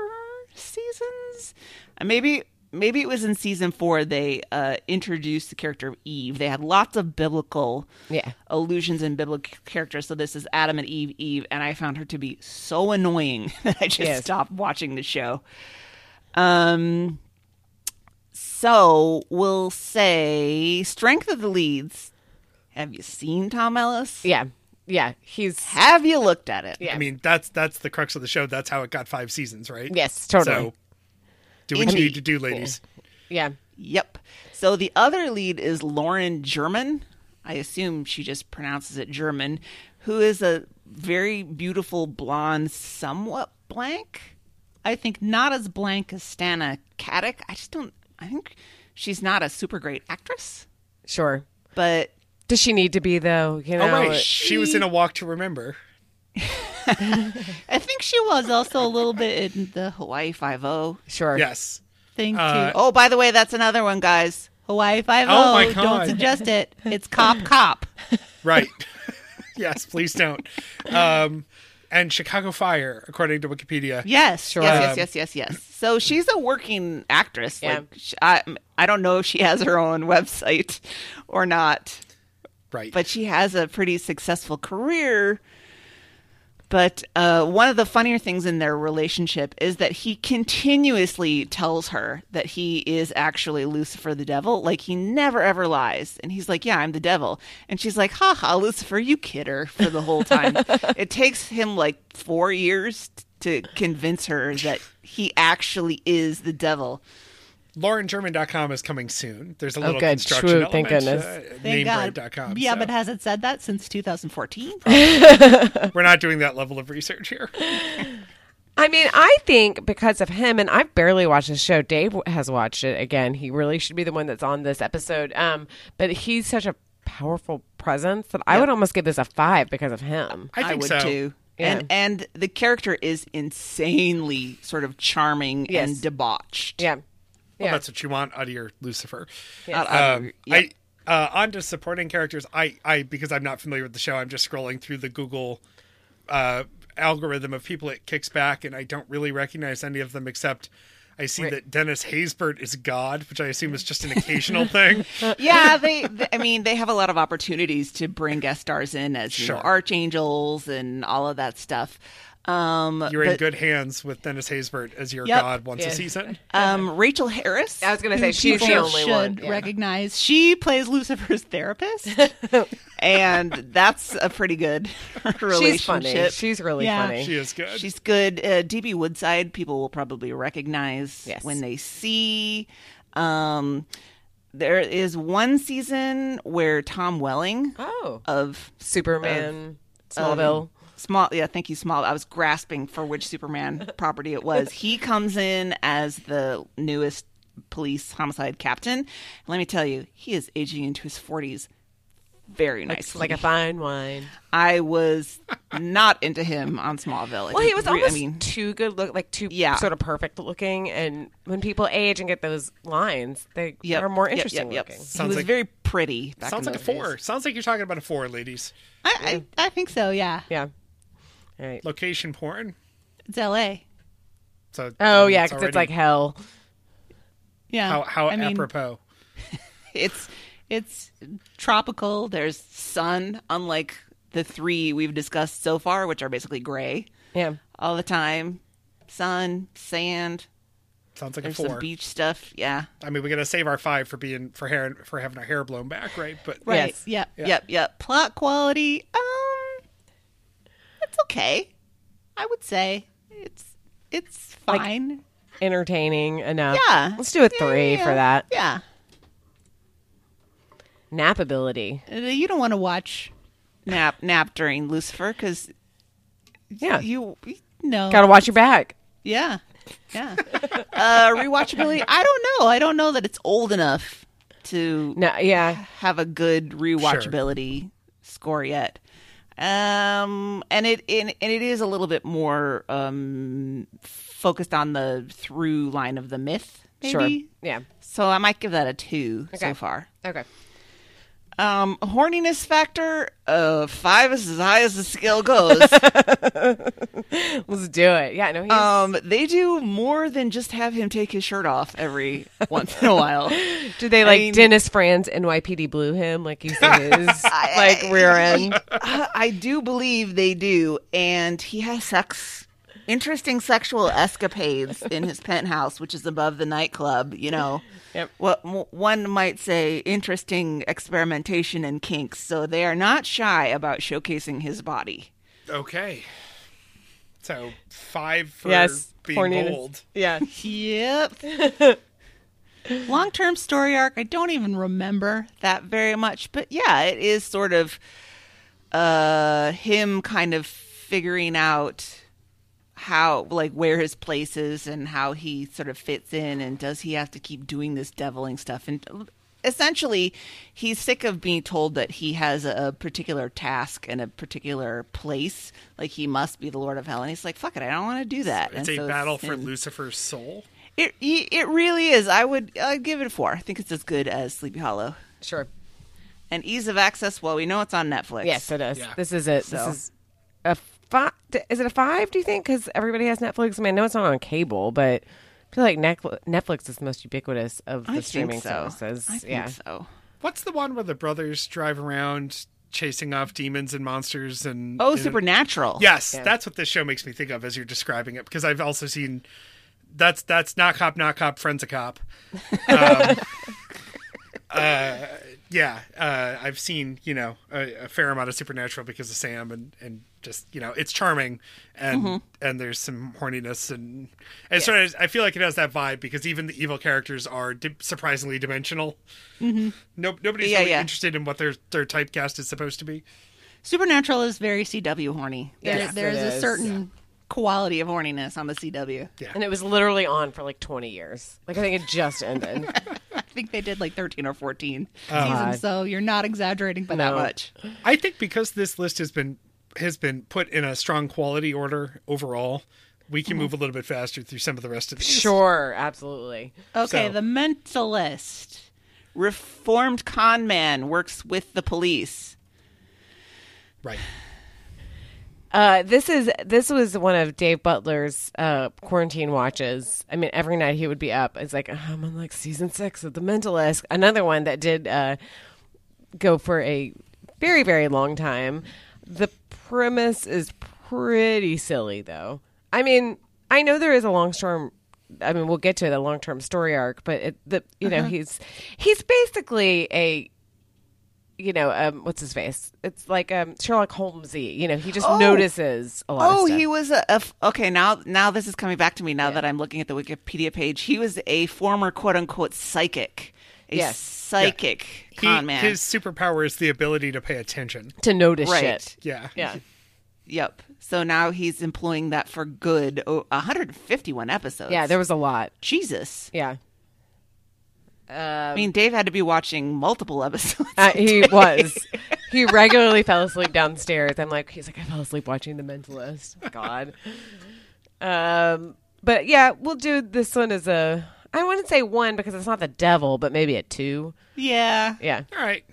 Speaker 2: seasons. Uh, Maybe. Maybe it was in season four they uh, introduced the character of Eve. They had lots of biblical
Speaker 3: Yeah.
Speaker 2: allusions and biblical characters. So this is Adam and Eve, Eve, and I found her to be so annoying that I just
Speaker 3: Yes.
Speaker 2: stopped watching the show. Um, so we'll say strength of the leads. Have you seen Tom Ellis?
Speaker 3: Yeah. Yeah. He's.
Speaker 2: Have you looked at it?
Speaker 3: Yeah.
Speaker 1: I mean that's that's the crux of the show. That's how it got five seasons, right?
Speaker 3: Yes. Totally.
Speaker 1: So do what you
Speaker 2: Indeed.
Speaker 1: need to do, ladies.
Speaker 3: Yeah.
Speaker 2: Yep. So the other lead is Lauren German. I assume she just pronounces it German, who is a very beautiful blonde, somewhat blank.
Speaker 4: I think not as blank as Stana.
Speaker 2: Caddick. I just don't. I think she's not a super great actress,
Speaker 3: Sure.
Speaker 2: but
Speaker 3: Does she need to be though? You know.
Speaker 1: Oh, right. She was in a walk to remember.
Speaker 4: I think she was also a little bit in the
Speaker 2: Hawaii Five O.
Speaker 3: Sure.
Speaker 1: Yes.
Speaker 4: thing
Speaker 1: Uh,
Speaker 4: too.
Speaker 2: Oh, by the way, that's another one, guys.
Speaker 4: Hawaii Five
Speaker 1: Oh my
Speaker 4: O.
Speaker 1: God.
Speaker 4: Don't suggest it. It's cop cop.
Speaker 1: Right. yes, please don't. Um, and Chicago Fire, according to Wikipedia.
Speaker 4: Yes,
Speaker 3: Sure.
Speaker 2: Yes,
Speaker 1: Um,
Speaker 2: yes, yes, yes, yes. So she's a working actress.
Speaker 3: Yeah.
Speaker 2: Like sh I, I don't know if she has her own website or not,
Speaker 1: Right.
Speaker 2: but she has a pretty successful career. But uh, one of the funnier things in their relationship is that he continuously tells her that he is actually Lucifer the devil. Like he never ever lies. And he's like, Yeah, I'm the devil. And she's like, "Ha ha, Lucifer, you kid her for the whole time. it takes him like four years t- to convince her that he actually is the devil.
Speaker 1: LaurenGerman.com is coming soon. There's a little
Speaker 3: Oh, good.
Speaker 1: construction
Speaker 3: True.
Speaker 1: element.
Speaker 3: Thank goodness.
Speaker 1: Uh,
Speaker 4: Thank God.
Speaker 1: namebrand.com,
Speaker 4: Yeah,
Speaker 1: so.
Speaker 4: but hasn't said that since 2014.
Speaker 1: We're not doing that level of research here.
Speaker 3: I mean, I think because of him, and I've barely watched the show. Dave has watched it again. He really should be the one that's on this episode. Um, but he's such a powerful presence that I would almost give this a five because of him.
Speaker 1: I
Speaker 2: I
Speaker 1: think
Speaker 2: would
Speaker 1: so.
Speaker 2: too.
Speaker 3: Yeah.
Speaker 2: And and the character is insanely sort of charming
Speaker 3: Yes.
Speaker 2: and debauched.
Speaker 3: Yeah.
Speaker 1: Well,
Speaker 3: Yeah.
Speaker 1: that's what you want out of your Lucifer.
Speaker 2: Out- out of-
Speaker 1: Um,
Speaker 2: yeah.
Speaker 1: I uh, on to supporting characters. I I because I'm not familiar with the show. I'm just scrolling through the Google uh, algorithm of people it kicks back, and I don't really recognize any of them except. I see that Dennis Haysbert is God, which I assume is just an occasional thing.
Speaker 2: yeah, they, they- I mean, they have a lot of opportunities to bring guest stars in as you know,
Speaker 1: Sure.
Speaker 2: archangels and all of that stuff. Um,
Speaker 1: You're in
Speaker 2: but,
Speaker 1: good hands with Dennis Haysbert as your
Speaker 2: Yep.
Speaker 1: God once
Speaker 3: Yeah.
Speaker 1: a season.
Speaker 2: um, Rachel Harris.
Speaker 3: I was going to
Speaker 4: who
Speaker 3: say she's the
Speaker 4: people
Speaker 3: only
Speaker 4: should
Speaker 3: one. Yeah.
Speaker 4: recognize. She plays Lucifer's therapist.
Speaker 2: and that's a pretty good relationship.
Speaker 3: She's funny. She's really
Speaker 4: Yeah.
Speaker 3: funny.
Speaker 1: She is good.
Speaker 2: She's good. Uh, DB Woodside, people will probably recognize
Speaker 3: Yes.
Speaker 2: when they see. Um, there is one season where Tom Welling
Speaker 3: oh.
Speaker 2: of
Speaker 3: Superman, Smallville.
Speaker 2: Small, yeah, thank you, Small. I was grasping for which Superman property it was. He comes in as the newest police homicide captain. Let me tell you, he is aging into his 40s very nicely.
Speaker 3: like a fine wine.
Speaker 2: I was not into him on Smallville. It
Speaker 3: Well, he
Speaker 2: just
Speaker 3: was
Speaker 2: re-
Speaker 3: almost
Speaker 2: I mean,
Speaker 3: too good look, like too
Speaker 2: Yeah.
Speaker 3: sort of perfect looking. And when people age and get those lines, they
Speaker 2: yep,
Speaker 3: are more
Speaker 2: yep,
Speaker 3: interesting
Speaker 2: yep, yep.
Speaker 3: looking.
Speaker 2: He
Speaker 1: Sounds
Speaker 2: was
Speaker 1: like-
Speaker 2: very pretty. Back
Speaker 1: Sounds
Speaker 2: in
Speaker 1: like a
Speaker 2: those days.
Speaker 1: four. Sounds like you're talking about a four, ladies.
Speaker 4: I, I I think so. Yeah,
Speaker 3: Yeah. All right.
Speaker 1: Location porn.
Speaker 4: it's L.A.
Speaker 1: So
Speaker 3: Oh
Speaker 1: um,
Speaker 3: yeah, because it's
Speaker 1: already-
Speaker 3: like hell.
Speaker 4: Yeah,
Speaker 1: how how
Speaker 4: I mean,
Speaker 1: apropos.
Speaker 2: It's it's tropical. There's sun, unlike the three we've discussed so far, which are basically gray.
Speaker 3: Yeah.
Speaker 2: all the time. Sun, sand,
Speaker 1: Sounds like
Speaker 2: there's
Speaker 1: a four.
Speaker 2: some beach stuff. Yeah.
Speaker 1: I mean, we gotta save our five for being for hair for having our hair blown back, right? But
Speaker 4: right?
Speaker 3: Yes.
Speaker 4: Yep.
Speaker 2: Yep, yep. Plot quality, um it's okay.
Speaker 4: I would say it's it's fine.
Speaker 3: Entertaining enough.
Speaker 2: Yeah.
Speaker 3: Let's do a
Speaker 4: Yeah,
Speaker 3: three
Speaker 4: yeah,
Speaker 3: for that.
Speaker 4: Yeah,
Speaker 3: Nappability.
Speaker 4: Uh, you don't want to watch.
Speaker 2: Nap nap during Lucifer cuz
Speaker 3: Yeah.
Speaker 2: you
Speaker 4: No.
Speaker 3: Gotta watch your back.
Speaker 4: yeah. Yeah.
Speaker 2: uh rewatchability, I don't know. I don't know that it's old enough to
Speaker 3: No. Yeah.
Speaker 2: have a good rewatchability score yet. Um, and it and, and it is a little bit more um focused on the through line of the myth, maybe.
Speaker 3: Sure. Yeah.
Speaker 2: So I might give that a two
Speaker 3: Okay.
Speaker 2: so far.
Speaker 3: Okay.
Speaker 2: Um, horniness factor, uh, five is as high as the scale goes.
Speaker 3: Let's do it. Yeah. No. He's,
Speaker 2: um, they do more than just have him take his shirt off every once in a while.
Speaker 3: Did they like
Speaker 2: mean-
Speaker 3: Dennis Franz NYPD blew him like he's in his like rear end?
Speaker 2: I, I do believe they do, and he has sex, interesting sexual escapades in his penthouse, which is above the nightclub. You know,
Speaker 3: Yep.
Speaker 2: what m- one might say, interesting experimentation and kinks. So they are not shy about showcasing his body.
Speaker 1: okay. So five for
Speaker 3: Yes.
Speaker 1: being
Speaker 3: Horniness.
Speaker 1: bold.
Speaker 3: Yeah.
Speaker 4: Yep. Long term story arc, I don't even remember.
Speaker 2: that very much. But yeah, it is sort of uh him kind of figuring out how like where his place is and how he sort of fits in and does he have to keep doing this deviling stuff and essentially he's sick of being told that he has a particular task and a particular place like he must be the lord of hell and he's like fuck it i don't want to do that
Speaker 1: It's
Speaker 2: And
Speaker 1: a
Speaker 2: so
Speaker 1: battle for
Speaker 2: him-
Speaker 1: Lucifer's soul.
Speaker 2: it it really is i would i'd give it a four i think it's as good as sleepy hollow
Speaker 3: Sure.
Speaker 2: and ease of access. Well, we know it's on Netflix.
Speaker 3: Yes, it is.
Speaker 1: Yeah.
Speaker 3: This is it.
Speaker 2: So.
Speaker 3: This is a five. Is it a five? Do you think? Because everybody has Netflix. I mean, I know it's not on cable, but I feel like Netfl- Netflix is the most ubiquitous of the
Speaker 2: I
Speaker 3: streaming
Speaker 2: think so.
Speaker 3: services.
Speaker 2: I think
Speaker 3: yeah.
Speaker 2: so.
Speaker 1: What's the one where the brothers drive around chasing off demons and monsters and
Speaker 2: Oh,
Speaker 1: and-
Speaker 2: Supernatural.
Speaker 1: Yes, that's what this show makes me think of as you're describing it because I've also seen that's that's not cop, not cop, friends a cop. Um, uh, yeah, uh, I've seen you know a, a fair amount of Supernatural because of Sam and and just you know it's charming and
Speaker 2: Mm-hmm.
Speaker 1: and there's some horniness and and sort of I feel like it has that vibe because even the evil characters are di- surprisingly dimensional. No, nobody's
Speaker 2: Mm-hmm. Yeah,
Speaker 1: really
Speaker 2: yeah.
Speaker 1: interested in what their their typecast is supposed to be.
Speaker 2: Supernatural is very CW horny. There's,
Speaker 3: Yes,
Speaker 4: There's
Speaker 3: it
Speaker 4: a
Speaker 3: is.
Speaker 4: certain
Speaker 2: quality of horniness on the CW.
Speaker 3: And it was literally on for like 20 years. Like I think it just ended.
Speaker 2: I think they did like 13 or 14.
Speaker 4: season, so you're not exaggerating by that
Speaker 3: No.
Speaker 4: much.
Speaker 1: I think because this list has been has been put in a strong quality order overall, we can move a little bit faster through some of the rest of these.
Speaker 3: Sure, absolutely.
Speaker 4: Okay,
Speaker 1: So-
Speaker 4: the mentalist.
Speaker 2: Reformed con man works with the police.
Speaker 1: Right.
Speaker 3: Uh, this is this was one of Dave Butler's uh, quarantine watches. I mean, every night he would be up. It's like "Oh, I'm on like season six of The Mentalist. Another one that did uh, go for a very very long time. The premise is pretty silly, though. I mean, I know there is a long term. I mean, we'll get to the long term story arc, but it, the you
Speaker 2: Uh-huh.
Speaker 3: know he's he's basically a you know, um, what's his face? It's like um, Sherlock Holmesy. You know, he just notices a lot.
Speaker 2: Oh,
Speaker 3: of stuff.
Speaker 2: he was a, a f- okay. Now, now this is coming back to me. Now that I'm looking at the Wikipedia page, he was a former quote unquote psychic, a
Speaker 3: Yes.
Speaker 2: psychic
Speaker 1: He,
Speaker 2: con man.
Speaker 1: his superpower is the ability to pay attention.
Speaker 3: to notice
Speaker 2: Right.
Speaker 3: shit.
Speaker 1: Yeah.
Speaker 3: Yeah,
Speaker 2: Yep. So now he's employing that for good. Oh, 151 episodes.
Speaker 3: yeah. There was a lot.
Speaker 2: Jesus.
Speaker 3: Yeah,
Speaker 2: I mean, Dave had to be watching multiple episodes.
Speaker 3: uh, he was. He regularly fell asleep downstairs. I'm like, he's like, I fell asleep watching The Mentalist. God. Um, but yeah, we'll do this one as a. I wouldn't say one because it's not the devil, but maybe a two.
Speaker 4: Yeah.
Speaker 3: Yeah.
Speaker 1: All right.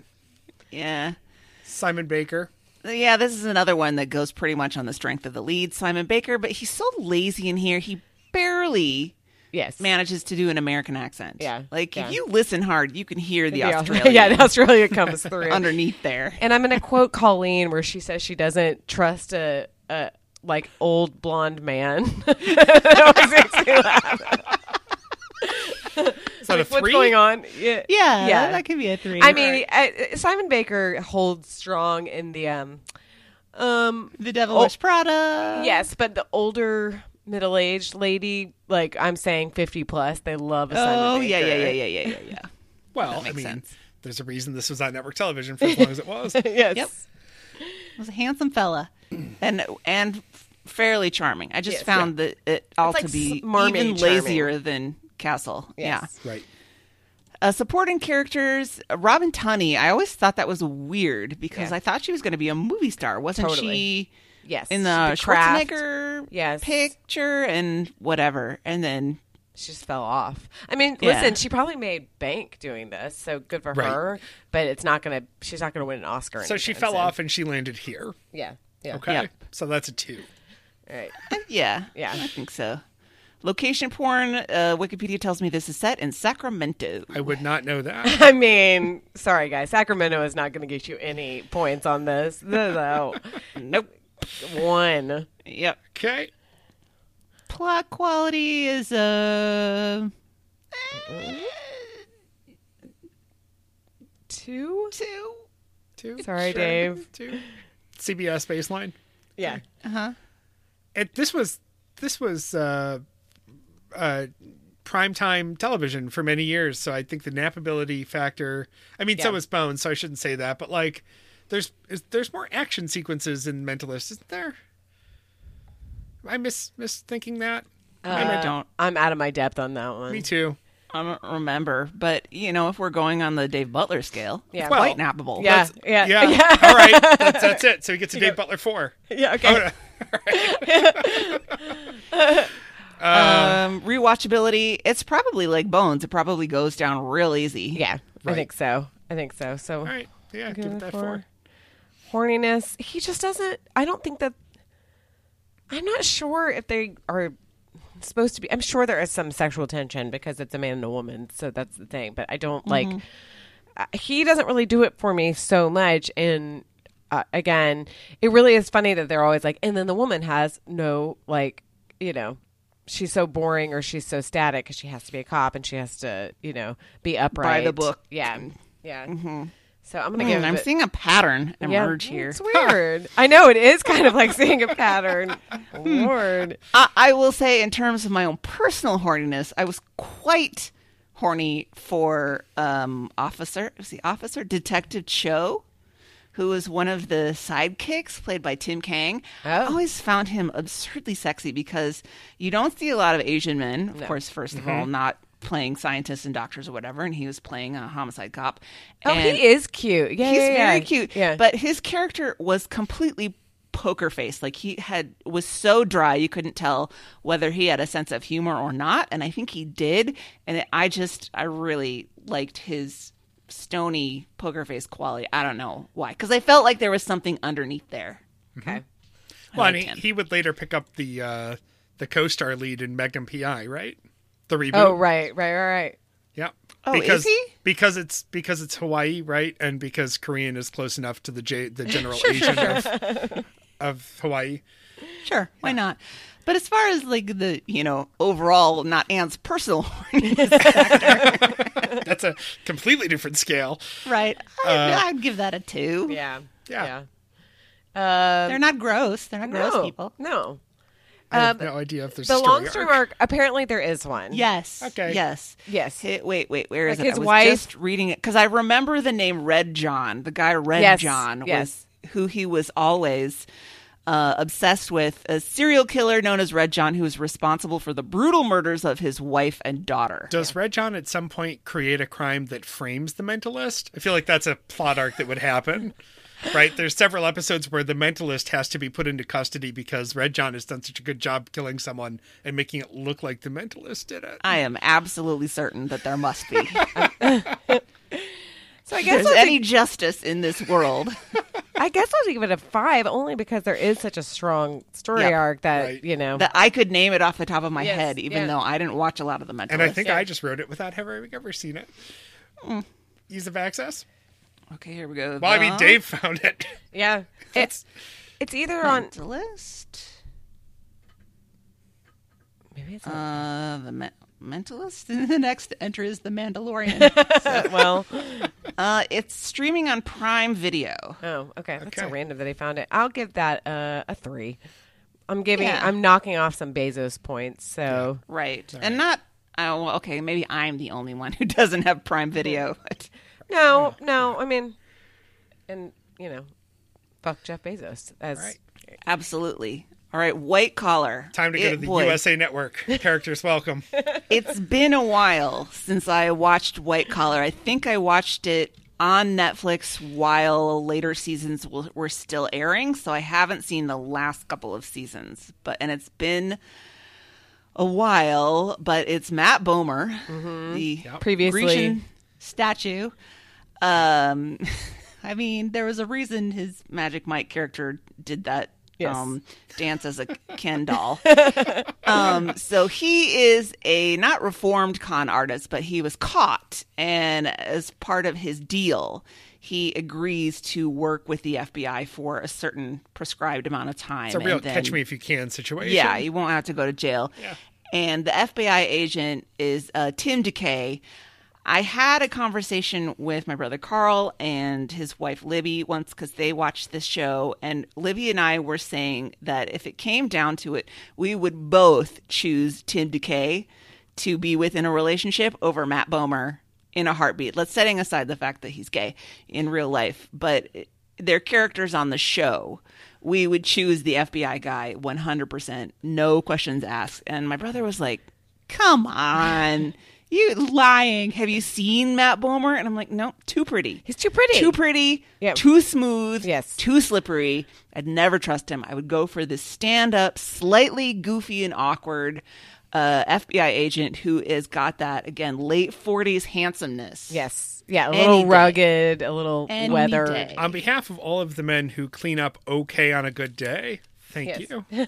Speaker 2: yeah.
Speaker 1: Simon Baker.
Speaker 2: Yeah, this is another one that goes pretty much on the strength of the lead, Simon Baker, but he's so lazy in here. He barely
Speaker 3: Yes.
Speaker 2: manages to do an American accent.
Speaker 3: Yeah,
Speaker 2: Like,
Speaker 3: yeah.
Speaker 2: if you listen hard, you can hear the,
Speaker 3: Yeah.
Speaker 2: Australian
Speaker 3: yeah, the Australia comes through.
Speaker 2: underneath there.
Speaker 3: And I'm going to quote Colleen where she says she doesn't trust a, a like old blonde man. That always makes me laugh.
Speaker 1: Is that a three?
Speaker 3: What's going on? Yeah.
Speaker 4: Yeah,
Speaker 3: Yeah.
Speaker 4: That, that could be a three.
Speaker 3: I mean, uh, Simon Baker holds strong in the um um
Speaker 4: the Devil Wears Prada.
Speaker 3: yes, but the older middle-aged lady like I'm saying 50 plus, they love a Simon
Speaker 2: Oh,
Speaker 3: Baker.
Speaker 2: yeah, yeah, yeah, yeah, yeah, yeah, yeah.
Speaker 1: Well, I
Speaker 2: makes
Speaker 1: mean,
Speaker 2: sense.
Speaker 1: there's a reason this was on network television for as long as it was.
Speaker 3: yes.
Speaker 4: Yep. It was a handsome fella.
Speaker 2: and and fairly charming. I just found that it all
Speaker 3: like
Speaker 2: to be
Speaker 3: s- mermaid
Speaker 2: even
Speaker 3: charming.
Speaker 2: lazier than Castle. Yeah.
Speaker 3: Yes.
Speaker 1: right.
Speaker 2: Uh, supporting characters, uh, Robin Tunney. I always thought that was weird because
Speaker 3: Yeah.
Speaker 2: I thought she was going to be a movie star, wasn't
Speaker 3: Totally.
Speaker 2: she?
Speaker 3: Yes.
Speaker 2: In the,
Speaker 3: craft.
Speaker 2: Schwarzenegger
Speaker 3: Yes.
Speaker 2: picture and whatever, and then
Speaker 3: she just fell off. I mean,
Speaker 2: Yeah.
Speaker 3: listen, she probably made bank doing this, so good for
Speaker 1: Right.
Speaker 3: her. But it's not gonna. She's not gonna win an Oscar.
Speaker 1: So she
Speaker 3: anytime
Speaker 1: fell
Speaker 3: soon.
Speaker 1: off and she landed here.
Speaker 3: Yeah. Yeah.
Speaker 1: Okay.
Speaker 2: Yep.
Speaker 1: So that's a two.
Speaker 3: All right.
Speaker 2: uh, yeah,
Speaker 3: Yeah.
Speaker 2: I think so. Location porn. Uh, Wikipedia tells me this is set in Sacramento.
Speaker 1: I would not know that.
Speaker 3: I mean, sorry guys, Sacramento is not gonna get you any points on this. No.
Speaker 2: Nope.
Speaker 3: One.
Speaker 2: Yep.
Speaker 1: Okay.
Speaker 4: Plot quality is
Speaker 2: uh,
Speaker 4: a
Speaker 3: Two.
Speaker 4: two.
Speaker 1: Two.
Speaker 3: Sorry, Dave.
Speaker 1: Two. CBS baseline.
Speaker 3: Yeah.
Speaker 1: It, this was this was uh, uh, primetime television for many years, so I think the nappability factor. I mean,
Speaker 3: Yeah.
Speaker 1: so was Bones, so I shouldn't say that, but like, there's is, there's more action sequences in Mentalist, isn't there? I miss miss thinking that.
Speaker 2: I
Speaker 3: uh,
Speaker 2: don't.
Speaker 3: I'm out of my depth on that one.
Speaker 1: Me too.
Speaker 2: I don't remember, but you know, if we're going on the Dave Butler scale,
Speaker 3: Yeah.
Speaker 2: it's
Speaker 1: Well,
Speaker 2: quite nappable.
Speaker 3: Yeah. Yeah.
Speaker 1: Yeah. All right. That's, that's it. So we get to Dave Butler four.
Speaker 3: Yeah, Okay.
Speaker 2: Um, rewatchability, it's probably like Bones. It probably goes down real easy.
Speaker 3: Yeah. I
Speaker 1: Right.
Speaker 3: think so. I think so. So.
Speaker 1: All right. Yeah.
Speaker 3: Give
Speaker 1: Give
Speaker 3: it
Speaker 1: it that
Speaker 3: four.
Speaker 1: four.
Speaker 3: horniness. He just doesn't. I don't think that. I'm not sure if they are supposed to be. I'm sure there is some sexual tension because it's a man and a woman, so that's the thing. But I don't like.
Speaker 2: Mm-hmm.
Speaker 3: Uh, he doesn't really do it for me so much, and uh, again, it really is funny that they're always like, and then the woman has no like, you know. She's so boring, or she's so static because she has to be a cop and she has to, you know, be upright
Speaker 2: book.
Speaker 3: Yeah, yeah. So I'm gonna
Speaker 2: Man,
Speaker 3: give.
Speaker 2: Hmm, I'm
Speaker 3: it-
Speaker 2: seeing a pattern
Speaker 3: yeah.
Speaker 2: emerge here.
Speaker 3: It's weird. I know it is kind of like seeing a pattern. Lord.
Speaker 2: I, I will say, in terms of my own personal horniness, I was quite horny for um, Officer. Was the Officer Detective Cho, who was one of the sidekicks played by Tim Kang. I
Speaker 3: Oh.
Speaker 2: always found him absurdly sexy because you don't see a lot of Asian men, of course. First
Speaker 3: Mm-hmm.
Speaker 2: of all, not playing scientists and doctors or whatever, and he was playing a homicide cop.
Speaker 3: Oh,
Speaker 2: and
Speaker 3: he is cute. Yeah,
Speaker 2: he's
Speaker 3: yeah, yeah.
Speaker 2: very cute.
Speaker 3: Yeah,
Speaker 2: But his character was completely poker face. Like he had was so dry you couldn't tell whether he had a sense of humor or not, and I think he did. And it, I just I really liked his stony poker face quality. I don't know why, cuz I felt like there was something underneath there.
Speaker 3: Okay.
Speaker 1: Well, I
Speaker 2: liked
Speaker 1: mean,
Speaker 2: him.
Speaker 1: he would later pick up the uh, the co-star lead in Megan PI, right? The reboot.
Speaker 3: Oh, right, right, right, right.
Speaker 1: Yeah.
Speaker 2: Oh, is
Speaker 1: because,
Speaker 2: he?
Speaker 1: Because it's because it's Hawaii, right? And because Korean is close enough to the J, the general Asian of, of Hawaii.
Speaker 4: Sure, why not?
Speaker 2: But as far as like the, you know, overall not Anne's personal
Speaker 1: That's a completely different scale.
Speaker 4: Right. I'd, I'd give that a two.
Speaker 3: Uh, Yeah.
Speaker 1: Yeah.
Speaker 3: Yeah. Um,
Speaker 4: They're not gross. They're not gross
Speaker 3: no,
Speaker 4: people.
Speaker 3: No.
Speaker 1: I have no idea if there's
Speaker 3: The
Speaker 1: a story
Speaker 3: long story
Speaker 1: arc.
Speaker 3: arc, apparently there is one.
Speaker 4: Yes.
Speaker 1: Okay.
Speaker 2: Yes.
Speaker 3: Yes.
Speaker 2: Hi- wait, wait, where is
Speaker 3: Like
Speaker 2: it?
Speaker 3: his
Speaker 2: I was
Speaker 3: wife-
Speaker 2: just reading it because I remember the name Red John. The guy Red
Speaker 3: Yes,
Speaker 2: John
Speaker 3: yes.
Speaker 2: was who he was always uh, obsessed with. A serial killer known as Red John, who was responsible for the brutal murders of his wife and daughter.
Speaker 1: Does Red John at some point create a crime that frames the mentalist? I feel like that's a plot arc that would happen. Right? There's several episodes where the mentalist has to be put into custody because Red John has done such a good job killing someone and making it look like the mentalist did it.
Speaker 2: I am absolutely certain that there must be. if
Speaker 3: So I guess
Speaker 2: there's
Speaker 3: I'll
Speaker 2: any justice in this world.
Speaker 3: I guess I'll give it a five only because there is such a strong story
Speaker 2: Yeah.
Speaker 3: arc that
Speaker 1: Right.
Speaker 3: you know.
Speaker 2: that I could name it off the top of my
Speaker 3: Yes,
Speaker 2: head, even
Speaker 3: yeah.
Speaker 2: though I didn't watch a lot of the Mentalist.
Speaker 1: And I think I just wrote it without having ever seen it.
Speaker 3: Hmm.
Speaker 1: Ease of access?
Speaker 2: okay, here we go.
Speaker 1: Well, I
Speaker 2: The
Speaker 1: mean, Dave found it.
Speaker 3: yeah, it's it's either on
Speaker 2: Mentalist.
Speaker 3: maybe it's on,
Speaker 2: Uh, the me- Mentalist.
Speaker 4: The next enter is The Mandalorian.
Speaker 3: well.
Speaker 2: Uh, it's streaming on Prime Video.
Speaker 3: Oh, okay, that's so
Speaker 1: Okay.
Speaker 3: random that I found it. I'll give that uh, a three. I'm giving.
Speaker 2: Yeah.
Speaker 3: I'm knocking off some Bezos points. So
Speaker 2: Right. And not, oh, well, okay, maybe I'm the only one who doesn't have Prime Video. But
Speaker 3: no, no. I mean, and you know, fuck Jeff Bezos. As
Speaker 1: Right.
Speaker 2: absolutely. All right, White Collar.
Speaker 1: Time to go
Speaker 2: It
Speaker 1: to the
Speaker 2: would.
Speaker 1: USA Network. Characters welcome.
Speaker 2: It's been a while since I watched White Collar. I think I watched it on Netflix while later seasons w- were still airing, so I haven't seen the last couple of seasons. But and it's been a while, but it's Matt Bomer, the
Speaker 3: Mm-hmm. Previously-
Speaker 2: Grecian
Speaker 4: Statue.
Speaker 2: um i mean there was a reason his magic mike character did that
Speaker 3: Yes.
Speaker 2: um dance as a ken doll um so he is a not reformed con artist but he was caught and as part of his deal he agrees to work with the fbi for a certain prescribed amount of time
Speaker 1: It's a real
Speaker 2: and then-
Speaker 1: catch me if you can situation.
Speaker 2: yeah, you won't have to go to jail. And the FBI agent is uh, Tim DeKay. I had a conversation with my brother Carl and his wife Libby once because they watched this show. And Libby and I were saying that if it came down to it, we would both choose Tim DeKay to be within a relationship over Matt Bomer in a heartbeat. Let's setting aside the fact that he's gay in real life, but their characters on the show, we would choose the FBI guy 100%, no questions asked. And my brother was like, "Come on, you lying. Have you seen Matt Bomer?" And I'm like, "No, too pretty.
Speaker 3: He's too pretty.
Speaker 2: Too pretty.
Speaker 3: Yeah.
Speaker 2: Too smooth.
Speaker 3: Yes.
Speaker 2: Too slippery. I'd never trust him. I would go for this stand up, slightly goofy and awkward uh, FBI agent who has got that, again, late 40s handsomeness.
Speaker 3: yes, yeah, a
Speaker 2: Any
Speaker 3: little
Speaker 2: day.
Speaker 3: rugged, a little
Speaker 4: Any
Speaker 3: weather.
Speaker 4: day.
Speaker 1: On behalf of all of the men who clean up okay on a good day, thank
Speaker 3: Yes.
Speaker 1: you.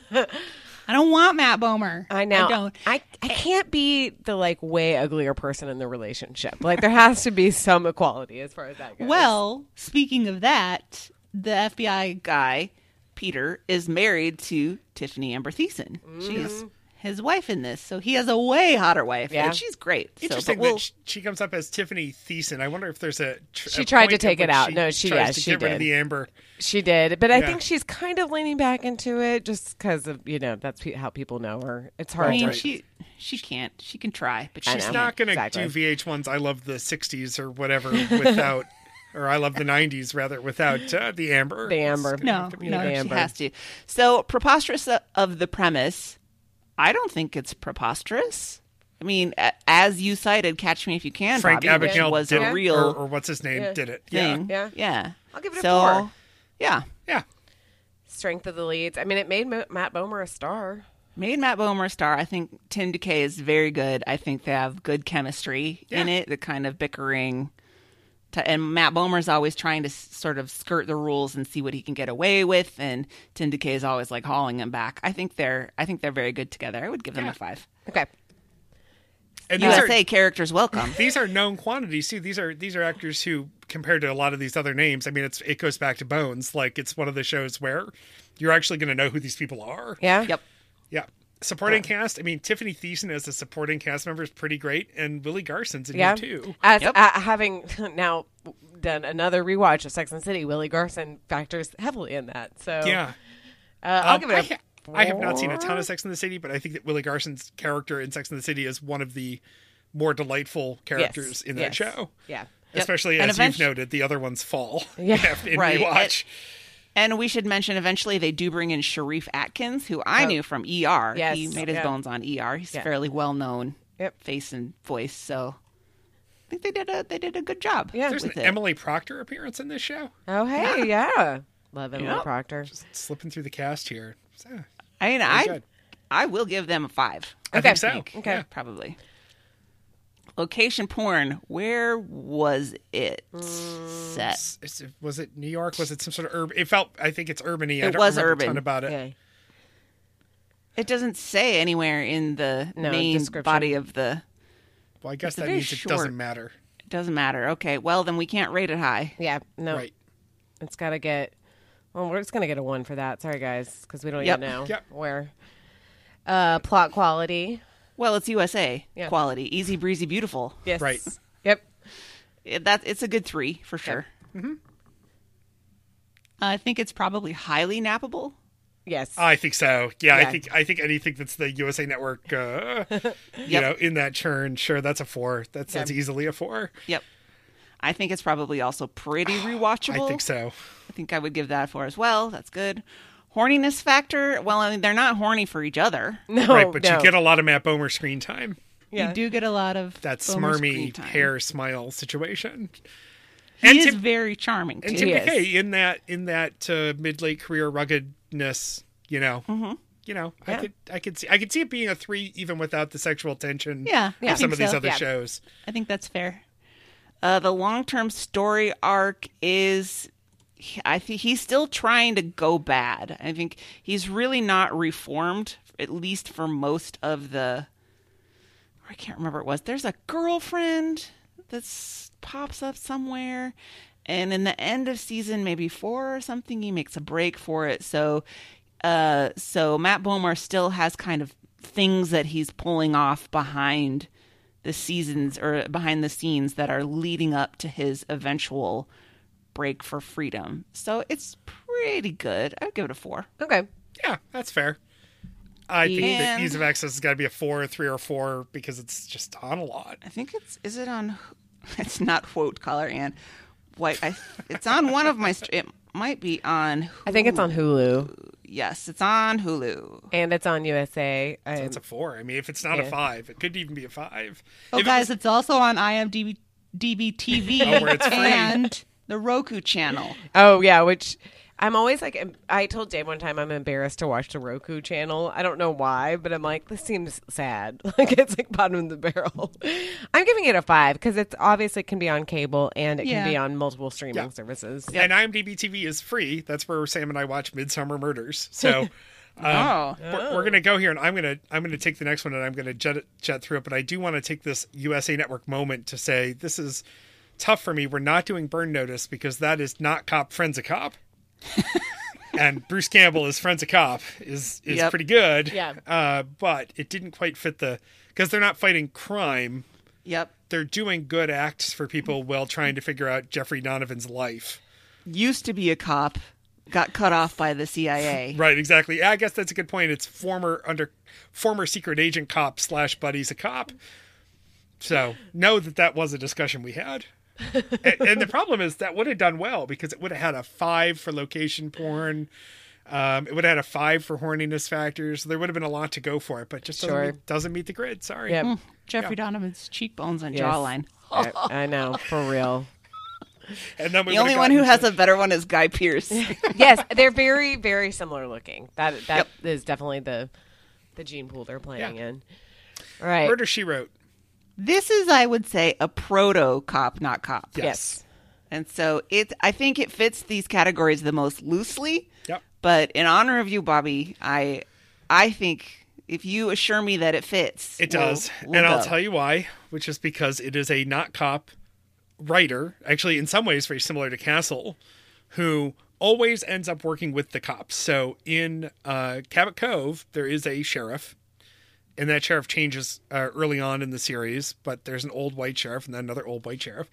Speaker 4: I don't want Matt Bomer.
Speaker 3: I know.
Speaker 4: I don't.
Speaker 3: I, I can't be the like way uglier person in the relationship. Like there has to be some equality as far as that goes.
Speaker 4: Well, speaking of that, the FBI
Speaker 2: Guy, Peter, is married to Tiffany Amber Thiessen. She's
Speaker 4: his wife in this, so
Speaker 2: so he has a way hotter wife,
Speaker 3: Mm-hmm. Yeah.
Speaker 2: and she's great. So, but
Speaker 1: Interesting
Speaker 2: we'll-
Speaker 1: that sh- she comes up as Tiffany Thiessen. I wonder if there's a. Tr-
Speaker 3: She
Speaker 1: a
Speaker 3: tried to
Speaker 1: point at
Speaker 3: take it
Speaker 1: which
Speaker 3: out. No, she-
Speaker 1: tries
Speaker 3: yeah,
Speaker 1: to
Speaker 3: she
Speaker 1: get rid of
Speaker 3: did.
Speaker 1: the amber.
Speaker 3: she did, but I
Speaker 1: Yeah.
Speaker 3: think she's kind of leaning back into it just because of you know that's pe- how people know her. It's hard.
Speaker 4: I mean,
Speaker 3: to,
Speaker 4: she she can't. She can try, but
Speaker 3: I
Speaker 4: she's
Speaker 3: know.
Speaker 1: She's not going to
Speaker 3: exactly.
Speaker 1: do VH1's "I Love the '60s" or whatever without, or "I Love the '90s" rather without uh, the amber.
Speaker 3: The Amber.
Speaker 4: No,
Speaker 1: Give me
Speaker 4: no,
Speaker 1: the
Speaker 4: she
Speaker 3: Amber.
Speaker 4: has
Speaker 2: has to. So preposterous o- of the premise, I don't think it's preposterous. I mean, a- as you cited, "Catch Me If You Can,"
Speaker 1: Frank
Speaker 2: Bobby, which
Speaker 1: Abagnale
Speaker 2: was
Speaker 1: did
Speaker 2: a
Speaker 1: it,
Speaker 2: real
Speaker 1: or, or what's his name did it.
Speaker 2: thing.
Speaker 3: Yeah.
Speaker 2: yeah.
Speaker 3: I'll give it a
Speaker 2: so,
Speaker 3: four.
Speaker 2: Yeah,
Speaker 1: Yeah, yeah.
Speaker 3: strength of the leads. I mean, it made Mo- Matt Bomer a star.
Speaker 2: Made Matt Bomer a star. I think Tim Decay is very good. I think they have good chemistry in
Speaker 1: Yeah.
Speaker 2: it. The kind of bickering, to, and Matt Bomer's always trying to s- sort of skirt the rules and see what he can get away with. And Tim Decay is always like hauling him back. I think they're I think they're very good together. I would give them
Speaker 1: Yeah.
Speaker 2: a five.
Speaker 3: Okay.
Speaker 1: And these are
Speaker 2: USA characters welcome.
Speaker 1: these are known quantities too. These are these are actors who, compared to a lot of these other names, I mean, it's it goes back to Bones. Like it's one of the shows where you're actually going to know who these people are.
Speaker 3: Yeah.
Speaker 2: yep.
Speaker 1: Yeah. Supporting cast. I mean, Tiffany Thiessen as a supporting cast member is pretty great, and Willie Garson's in
Speaker 3: Yeah.
Speaker 1: here too.
Speaker 3: As
Speaker 2: Yep.
Speaker 3: uh, having now done another rewatch of Sex and the City, Willie Garson factors heavily in that. So
Speaker 1: Yeah.
Speaker 3: uh, I'll
Speaker 1: Um,
Speaker 3: give it.
Speaker 1: I
Speaker 3: a
Speaker 1: ha- I have not seen a ton of Sex in the City, but I think that Willie Garson's character in Sex in the City is one of the more delightful
Speaker 3: Yes.
Speaker 1: characters in
Speaker 3: Yes.
Speaker 1: that show.
Speaker 3: Yeah.
Speaker 1: Especially
Speaker 2: And
Speaker 1: as
Speaker 2: eventu-
Speaker 1: you've noted, the other ones fall
Speaker 3: Yeah.
Speaker 1: in
Speaker 2: Right.
Speaker 1: rewatch.
Speaker 2: And we should mention eventually they do bring in Sharif Atkins, who I knew from ER.
Speaker 3: Yes.
Speaker 2: He made his
Speaker 3: Yeah.
Speaker 2: bones on ER. He's
Speaker 3: Yeah.
Speaker 2: a fairly well known
Speaker 3: Yep.
Speaker 2: face and voice, so I think they did a they did a good job
Speaker 3: Yeah.
Speaker 1: There's an
Speaker 2: with it.
Speaker 1: Emily Proctor appearance in this show.
Speaker 3: Oh hey, yeah. Love Emily
Speaker 2: Yep.
Speaker 3: Proctor.
Speaker 1: Just slipping through the cast here. So,
Speaker 2: I mean I
Speaker 1: good.
Speaker 2: I will give them a five.
Speaker 1: I
Speaker 3: Okay.
Speaker 1: think so.
Speaker 3: Okay.
Speaker 1: Yeah.
Speaker 2: Probably. Location porn, where was it set?
Speaker 1: It's- it's- was it New York? Was it some sort of urban? It felt. I think it's urban. I
Speaker 2: It
Speaker 1: don't
Speaker 2: was
Speaker 1: remember a
Speaker 2: urban.
Speaker 1: ton about it.
Speaker 3: Okay.
Speaker 2: It doesn't say anywhere in the
Speaker 3: No,
Speaker 2: main
Speaker 3: description.
Speaker 2: body of the
Speaker 1: Well, I guess
Speaker 2: a
Speaker 1: that
Speaker 2: very
Speaker 1: means it
Speaker 2: short-
Speaker 1: doesn't matter,
Speaker 2: it doesn't matter. Okay. Well then we can't rate it high.
Speaker 3: Yeah. No.
Speaker 1: right?
Speaker 3: It's got to get. Well, we're just gonna get a one for that. Sorry, guys, because we don't
Speaker 2: Yep.
Speaker 3: even know
Speaker 1: Yep.
Speaker 3: where. Uh, plot quality.
Speaker 2: Well, it's USA
Speaker 3: Yeah.
Speaker 2: quality, easy breezy, beautiful.
Speaker 3: Yes.
Speaker 1: Right.
Speaker 3: Yep.
Speaker 2: It, that it's a good three for sure.
Speaker 1: Mm-hmm.
Speaker 2: I think it's probably highly nappable.
Speaker 3: Yes.
Speaker 1: I think so. Yeah,
Speaker 3: Yeah.
Speaker 1: I think I think anything that's the USA Network, uh, you
Speaker 2: Yep.
Speaker 1: know, in that churn, sure, that's a four. That's that's easily a four.
Speaker 2: Yep. I think it's probably also pretty rewatchable.
Speaker 1: I think so.
Speaker 2: I think I would give that a four as well. That's good. Horniness factor. Well, I mean, they're not horny for each other.
Speaker 3: No.
Speaker 1: right, but
Speaker 3: no.
Speaker 1: you get a lot of Matt Bomer screen time.
Speaker 3: Yeah.
Speaker 4: You do get a lot of
Speaker 1: That
Speaker 4: Bomer screen
Speaker 1: smirmy
Speaker 4: time.
Speaker 1: hair smile situation.
Speaker 4: He
Speaker 1: And
Speaker 4: is
Speaker 1: Tim-
Speaker 4: very charming too.
Speaker 1: And Tim
Speaker 3: He is.
Speaker 1: McKay in that in that uh, mid late career ruggedness, you know,
Speaker 4: Mm-hmm.
Speaker 1: you know, I
Speaker 3: Yeah.
Speaker 1: could I could see I could see it being a three even without the sexual tension.
Speaker 4: Yeah,
Speaker 1: of
Speaker 4: I
Speaker 1: some
Speaker 4: think
Speaker 1: of these
Speaker 4: so.
Speaker 1: other
Speaker 3: Yeah.
Speaker 1: shows.
Speaker 4: I think that's fair.
Speaker 2: Uh, the long-term story arc is, he- I think he's still trying to go bad. I think he's really not reformed, at least for most of the. I can't remember what it was. There's a girlfriend that s- pops up somewhere, and in the end of season maybe four or something, he makes a break for it. So, uh, so Matt Bomer still has kind of things that he's pulling off behind the seasons or behind the scenes that are leading up to his eventual break for freedom. So it's pretty good. I'd give it a four.
Speaker 3: Okay.
Speaker 1: Yeah, that's fair. I think
Speaker 2: And-
Speaker 1: the ease of access has got to be a four, a three, or four because it's just on a lot.
Speaker 2: I think it's is it on? It's not quote collar and white. I, it's on one of my. str- It might be on.
Speaker 3: I think it's on Hulu
Speaker 2: Yes, it's on Hulu. Oh,
Speaker 3: and it's on USA. I,
Speaker 1: It's a four. I mean, if it's not
Speaker 3: Yeah.
Speaker 1: a five, it could even be a five.
Speaker 4: Oh,
Speaker 1: If it
Speaker 4: guys, it's also on IMDb DB TV
Speaker 1: Oh, where it's free.
Speaker 4: and
Speaker 2: The Roku channel.
Speaker 3: oh yeah, which I'm always like. em- I told Dave one time I'm embarrassed to watch the Roku channel. I don't know why, but I'm like, this seems sad. Like it's like bottom of the barrel. I'm giving it a five because it's obviously can be on cable and it
Speaker 4: Yeah.
Speaker 3: can be on multiple streaming
Speaker 1: Yeah.
Speaker 3: services.
Speaker 1: And IMDb TV is free. That's where Sam and I watch Midsummer Murders. So um,
Speaker 2: Oh.
Speaker 1: we're, we're gonna go here, and I'm gonna I'm gonna take the next one, and I'm gonna jet it- jet through it. But I do want to take this USA Network moment to say this is tough for me. We're not doing Burn Notice because that is not cop friends a cop. and Bruce Campbell is friends a cop is is
Speaker 2: Yep.
Speaker 1: pretty good.
Speaker 3: Yeah.
Speaker 1: Uh, but it didn't quite fit the because they're not fighting crime.
Speaker 2: Yep.
Speaker 1: They're doing good acts for people while trying to figure out Jeffrey Donovan's life.
Speaker 2: Used to be a cop, got cut off by the CIA.
Speaker 1: Right, exactly. I guess that's a good point. It's former under former secret agent cop slash buddy's a cop. So know that that was a discussion we had. and, and the problem is that would have done well because it would have had a five for location porn. Um, it would have had a five for horniness factors. There would have been a lot to go for it, but just doesn't,
Speaker 3: Sure.
Speaker 1: meet, doesn't meet the grid. Sorry.
Speaker 3: Yep.
Speaker 4: Jeffrey Donovan's cheekbones and
Speaker 3: Yes.
Speaker 4: jawline.
Speaker 3: I, I know for real.
Speaker 1: And then we
Speaker 2: The only one who has a better one is Guy Pierce.
Speaker 3: yes, they're very, very similar looking. That that is definitely the the gene pool they're playing
Speaker 1: Yeah.
Speaker 3: in. All right.
Speaker 1: murder she wrote.
Speaker 2: this is, I would say, a proto cop, not cop.
Speaker 1: Yes.
Speaker 3: Yes.
Speaker 2: And so it, I think it fits these categories the most loosely.
Speaker 1: Yep.
Speaker 2: But in honor of you, Bobby, I, I think if you assure me that it fits,
Speaker 1: It does. and I'll tell you why, which is because it is a not cop writer, actually, in some ways, very similar to Castle, who always ends up working with the cops. So in uh, Cabot Cove, there is a sheriff, and that sheriff changes uh, early on in the series, but there's an old white sheriff and then another old white sheriff.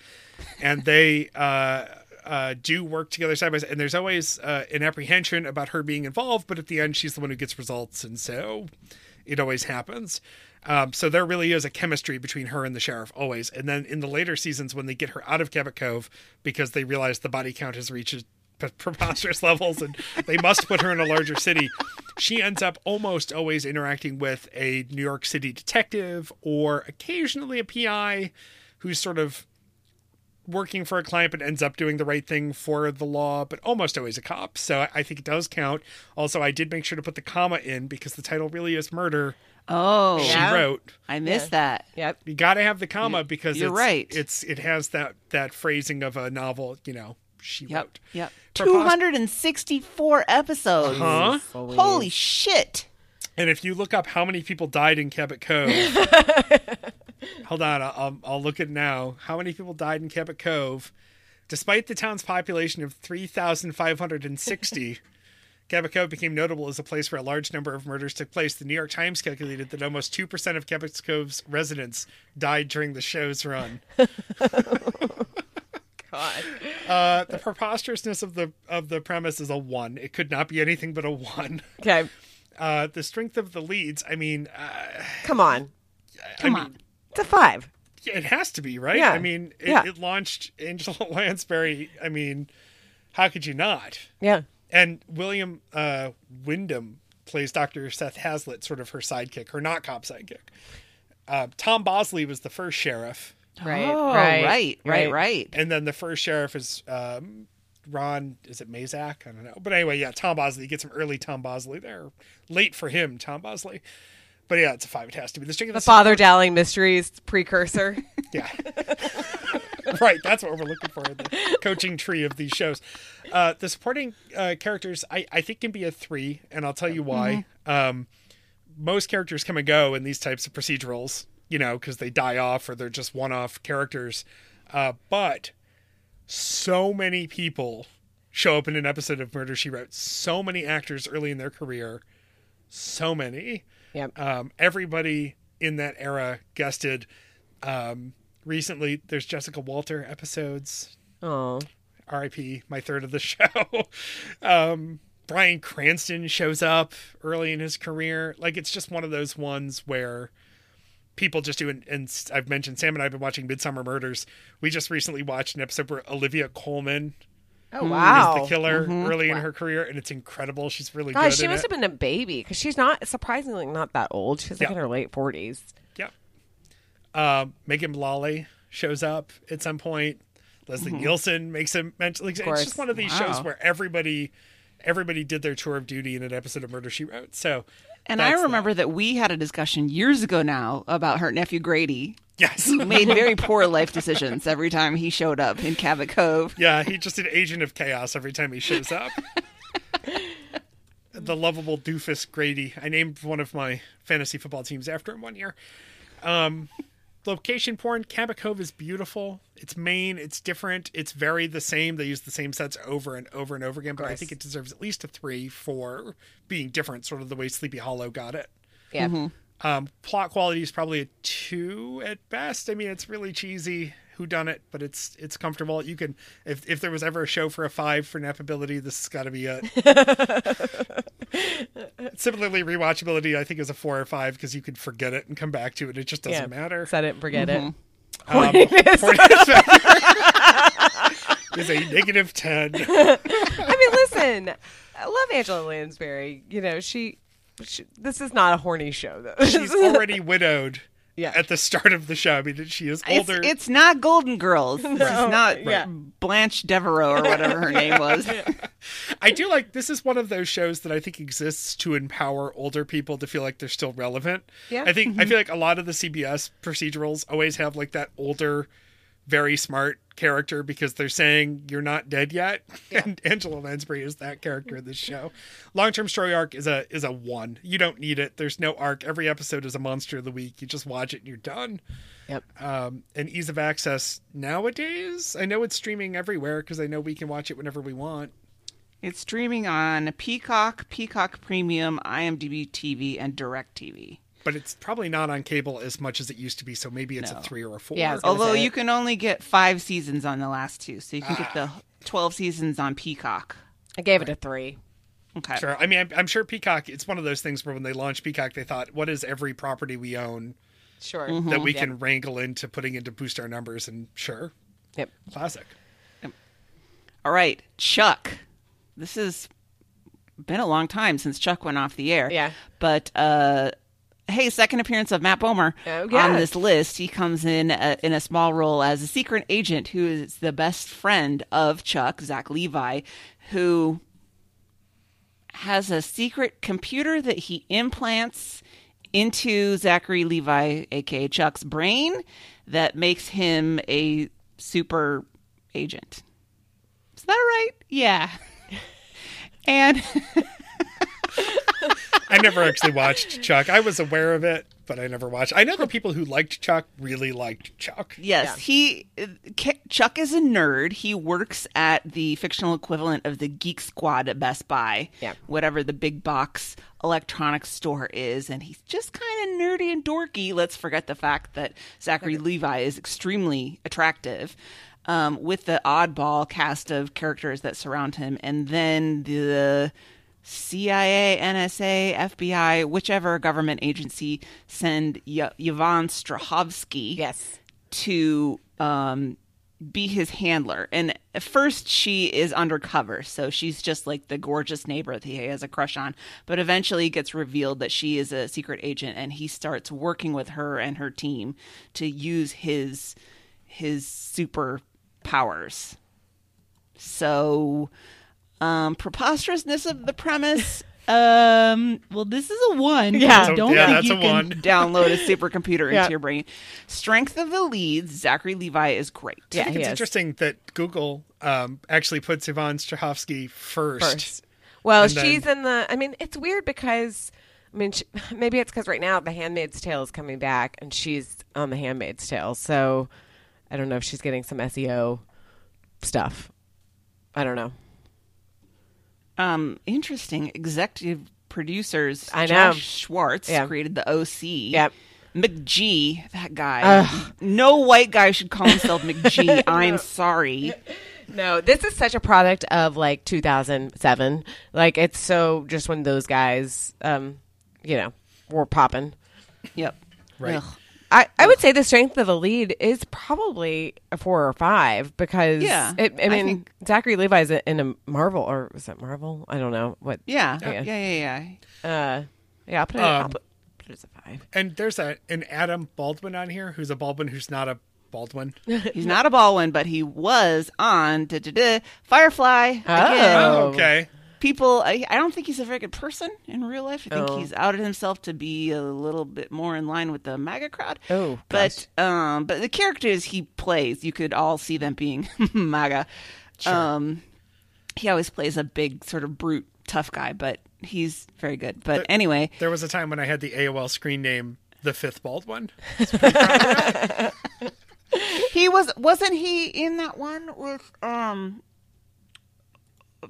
Speaker 1: And they. Uh, uh, do work together side by side, and there's always uh, an apprehension about her being involved, but at the end, she's the one who gets results, and so it always happens. Um, so there really is a chemistry between her and the sheriff always. And then in the later seasons, when they get her out of Cabot Cove because they realize the body count has reached pre- preposterous levels and they must put her in a larger city, she ends up almost always interacting with a New York City detective or occasionally a PI who's sort of working for a client but ends up doing the right thing for the law, but almost always a cop. So I- I think it does count. Also, I did make sure to put the comma in because the title really is murder.
Speaker 2: Oh,
Speaker 1: She
Speaker 3: Yeah.
Speaker 1: wrote.
Speaker 2: I missed
Speaker 3: Yeah.
Speaker 2: that.
Speaker 3: Yep.
Speaker 1: You got to have the comma because
Speaker 2: you're
Speaker 1: it's,
Speaker 2: right.
Speaker 1: It's it has that that phrasing of a novel. You know, she
Speaker 2: Yep.
Speaker 1: wrote.
Speaker 2: Yep.
Speaker 1: Prepos-
Speaker 2: 264 episodes.
Speaker 1: Huh?
Speaker 2: Holy shit.
Speaker 1: And if you look up how many people died in Cabot Cove, hold on, I'll- I'll, I'll look at now. How many people died in Cabot Cove? Despite the town's population of 3,560, Cabot Cove became notable as a place where a large number of murders took place. The New York Times calculated that almost 2% of Cabot Cove's residents died during the show's run.
Speaker 3: God.
Speaker 1: Uh, the preposterousness of the of the premise is a one. It could not be anything but a one.
Speaker 3: Okay.
Speaker 1: Uh, the strength of the leads. I mean, uh,
Speaker 3: Come on.
Speaker 1: Come I mean,
Speaker 3: It's a five.
Speaker 1: it has to be right.
Speaker 3: Yeah.
Speaker 1: I mean, it,
Speaker 3: Yeah.
Speaker 1: it launched Angela Lansbury. I mean, how could you not?
Speaker 3: Yeah.
Speaker 1: And William uh, Wyndham plays Dr. Seth Hazlitt, sort of her sidekick, her not cop sidekick. Uh, Tom Bosley was the first sheriff,
Speaker 3: Right.
Speaker 2: Oh,
Speaker 3: right.
Speaker 2: right. Right. Right.
Speaker 1: and then the first sheriff is um, Ron. Is it Mazak? I don't know. But anyway, yeah, Tom Bosley. You get some early Tom Bosley there. Late for him, Tom Bosley. But yeah, it's a five. It has to be the string of
Speaker 3: The
Speaker 1: the
Speaker 3: Father Dowling Mysteries precursor.
Speaker 1: Yeah. right. That's what we're looking for in the coaching tree of these shows. Uh, the supporting uh, characters, I, I think, can be a three, and I'll tell you why. Um, most characters come and go in these types of procedurals, you know, because they die off or they're just one off characters. Uh, but so many people show up in an episode of Murder She Wrote. So many actors early in their career. So many
Speaker 3: yep.
Speaker 1: um, everybody in that era guested. Um, recently, there's Jessica Walter episodes.
Speaker 3: Oh.
Speaker 1: R.I.P. My third of the show. um, Brian Cranston shows up early in his career. Like it's just one of those ones where people just do. And, and s- I've mentioned Sam and I've been watching Midsummer Murders. We just recently watched an episode where Olivia Coleman
Speaker 3: Oh
Speaker 1: is
Speaker 3: wow.
Speaker 1: the killer early in her career, and it's incredible. She's really
Speaker 3: Gosh,
Speaker 1: good.
Speaker 3: she
Speaker 1: in
Speaker 3: must
Speaker 1: it.
Speaker 3: have been a baby because she's not surprisingly not that old. She's like
Speaker 1: Yeah.
Speaker 3: in her late forties.
Speaker 1: Yep. Um, Megan Lolly shows up at some point. Leslie Nielsen makes a mention. Like, it's
Speaker 3: course.
Speaker 1: just one of these
Speaker 2: Mm-hmm. Wow.
Speaker 1: shows where everybody, everybody did their tour of duty in an episode of Murder She Wrote. So,
Speaker 2: And
Speaker 1: that's uh,
Speaker 2: I remember that we had a discussion years ago now about her nephew Grady
Speaker 1: that. yes,
Speaker 2: made very poor life decisions every time he showed up in Cabot Cove.
Speaker 1: yeah, he's just an agent of chaos every time he shows up. the lovable doofus Grady. I named one of my fantasy football teams after him one year. Um, location porn cabot cove is beautiful it's maine it's different it's very the same they use the same sets over and over and over again but i think it deserves at least a three for being different sort of the way sleepy hollow got it
Speaker 3: Yeah.
Speaker 1: um, plot quality is probably a two at best i mean it's really cheesy who done it but it's it's comfortable you can if if there was ever a show for a five for nappability this has got to be it similarly rewatchability i think is a four or five because you could forget it and come back to it it just doesn't
Speaker 3: yeah.
Speaker 1: matter
Speaker 3: Set it and forget it.
Speaker 1: um, Horniness factor is a negative 10.
Speaker 3: I mean, listen, I love Angela Lansbury. You know, she, she this is not a horny show though.
Speaker 1: She's already widowed
Speaker 3: Yeah.
Speaker 1: at the start of the show. I mean, that she is older.
Speaker 2: It's, it's not Golden Girls. It's not
Speaker 3: yeah.
Speaker 2: Blanche Devereaux or whatever her name was.
Speaker 1: I do like this is one of those shows that I think exists to empower older people to feel like they're still relevant.
Speaker 3: Yeah.
Speaker 1: I think I feel like a lot of the CBS procedurals always have like that older, very smart character because they're saying you're not dead yet. And Angela Lansbury is that character in this show. Long term story arc is a is a one. You don't need it. There's no arc. Every episode is a monster of the week. You just watch it and you're done
Speaker 3: Yep.
Speaker 1: um, and ease of access nowadays. I know it's streaming everywhere because I know we can watch it whenever we want.
Speaker 2: It's streaming on Peacock, Peacock Premium, IMDb TV, and DirecTV.
Speaker 1: But it's probably not on cable as much as it used to be. So maybe it's a three or a four.
Speaker 3: Yeah, I was gonna
Speaker 2: Although
Speaker 3: say
Speaker 2: you
Speaker 3: it.
Speaker 2: can only get five seasons on the last two, so you can get the
Speaker 3: Ah.
Speaker 2: 12 seasons on Peacock.
Speaker 3: I gave it a three.
Speaker 2: Okay.
Speaker 1: Sure. I mean, I'm, I'm sure Peacock. It's one of those things where when they launched Peacock, they thought, "What is every property we own
Speaker 3: Sure.
Speaker 1: that we
Speaker 3: Mm-hmm. Yep.
Speaker 1: can wrangle into putting into boost our numbers?" And sure,
Speaker 3: Yep.
Speaker 1: classic.
Speaker 2: All right, Chuck. This has been a long time since Chuck went off the air.
Speaker 3: Yeah.
Speaker 2: But uh, hey, second appearance of Matt Bomer
Speaker 3: Oh, yeah.
Speaker 2: on this list. He comes in uh, in a small role as a secret agent who is the best friend of Chuck, Zach Levi, who has a secret computer that he implants into Zachary Levi, aka Chuck's brain, that makes him a super agent. Is that right?
Speaker 4: Yeah.
Speaker 2: And
Speaker 1: I never actually watched Chuck. I was aware of it, but I never watched. I know the people who liked Chuck really liked Chuck.
Speaker 2: yes, he K- Chuck is a nerd. He works at the fictional equivalent of the Geek Squad at Best Buy,
Speaker 3: Yeah.
Speaker 2: whatever the big box electronics store is, and he's just kind of nerdy and dorky. Let's forget the fact that Zachary Levi is extremely attractive. Um, with the oddball cast of characters that surround him, and then the CIA, NSA, FBI, whichever government agency send y- Yvonne Strahovski
Speaker 3: Yes.
Speaker 2: to um, be his handler. And at first, she is undercover, so she's just like the gorgeous neighbor that he has a crush on. But eventually, it gets revealed that she is a secret agent, and he starts working with her and her team to use his his super powers. So, um, preposterousness of the premise.
Speaker 4: Um. Well, this is a one. 'cause
Speaker 3: Yeah.
Speaker 4: I don't
Speaker 1: yeah,
Speaker 4: think
Speaker 1: that's
Speaker 4: you
Speaker 1: a
Speaker 4: can-
Speaker 1: one.
Speaker 2: download a supercomputer into
Speaker 3: Yeah.
Speaker 2: your brain. Strength of the leads, Zachary Levi is great.
Speaker 3: Yeah.
Speaker 1: I think
Speaker 3: he
Speaker 1: it's
Speaker 3: is.
Speaker 1: interesting that Google um, actually puts Yvonne Strahovski first.
Speaker 3: first. Well,
Speaker 1: then-
Speaker 3: she's in the. I mean, it's weird because I mean, she, maybe it's because right now The Handmaid's Tale is coming back, and she's on The Handmaid's Tale. So I don't know if she's getting some SEO stuff. I don't know.
Speaker 2: Um, interesting. Executive producers
Speaker 3: I know.
Speaker 2: Josh Schwartz
Speaker 3: Yeah.
Speaker 2: created the OC.
Speaker 3: Yep.
Speaker 2: McGee, that guy. No white guy should call himself McGee. I'm sorry.
Speaker 3: No, this is such a product of like 2007. Like it's so just when those guys, um, you know, were popping.
Speaker 2: Yep.
Speaker 1: Right.
Speaker 2: Ugh.
Speaker 3: I, I would say the strength of the lead is probably a four or five because
Speaker 2: Yeah,
Speaker 3: it, I
Speaker 2: I
Speaker 3: mean
Speaker 2: think-
Speaker 3: Zachary Levi's in a Marvel or was that Marvel? I don't know what.
Speaker 2: Yeah.
Speaker 3: Yeah.
Speaker 2: Yeah. Yeah. Yeah.
Speaker 3: Uh, yeah, I'll put it. I'll
Speaker 1: Um,
Speaker 3: put, put it as a five.
Speaker 1: And there's a an Adam Baldwin on here who's a Baldwin who's not a Baldwin. Oh,
Speaker 2: He's not a Baldwin, but he was on da, da, da, Firefly. Again.
Speaker 3: Oh.
Speaker 1: okay.
Speaker 2: people I, I don't think he's a very good person in real life i think
Speaker 3: Oh.
Speaker 2: he's outed himself to be a little bit more in line with the maga crowd
Speaker 3: Oh,
Speaker 2: but um but the characters he plays you could all see them being maga um he always plays a big sort of brute tough guy but he's very good but anyway
Speaker 1: There was a time when I had the AOL screen name the fifth Baldwin.
Speaker 2: he was wasn't he in that one with um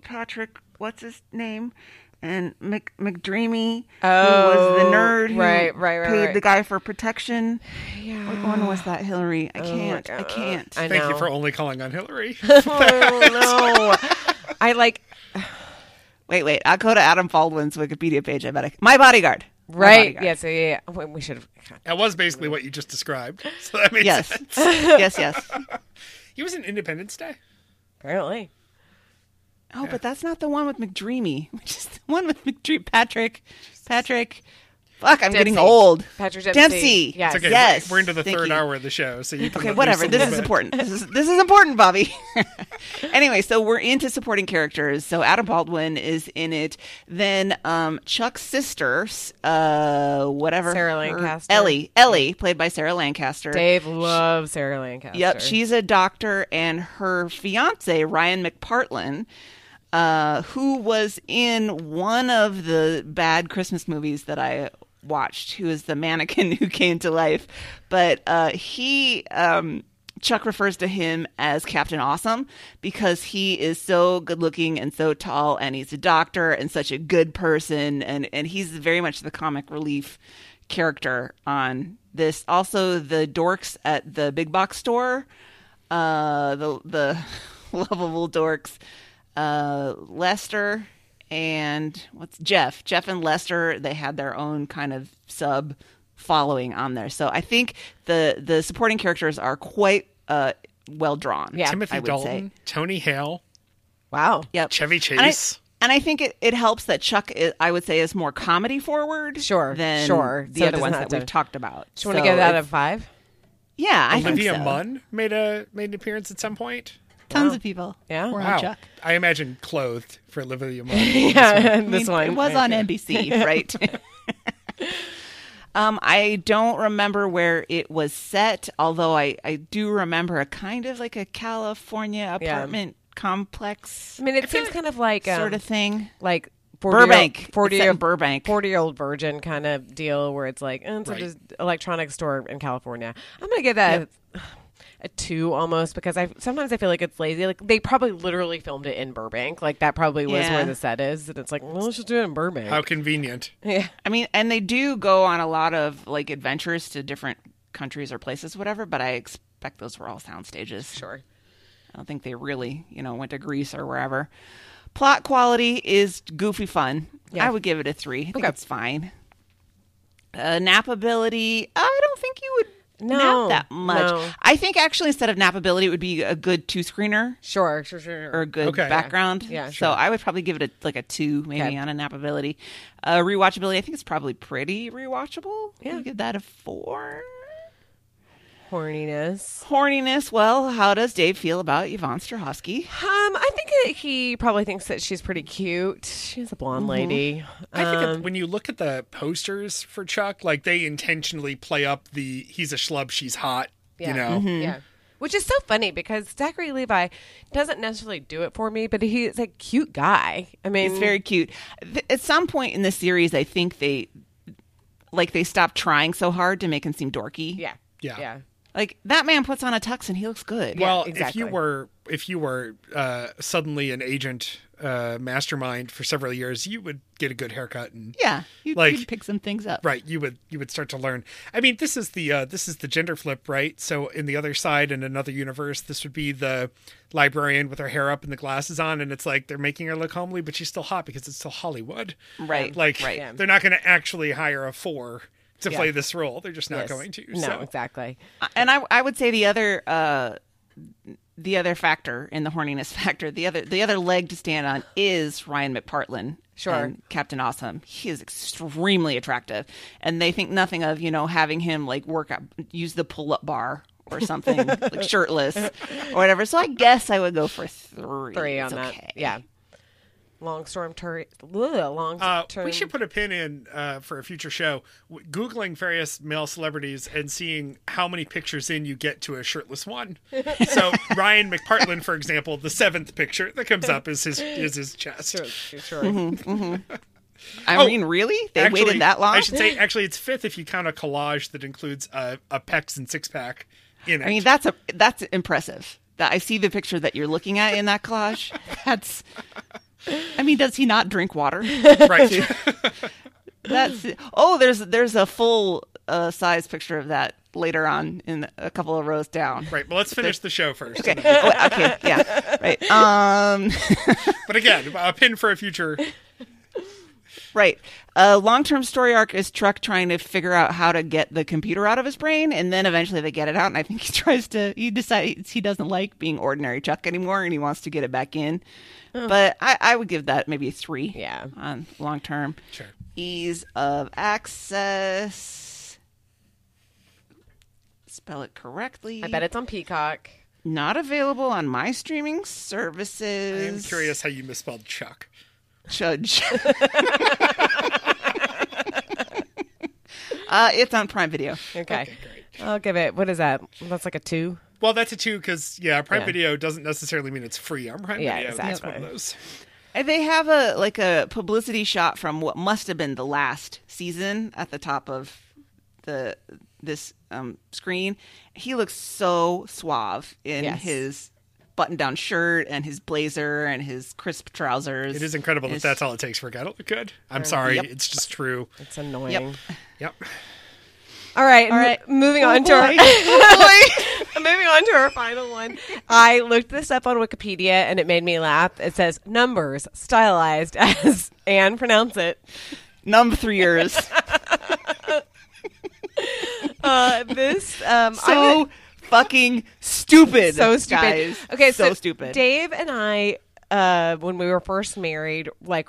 Speaker 2: Patrick what's his name and Mc, McDreamy who was
Speaker 3: Oh,
Speaker 2: the nerd who
Speaker 3: right, right, right,
Speaker 2: paid
Speaker 3: right.
Speaker 2: the guy for protection yeah what one was that Hillary I can't I
Speaker 3: Oh God.
Speaker 2: can't
Speaker 3: I
Speaker 1: Thank
Speaker 3: know.
Speaker 1: you for only calling on Hillary.
Speaker 3: oh no, I like
Speaker 2: wait wait I'll go to Adam Baldwin's Wikipedia page I bet I, my bodyguard My
Speaker 3: right.
Speaker 2: Bodyguard.
Speaker 3: Yes, yeah, yeah, yeah. We- We should have.
Speaker 1: that was basically what you just described. So that makes
Speaker 2: yes
Speaker 1: sense.
Speaker 2: yes yes
Speaker 1: He was in Independence Day.
Speaker 3: Apparently,
Speaker 2: oh but that's not the one with McDreamy which is the one with McDreamy Patrick Patrick
Speaker 4: Fuck, I'm getting
Speaker 3: Dempsey.
Speaker 4: old.
Speaker 3: Patrick
Speaker 4: Dempsey.
Speaker 3: Dempsey. Yes.
Speaker 1: It's okay.
Speaker 4: Yes.
Speaker 1: We're, we're into the
Speaker 4: Thank
Speaker 1: third
Speaker 4: you.
Speaker 1: hour of the show, so you can
Speaker 2: Okay,
Speaker 1: let
Speaker 2: whatever.
Speaker 1: loose a
Speaker 2: This
Speaker 1: little
Speaker 2: is
Speaker 1: bit.
Speaker 2: important. This is this is important, Bobby. anyway, so we're into supporting characters. So Adam Baldwin is in it. Then um, Chuck's sister, s- uh, whatever,
Speaker 3: Sarah
Speaker 2: her-
Speaker 3: Lancaster.
Speaker 2: Ellie, Ellie, played by Sarah Lancaster.
Speaker 3: Dave loves Sarah Lancaster.
Speaker 2: Yep, she's a doctor, and her fiance Ryan McPartlin, uh, who was in one of the bad Christmas movies that I watched, who is the mannequin who came to life, but uh, he. Um, Chuck refers to him as Captain Awesome because he is so good looking and so tall, and he's a doctor and such a good person, and, and he's very much the comic relief character on this. Also, the dorks at the big box store, uh, the the lovable dorks, uh, Lester and what's Jeff? Jeff and Lester they had their own kind of sub following on there. So I think the the supporting characters are quite uh, well drawn.
Speaker 3: Yeah.
Speaker 2: I
Speaker 1: Timothy
Speaker 2: would
Speaker 1: Dalton,
Speaker 2: say.
Speaker 1: Tony Hale,
Speaker 3: wow.
Speaker 2: Yep.
Speaker 1: Chevy
Speaker 2: And I-
Speaker 1: Chase.
Speaker 2: And I, think it, it helps that Chuck, is, I would say, is more comedy forward.
Speaker 3: Sure,
Speaker 2: Than
Speaker 3: sure.
Speaker 2: The
Speaker 3: So it
Speaker 2: other
Speaker 3: doesn't
Speaker 2: ones
Speaker 3: have
Speaker 2: that
Speaker 3: to-
Speaker 2: we've talked about.
Speaker 3: Do you want
Speaker 2: So
Speaker 3: to give that
Speaker 2: it's-
Speaker 3: a five?
Speaker 2: Yeah, I
Speaker 1: Olivia
Speaker 2: think so.
Speaker 1: Munn made a made an appearance at some point.
Speaker 4: Tons of people.
Speaker 3: Yeah.
Speaker 2: Oh,
Speaker 4: Were on
Speaker 1: Wow.
Speaker 4: Chuck.
Speaker 1: I imagine clothed for Olivia Munn.
Speaker 3: Yeah,
Speaker 4: I
Speaker 3: this
Speaker 4: mean,
Speaker 3: one.
Speaker 4: It was on NBC,
Speaker 2: right? um, I don't remember where it was set, although I, I do remember a kind of like a California
Speaker 3: Yeah.
Speaker 2: apartment complex
Speaker 3: I mean, it seems kind of like um,
Speaker 2: sort of thing.
Speaker 3: like 40
Speaker 2: Burbank. It's
Speaker 3: forty
Speaker 2: set in Burbank.
Speaker 3: forty year old virgin kind of deal where it's like eh, it's
Speaker 1: Right.
Speaker 3: just electronics store in California. I'm gonna give that. A, a two almost because I sometimes I feel like it's lazy. Like they probably literally filmed it in Burbank. Like that probably was
Speaker 2: Yeah.
Speaker 3: where the set is, and it's like well, let's just do it in Burbank.
Speaker 1: How convenient.
Speaker 3: Yeah,
Speaker 2: I mean, and they do go on a lot of like adventures to different countries or places, whatever. But I expect those were all sound stages.
Speaker 3: sure.
Speaker 2: I don't think they really, you know, went to Greece or wherever. Plot quality is goofy fun.
Speaker 3: Yeah.
Speaker 2: I would give it a three. I think
Speaker 3: Okay.
Speaker 2: it's fine. Uh, nappability, I don't think you would
Speaker 3: No,
Speaker 2: nap that much.
Speaker 3: no.
Speaker 2: I think actually instead of nappability, it would be a good two screener
Speaker 3: Sure, sure, sure. sure.
Speaker 2: or a good
Speaker 1: Okay.
Speaker 2: background.
Speaker 3: Yeah,
Speaker 2: so I would probably give it a, like a two maybe
Speaker 3: Okay.
Speaker 2: on a nappability. Uh, rewatchability, I think it's probably pretty rewatchable.
Speaker 3: Yeah.
Speaker 2: I'd give that a four.
Speaker 3: Horniness.
Speaker 2: Horniness, well, how does Dave feel about Yvonne Strahovski?
Speaker 3: Um, I think that he probably thinks that she's pretty cute. She's a blonde
Speaker 2: Mm-hmm.
Speaker 3: lady.
Speaker 1: I think
Speaker 3: Um,
Speaker 1: it- when you look at the posters for Chuck, like they intentionally play up the he's a schlub, she's hot. You
Speaker 3: Yeah.
Speaker 2: Mm-hmm.
Speaker 1: know,
Speaker 3: Yeah. Which is so funny because Zachary Levi doesn't necessarily do it for me, but he's a cute guy. I mean,
Speaker 2: It's very cute. Th- At some point in the series, I think they like they stopped trying so hard to make him seem dorky.
Speaker 3: yeah,
Speaker 1: Yeah.
Speaker 3: yeah.
Speaker 2: Like that man puts on a tux and he looks good.
Speaker 1: well, if
Speaker 3: exactly.
Speaker 1: you were if you were uh, suddenly an agent uh, mastermind for several years, you would get a good haircut and
Speaker 4: Yeah. You,
Speaker 1: Like-
Speaker 4: you'd pick some things up.
Speaker 1: right you would you would start to learn i mean this is the uh, this is the gender flip right so in the other side in another universe this would be the librarian with her hair up and the glasses on and it's like they're making her look homely but she's still hot because it's still hollywood
Speaker 2: Right,
Speaker 1: like
Speaker 2: right. Yeah.
Speaker 1: they're not going to actually hire a four to
Speaker 3: Yeah.
Speaker 1: play this role they're just not
Speaker 3: Yes.
Speaker 1: going to
Speaker 3: No,
Speaker 1: so
Speaker 3: exactly.
Speaker 2: And I I would say the other uh the other factor in the horniness factor, the other the other leg to stand on is Ryan McPartlin.
Speaker 3: Sure.
Speaker 2: and Captain Awesome. He is extremely attractive. And they think nothing of, you know, having him like work out use the pull up bar or something, like shirtless or whatever. So I guess I would go for three.
Speaker 3: Three on
Speaker 2: It's
Speaker 3: that.
Speaker 2: okay.
Speaker 3: Yeah. Long storm turret. Long
Speaker 1: uh,
Speaker 3: term.
Speaker 1: we should put a pin in uh, for a future show w- googling various male celebrities and seeing how many pictures in you get to a shirtless one so ryan mcpartland for example the seventh picture that comes up is his is his chest
Speaker 3: Sure, sure.
Speaker 2: Mm-hmm.
Speaker 3: Oh,
Speaker 2: I mean, really? They
Speaker 1: Actually,
Speaker 2: waited that long?
Speaker 1: i should say actually it's fifth if you count a collage that includes a, a pecs and six-pack in it
Speaker 2: I mean, that's a that's impressive. That I see the picture that you're looking at in that collage. That's
Speaker 4: I mean, does he not drink?
Speaker 2: drink water.
Speaker 1: right
Speaker 2: That's oh, there's there's a full uh, size picture of that later on in a couple of rows down.
Speaker 1: right but let's finish the show first
Speaker 2: Okay. Oh, okay. Yeah. Right. Um.
Speaker 1: but again a pin for a future
Speaker 2: Right. A long term story arc is Truck trying to figure out how to get the computer out of his brain, and then eventually they get it out. And I think he tries to, he decides he doesn't like being ordinary Chuck anymore and he wants to get it back in. But I, I would give that maybe a three
Speaker 3: Yeah.
Speaker 2: on long term.
Speaker 1: Sure.
Speaker 2: ease of access. Spell it correctly.
Speaker 3: I bet it's on Peacock.
Speaker 2: not available on my streaming
Speaker 1: I
Speaker 2: services.
Speaker 1: am curious how you misspelled Chuck.
Speaker 2: Judge. uh, it's on Prime Video.
Speaker 3: Okay. I'll give it. What is that? That's like a two.
Speaker 1: Well, that's a two because yeah, Prime
Speaker 3: Yeah.
Speaker 1: Video doesn't necessarily mean it's free on Prime
Speaker 3: Yeah,
Speaker 1: Video. That's one of
Speaker 3: exactly.
Speaker 1: those.
Speaker 2: And They have a like a publicity shot from what must have been the last season at the top of the this um, screen. He looks so suave in
Speaker 3: Yes.
Speaker 2: his button-down shirt and his blazer and his crisp trousers.
Speaker 1: It is incredible that
Speaker 2: It's-
Speaker 1: that's all it takes for a guy to look good. I'm sorry,
Speaker 2: Yep.
Speaker 1: it's just true.
Speaker 3: It's annoying.
Speaker 2: Yep.
Speaker 1: Yep.
Speaker 3: All right.
Speaker 2: All
Speaker 3: m-
Speaker 2: right. Oh,
Speaker 3: moving on to our moving on to our final one. I looked this up on Wikipedia and it made me laugh. It says numbers stylized as and pronounce it.
Speaker 2: numb three years.
Speaker 3: Uh, this um,
Speaker 2: so fucking stupid.
Speaker 3: so stupid.
Speaker 2: guys.
Speaker 3: Okay,
Speaker 2: so,
Speaker 3: so,
Speaker 2: stupid.
Speaker 3: Dave and I, uh, when we were first married, like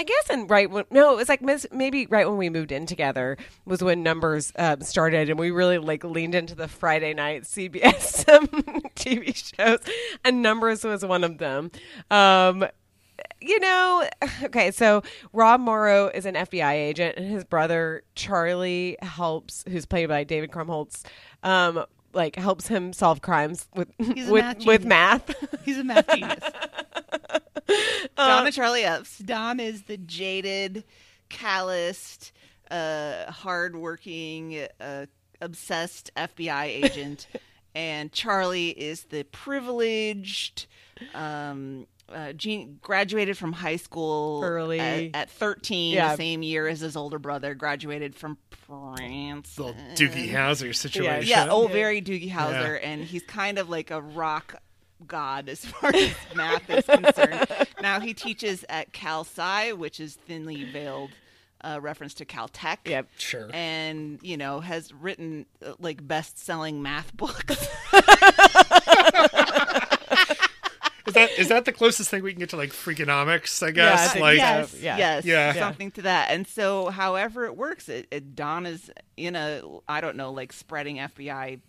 Speaker 3: I guess, and right when no, it was like mis- maybe right when we moved in together was when numbers um, started, and we really like leaned into the Friday night CBS um, TV shows, and numbers was one of them. Um, you know, okay, so Rob Morrow is an FBI agent, and his brother Charlie helps, who's played by David Krumholtz, um, like helps him solve crimes with
Speaker 4: a
Speaker 3: with,
Speaker 4: math
Speaker 3: with
Speaker 4: genius.
Speaker 3: math.
Speaker 4: He's a math genius.
Speaker 2: Uh, Dom and Charlie Epps.
Speaker 4: Dom is the
Speaker 2: jaded, calloused, uh, hardworking, uh, obsessed FBI agent, and Charlie is the privileged, um, uh, gen- graduated from high school
Speaker 3: Early.
Speaker 2: at, at thirteen,
Speaker 3: Yeah.
Speaker 2: the same year as his older brother. Graduated from Princeton.
Speaker 1: The Doogie Howser situation.
Speaker 2: Mm. Yeah, oh, very Doogie Howser, and he's kind of like a rock god as far as math is concerned. Now he teaches at Cal Sci, which is thinly veiled uh, reference to Caltech.
Speaker 3: Yep.
Speaker 1: Sure.
Speaker 2: And you know has written uh, like best-selling math books.
Speaker 1: Is that is that the closest thing we can get to like Freakonomics? I
Speaker 3: Yeah, I
Speaker 1: guess.
Speaker 3: think
Speaker 1: like
Speaker 3: so.
Speaker 2: yes,
Speaker 3: yeah.
Speaker 2: yes,
Speaker 1: Yeah.
Speaker 2: something to that. And so, however it works, it, it Don is in a I don't know, like spreading FBI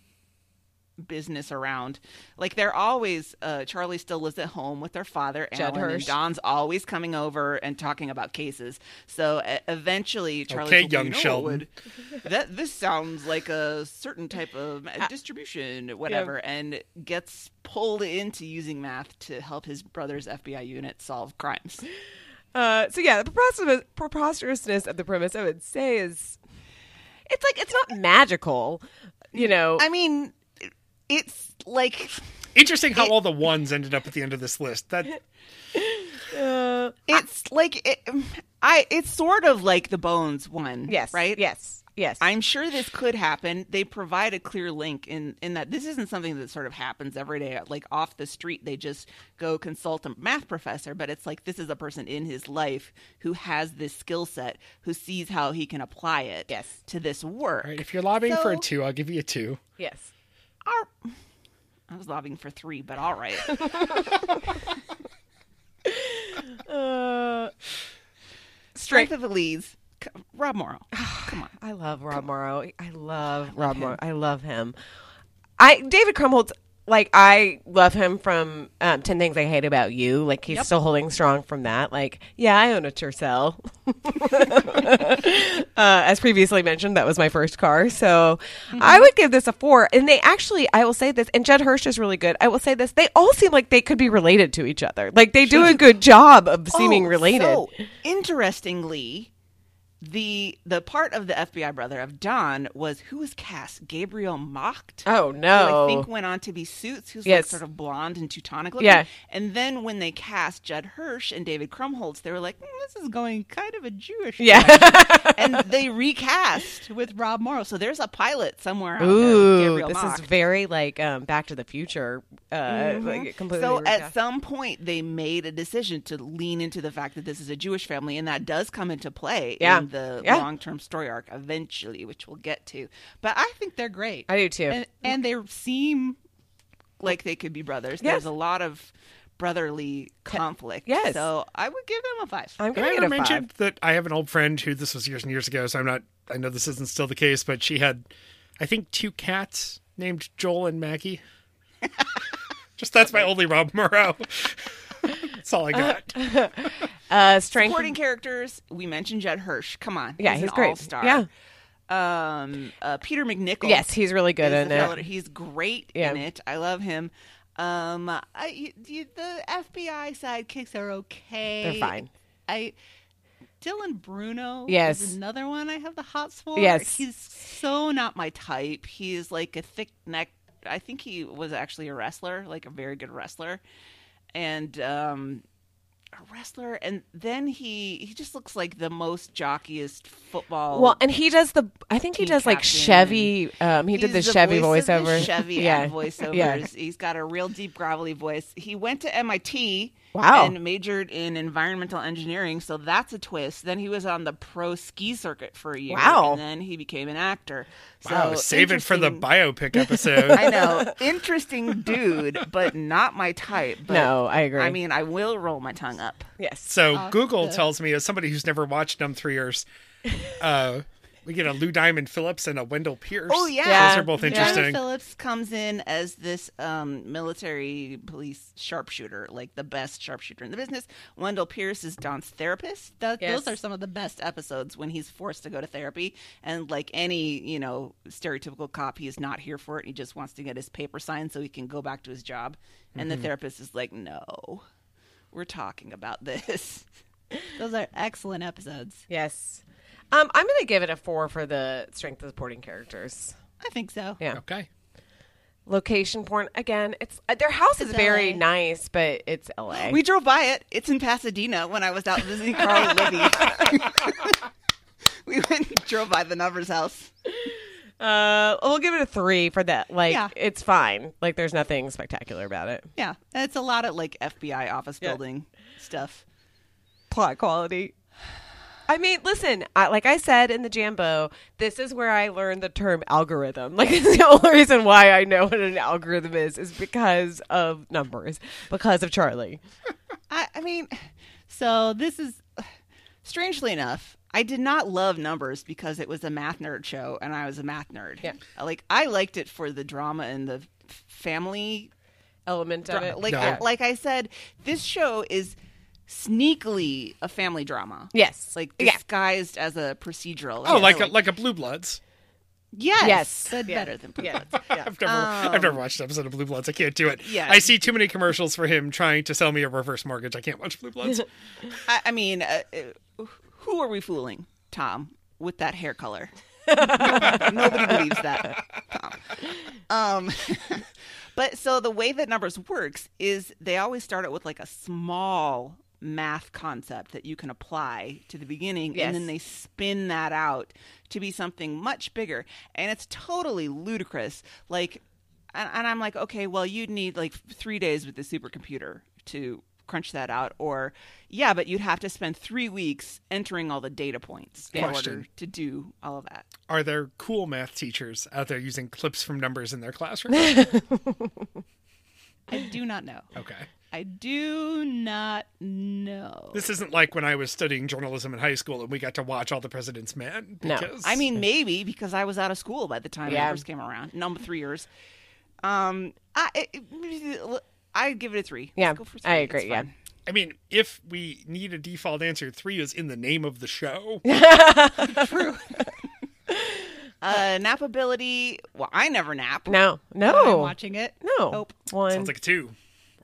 Speaker 2: business around. Like they're always uh, Charlie still lives at home with their father,
Speaker 3: Judd
Speaker 2: Alan,
Speaker 3: Hirsch.
Speaker 2: and Don's always coming over and talking about cases. So uh, eventually, Charlie
Speaker 1: Okay,
Speaker 2: will be,
Speaker 1: young
Speaker 2: "No,
Speaker 1: Sheldon."
Speaker 2: would- that this sounds like a certain type of ma- distribution, whatever, and gets pulled into using math to help his brother's FBI unit solve crimes.
Speaker 3: Uh, so yeah, the preposterous, preposterousness of the premise, I would say, is it's like it's not magical, you know.
Speaker 2: I mean, it's like
Speaker 1: Interesting how all the ones ended up at the end of this list. That
Speaker 3: uh,
Speaker 2: it's like it, I. It's sort of like the Bones one.
Speaker 3: yes,
Speaker 2: Right.
Speaker 3: Yes, yes.
Speaker 2: I'm sure this could happen. They provide a clear link in in that this isn't something that sort of happens every day. Like off the street, they just go consult a math professor. But it's like this is a person in his life who has this skill set, who sees how he can apply it.
Speaker 3: Yes.
Speaker 2: To this work.
Speaker 1: All right, if you're lobbying for a
Speaker 2: So-
Speaker 1: two, I'll give you a two.
Speaker 3: yes.
Speaker 2: Ar- I was lobbying for three, but all right.
Speaker 3: Uh,
Speaker 2: Strength of the leads. C- Rob Morrow. Come on.
Speaker 3: I love Rob Morrow. I love Rob Morrow. I love him. I David Krumholtz. Like I love him from um, Ten Things I Hate About You. Like he's still holding strong from that. Like yeah, I own a Tercel. uh, as previously mentioned, that was my first car. So
Speaker 2: Mm-hmm.
Speaker 3: I would give this a four. And they actually, I will say this, and Jed Hirsch is really good. I will say this. They all seem like they could be related to each other. Like they do a good job of seeming
Speaker 2: Oh,
Speaker 3: related.
Speaker 2: So, interestingly, the the part of the FBI brother of Don was who was cast? Gabriel Mocht.
Speaker 3: Oh,
Speaker 2: Who
Speaker 3: no.
Speaker 2: I think went on to be Suits, who's like
Speaker 3: Yes.
Speaker 2: sort of blonde and Teutonic looking.
Speaker 3: Yeah.
Speaker 2: And then when they cast Judd Hirsch and David Krumholtz, they were like, "Hmm,
Speaker 4: this is going kind of a Jewish.
Speaker 3: yeah.
Speaker 2: and they recast with Rob Morrow. So there's a pilot somewhere. Out there with
Speaker 3: Ooh,
Speaker 2: Gabriel
Speaker 3: this
Speaker 2: Mocht.
Speaker 3: is very like um, Back to the Future. Uh, like, completely
Speaker 2: Mm-hmm. So at
Speaker 3: recast.
Speaker 2: some point, they made a decision to lean into the fact that this is a Jewish family, and that does come into play
Speaker 3: Yeah.
Speaker 2: in the
Speaker 3: Yeah.
Speaker 2: long-term story arc eventually, which we'll get to. But I think they're great.
Speaker 3: I do too.
Speaker 4: And, and they seem
Speaker 2: like they could be brothers.
Speaker 3: Yes.
Speaker 2: There's a lot of brotherly conflict.
Speaker 3: Yes.
Speaker 2: So I would give them a five.
Speaker 3: I'm
Speaker 1: Did
Speaker 3: gonna
Speaker 1: I
Speaker 3: get
Speaker 1: ever
Speaker 3: a
Speaker 1: mention
Speaker 3: five.
Speaker 1: that I have an old friend who this was years and years ago, so I'm not. I know this isn't still the case, but she had, I think, two cats named Joel and Maggie. Just that's my only Rob Moreau. that's all I got.
Speaker 3: Uh, strength.
Speaker 2: Supporting characters, we mentioned Jed Hirsch. Come on,
Speaker 3: Yeah, he's
Speaker 2: an
Speaker 3: great.
Speaker 2: All-star.
Speaker 3: Yeah.
Speaker 2: Um, uh, Peter McNichol.
Speaker 3: Yes, he's really good
Speaker 2: is
Speaker 3: in
Speaker 2: the fellow that-
Speaker 3: it.
Speaker 2: He's great
Speaker 3: Yeah.
Speaker 2: in it. I love him. Um, I, you- you- the FBI sidekicks are okay.
Speaker 3: They're fine.
Speaker 4: I Dylan Bruno
Speaker 3: Yes.
Speaker 4: is another one I have the hots for.
Speaker 3: Yes.
Speaker 4: He's
Speaker 2: He's so not my type. He's like a thick neck. I think he was actually a wrestler, like a very good wrestler, and um, a wrestler. And then he he just looks like the most jockiest football.
Speaker 3: Well, and he does the. I think he
Speaker 2: Team
Speaker 3: does like
Speaker 2: captain.
Speaker 3: Chevy. Um, he did the,
Speaker 2: He's
Speaker 3: Chevy
Speaker 2: voice of the
Speaker 3: voiceover.
Speaker 2: Chevy
Speaker 3: yeah.
Speaker 2: ad voiceovers.
Speaker 3: Yeah.
Speaker 2: He's got a real deep gravelly voice. He went to MIT
Speaker 3: Wow.
Speaker 2: and majored in environmental engineering, so that's a twist. Then he was on the pro ski circuit for a year.
Speaker 3: Wow.
Speaker 2: And then he became an actor. So
Speaker 1: Wow, save it for the
Speaker 2: interesting-
Speaker 1: biopic episode.
Speaker 2: I know. Interesting dude, but not my type. But
Speaker 3: No, I agree.
Speaker 2: I mean, I will roll my tongue up.
Speaker 3: yes.
Speaker 1: So Google tells me, as somebody who's never watched Numb Three Years, uh, we get a Lou Diamond Phillips and a Wendell Pierce.
Speaker 2: Oh yeah,
Speaker 3: Yeah.
Speaker 1: those are both
Speaker 2: John
Speaker 1: interesting.
Speaker 2: Phillips comes in as this um, military police sharpshooter, like the best sharpshooter in the business. Wendell Pierce is Don's therapist.
Speaker 4: That,
Speaker 3: Yes.
Speaker 4: Those are some of the best.
Speaker 2: Best episodes when he's forced to go to therapy, and like any you know stereotypical cop, he is not here for it. He just wants to get his paper signed so he can go back to his job. And the
Speaker 1: Mm-hmm.
Speaker 2: therapist is like, "No, we're talking about this."
Speaker 4: Those are excellent episodes.
Speaker 3: Yes. Um, I'm going to give it a four for the strength of supporting characters.
Speaker 4: I think so.
Speaker 3: Yeah.
Speaker 1: Okay.
Speaker 3: Location porn again. It's uh, their house is
Speaker 4: It's
Speaker 3: very
Speaker 4: LA.
Speaker 3: nice, but it's L.A.
Speaker 2: We drove by it. It's in Pasadena when I was out visiting Carl and Libby. we went and drove by the numbers house.
Speaker 3: uh, we'll give it a three for that. Like
Speaker 4: Yeah.
Speaker 3: it's fine. Like there's nothing spectacular about it.
Speaker 2: Yeah. And it's a lot of like FBI office
Speaker 3: Yeah.
Speaker 2: building stuff.
Speaker 3: Plot quality. I mean, listen. I, like I said in the Jambo, this is where I learned the term algorithm. Like it's the only reason why I know what an algorithm is is because of numbers, because of Charlie.
Speaker 2: I, I mean,
Speaker 4: So this is
Speaker 2: strangely enough, I did not love numbers because it was a math nerd show and I was a math nerd.
Speaker 3: Yeah.
Speaker 2: Like I liked it for the drama and the f- family
Speaker 3: Element of
Speaker 2: dra-
Speaker 3: it.
Speaker 2: Like
Speaker 1: No.
Speaker 2: I, like I said, this show is sneakily a family drama.
Speaker 3: yes,
Speaker 2: Like
Speaker 3: yeah.
Speaker 2: disguised as a procedural.
Speaker 1: Oh,
Speaker 2: Yeah,
Speaker 1: like a, like a Blue Bloods.
Speaker 2: yes,
Speaker 3: Yes.
Speaker 2: but
Speaker 3: Yeah.
Speaker 2: better than
Speaker 3: Yeah.
Speaker 2: Bloods.
Speaker 3: yeah.
Speaker 1: I've never, I've never watched an episode of Blue Bloods. I can't do it.
Speaker 2: Yeah.
Speaker 1: I see too many commercials for him trying to sell me a reverse mortgage. I can't watch Blue Bloods.
Speaker 2: I, I mean, uh, uh, who are we fooling, Tom, with that hair color? Nobody believes that, Tom. Um, but so the way that numbers works is they always start out with like a small math concept that you can apply to the beginning
Speaker 3: Yes.
Speaker 2: and then they spin that out to be something much bigger and it's totally ludicrous like and, and i'm like okay well you'd need like three days with the supercomputer to crunch that out or yeah but you'd have to spend three weeks entering all the data points in
Speaker 1: Question.
Speaker 2: order to do all of that
Speaker 1: Are there cool math teachers out there using clips from numbers in their classroom?
Speaker 4: I do not know.
Speaker 1: okay.
Speaker 4: I do not know.
Speaker 1: This isn't like when I was studying journalism in high school and we got to watch All the President's Men.
Speaker 3: No.
Speaker 1: Because
Speaker 2: I mean, maybe because I was out of school by the time
Speaker 3: Yeah.
Speaker 2: numbers came around. Number three years. Um, I it, I'd give it a three.
Speaker 3: Yeah,
Speaker 2: Let's go for three.
Speaker 3: I
Speaker 2: It's
Speaker 3: agree. Yeah.
Speaker 2: fine.
Speaker 1: I mean, if we need a default answer, three is in the name of the show.
Speaker 2: Uh, nappability. Well, I never nap.
Speaker 3: No,
Speaker 4: I'm
Speaker 3: no,
Speaker 4: watching it.
Speaker 3: no.
Speaker 4: Nope.
Speaker 3: One.
Speaker 1: Sounds like a two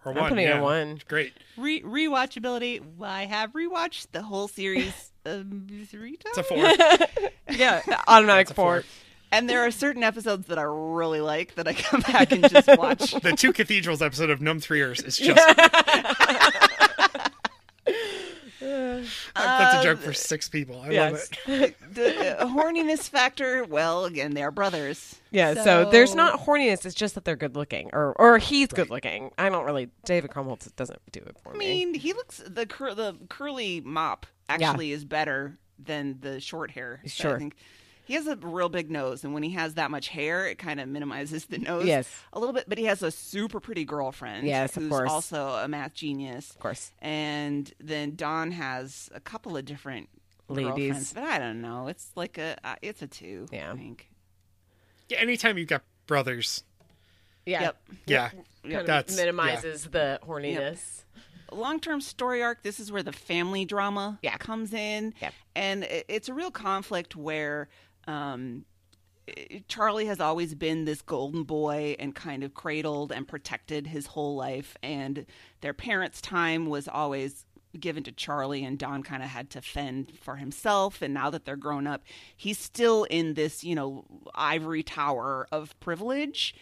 Speaker 1: or one.
Speaker 3: putting a
Speaker 1: yeah.
Speaker 3: one.
Speaker 1: It's Great.
Speaker 4: Re- rewatchability. I have rewatched
Speaker 2: The whole series,
Speaker 4: um, three times.
Speaker 1: It's a four.
Speaker 3: yeah, automatic four.
Speaker 2: and there are certain episodes that I really like that I come back and just watch.
Speaker 1: the Two Cathedrals episode of Numb Three Ears is just. That's a joke
Speaker 2: Uh,
Speaker 1: for six people. I love
Speaker 3: Yes.
Speaker 1: it.
Speaker 2: The uh, horniness factor. Well, again, they are brothers.
Speaker 3: Yeah, so, there's
Speaker 4: So-
Speaker 3: not horniness. It's just that they're good looking, or or he's good looking. I don't really. David Crumholtz doesn't do it for
Speaker 2: I
Speaker 3: me.
Speaker 2: mean, he looks the cur- the curly mop actually is better than the short hair. So I
Speaker 3: Sure.
Speaker 2: think He has a real big nose, and when he has that much hair, it kind of minimizes the nose
Speaker 3: Yes.
Speaker 2: a little bit. But he has a super pretty girlfriend.
Speaker 3: Yes, of
Speaker 2: who's
Speaker 3: course.
Speaker 2: also a math genius. Of
Speaker 3: course.
Speaker 2: And then Don has a couple of different
Speaker 3: Ladies.
Speaker 2: girlfriends, but I don't know. It's like a uh, it's a two.
Speaker 3: Yeah.
Speaker 2: I think.
Speaker 1: Yeah, anytime you've got brothers,
Speaker 3: Yeah.
Speaker 2: Yep.
Speaker 1: yeah,
Speaker 3: Kind of
Speaker 1: that's
Speaker 3: minimizes the horniness.
Speaker 2: long term story arc, this is where the family drama
Speaker 3: Yeah.
Speaker 2: comes in.
Speaker 3: Yeah.
Speaker 2: And i- it's a real conflict where um, i- Charlie has always been this golden boy and kind of cradled and protected his whole life. And their parents' time was always given to Charlie, and Don kind of had to fend for himself. And now that they're grown up, he's still in this, you know, ivory tower of privilege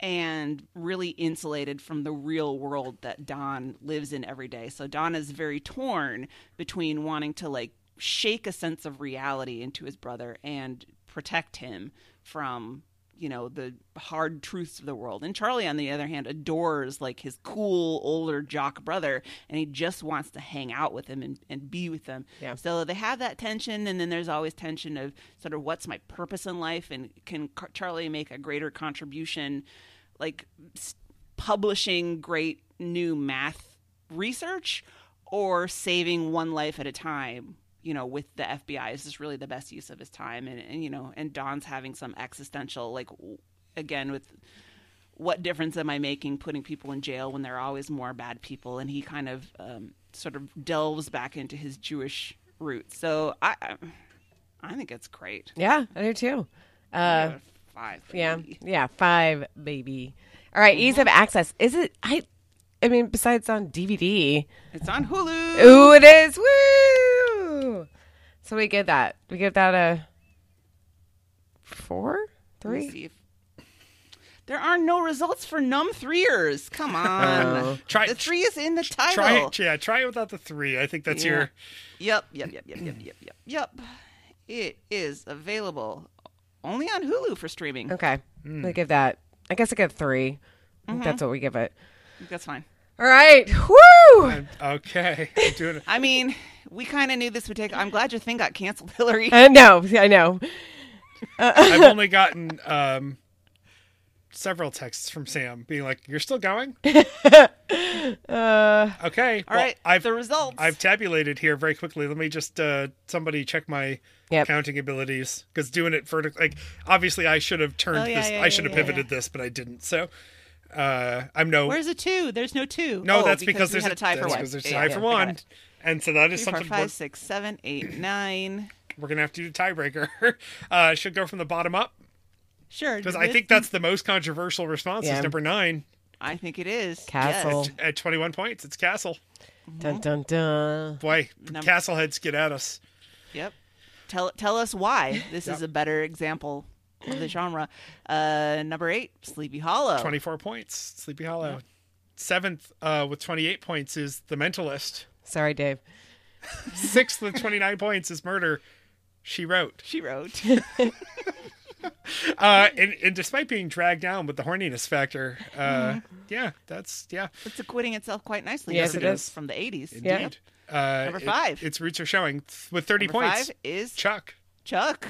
Speaker 2: and really insulated from the real world that Don lives in every day. So Don is very torn between wanting to like shake a sense of reality into his brother and protect him from you know the hard truths of the world and charlie on the other hand adores like his cool older jock brother and he just wants to hang out with him and, and be with them
Speaker 3: Yeah.
Speaker 2: so they have that tension and then there's always tension of sort of what's my purpose in life and can Car- charlie make a greater contribution like s- publishing great new math research or saving one life at a time you know with the fbi is just really the best use of his time and, and you know and don's having some existential like w- again with what difference am i making putting people in jail when there are always more bad people and he kind of um, sort of delves back into his jewish roots so i i, I think it's great
Speaker 3: Yeah, I do too.
Speaker 2: I
Speaker 3: Uh,
Speaker 2: give it a five
Speaker 3: yeah,
Speaker 2: maybe.
Speaker 3: yeah, five baby. All right, ease of access. Is it? I, I mean, besides on DVD,
Speaker 2: it's on hulu
Speaker 3: Ooh, it is. Woo! So we give that. We give that a four,
Speaker 2: Let me
Speaker 3: three.
Speaker 2: see if- There are no results for num threeers. Come on.
Speaker 1: Try-
Speaker 2: the three is in the title.
Speaker 1: Try it, yeah. Try it without the three. I think that's
Speaker 2: Yeah.
Speaker 1: your.
Speaker 2: Yep, yep, yep, yep, yep, yep, yep, yep. It is available only on Hulu for streaming.
Speaker 3: Okay,
Speaker 2: Hmm.
Speaker 3: we give that. I guess I get three. I think
Speaker 2: Mm-hmm.
Speaker 3: That's what we give it.
Speaker 2: That's fine.
Speaker 3: All right. Woo!
Speaker 1: Okay, I'm doing it.
Speaker 2: I mean, we kind of knew this would take. I'm glad your thing got canceled, Hillary.
Speaker 3: I know. I know.
Speaker 1: I've only gotten um, several texts from Sam being like, "You're still going." okay.
Speaker 2: Uh, All right,
Speaker 1: I've
Speaker 2: the results.
Speaker 1: I've tabulated here very quickly. Let me just uh, somebody check my
Speaker 3: Yep.
Speaker 1: counting abilities because doing it vertical. Like obviously, I should have turned
Speaker 4: Oh, yeah,
Speaker 1: this.
Speaker 4: yeah,
Speaker 1: I should
Speaker 4: yeah,
Speaker 1: have
Speaker 4: yeah,
Speaker 1: pivoted this, but I didn't. So uh, I'm no.
Speaker 4: Where's a two? There's no two.
Speaker 1: no,
Speaker 2: Oh,
Speaker 1: that's because,
Speaker 2: because we
Speaker 1: there's
Speaker 2: had a tie for
Speaker 1: that's
Speaker 2: one.
Speaker 1: because there's a
Speaker 2: Yeah,
Speaker 1: tie
Speaker 2: yeah,
Speaker 1: for
Speaker 2: I got
Speaker 1: one,
Speaker 2: it.
Speaker 1: and so that is
Speaker 2: Three, four,
Speaker 1: something
Speaker 2: five,
Speaker 1: we're-
Speaker 2: six, seven, eight, nine.
Speaker 1: we're, gonna have to do tiebreaker. uh, should go from the bottom up
Speaker 4: Sure.
Speaker 1: because
Speaker 2: Mm-hmm.
Speaker 1: I think that's the most controversial response.
Speaker 3: Yeah.
Speaker 1: Is number nine
Speaker 2: I think it is.
Speaker 3: Castle.
Speaker 2: Yes.
Speaker 1: at 21 points? It's Castle.
Speaker 2: Mm-hmm.
Speaker 3: Dun dun dun.
Speaker 1: Boy, Castle heads get at us.
Speaker 2: Yep. Tell tell us why this is a better example of the genre. Uh, number eight, Sleepy Hollow.
Speaker 1: 24 points. Sleepy Hollow. Seventh uh, with 28 points is The Mentalist.
Speaker 3: Sorry, Dave.
Speaker 1: Sixth with 29 points is Murder. She wrote.
Speaker 2: She wrote.
Speaker 1: Uh, and, and despite being dragged down with the horniness factor, uh, yeah, that's, yeah,
Speaker 2: it's acquitting itself quite nicely.
Speaker 3: Yes, it
Speaker 2: from the-
Speaker 3: is.
Speaker 2: from the '80s.
Speaker 1: indeed.
Speaker 3: Yeah.
Speaker 1: Uh,
Speaker 2: Number
Speaker 1: it-
Speaker 2: five.
Speaker 1: its roots are showing with 30
Speaker 2: Number
Speaker 1: points.
Speaker 2: five is
Speaker 1: Chuck.
Speaker 2: Chuck.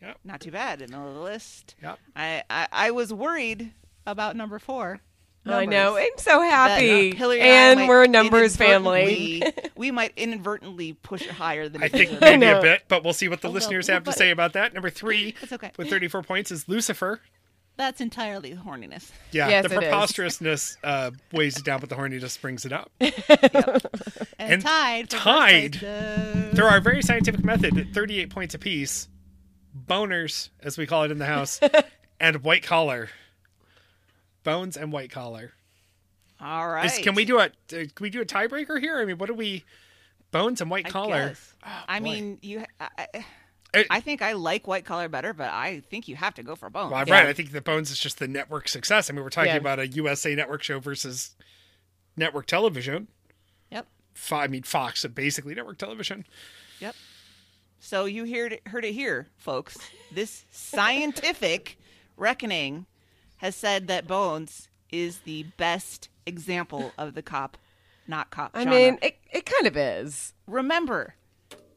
Speaker 1: Yep.
Speaker 2: Not too bad in the middle of the list.
Speaker 1: Yep.
Speaker 2: I, I I was worried.
Speaker 4: about number four.
Speaker 3: Oh, I know. I'm so happy.
Speaker 2: that Hillary
Speaker 3: and
Speaker 2: I might
Speaker 3: we're a numbers family.
Speaker 2: inadvertently- we might inadvertently push it higher than
Speaker 1: I
Speaker 2: it
Speaker 1: think
Speaker 2: deserves.
Speaker 1: maybe
Speaker 3: know.
Speaker 1: a bit, but we'll see what the
Speaker 4: A little-
Speaker 1: listeners have to
Speaker 4: but-
Speaker 1: say about that. Number three
Speaker 4: It's okay.
Speaker 1: with 34 points is Lucifer.
Speaker 4: That's entirely horniness.
Speaker 1: Yeah,
Speaker 3: Yes, it
Speaker 1: the
Speaker 3: is.
Speaker 1: preposterousness uh, weighs it down, but the horniness brings it up.
Speaker 4: And,
Speaker 1: And
Speaker 4: tied. for first
Speaker 1: tied.
Speaker 4: place, uh,
Speaker 1: Through our very scientific method, at 38 points apiece, boners, as we call it in the house, and white collar. Bones and white collar.
Speaker 2: All right.
Speaker 1: Is- can we do a uh, can we do a tiebreaker here? I mean, what do we? Bones and white
Speaker 2: I
Speaker 1: collar. Oh,
Speaker 2: guess. I mean, you. I, I-
Speaker 1: Uh,
Speaker 2: I think I like white collar better, but I think you have to go for bones.
Speaker 1: well, I'm
Speaker 3: Yeah.
Speaker 1: Right. I think the bones is just the network success. I mean, we're talking
Speaker 3: Yeah.
Speaker 1: about a USA network show versus network television.
Speaker 4: Yep.
Speaker 1: Fo- I mean, Fox and basically network television.
Speaker 2: Yep. So you heard it, heard it here, folks. This scientific reckoning has said that Bones is the best example of the cop, not cop.
Speaker 3: I
Speaker 2: genre.
Speaker 3: mean, it, it kind of is.
Speaker 2: remember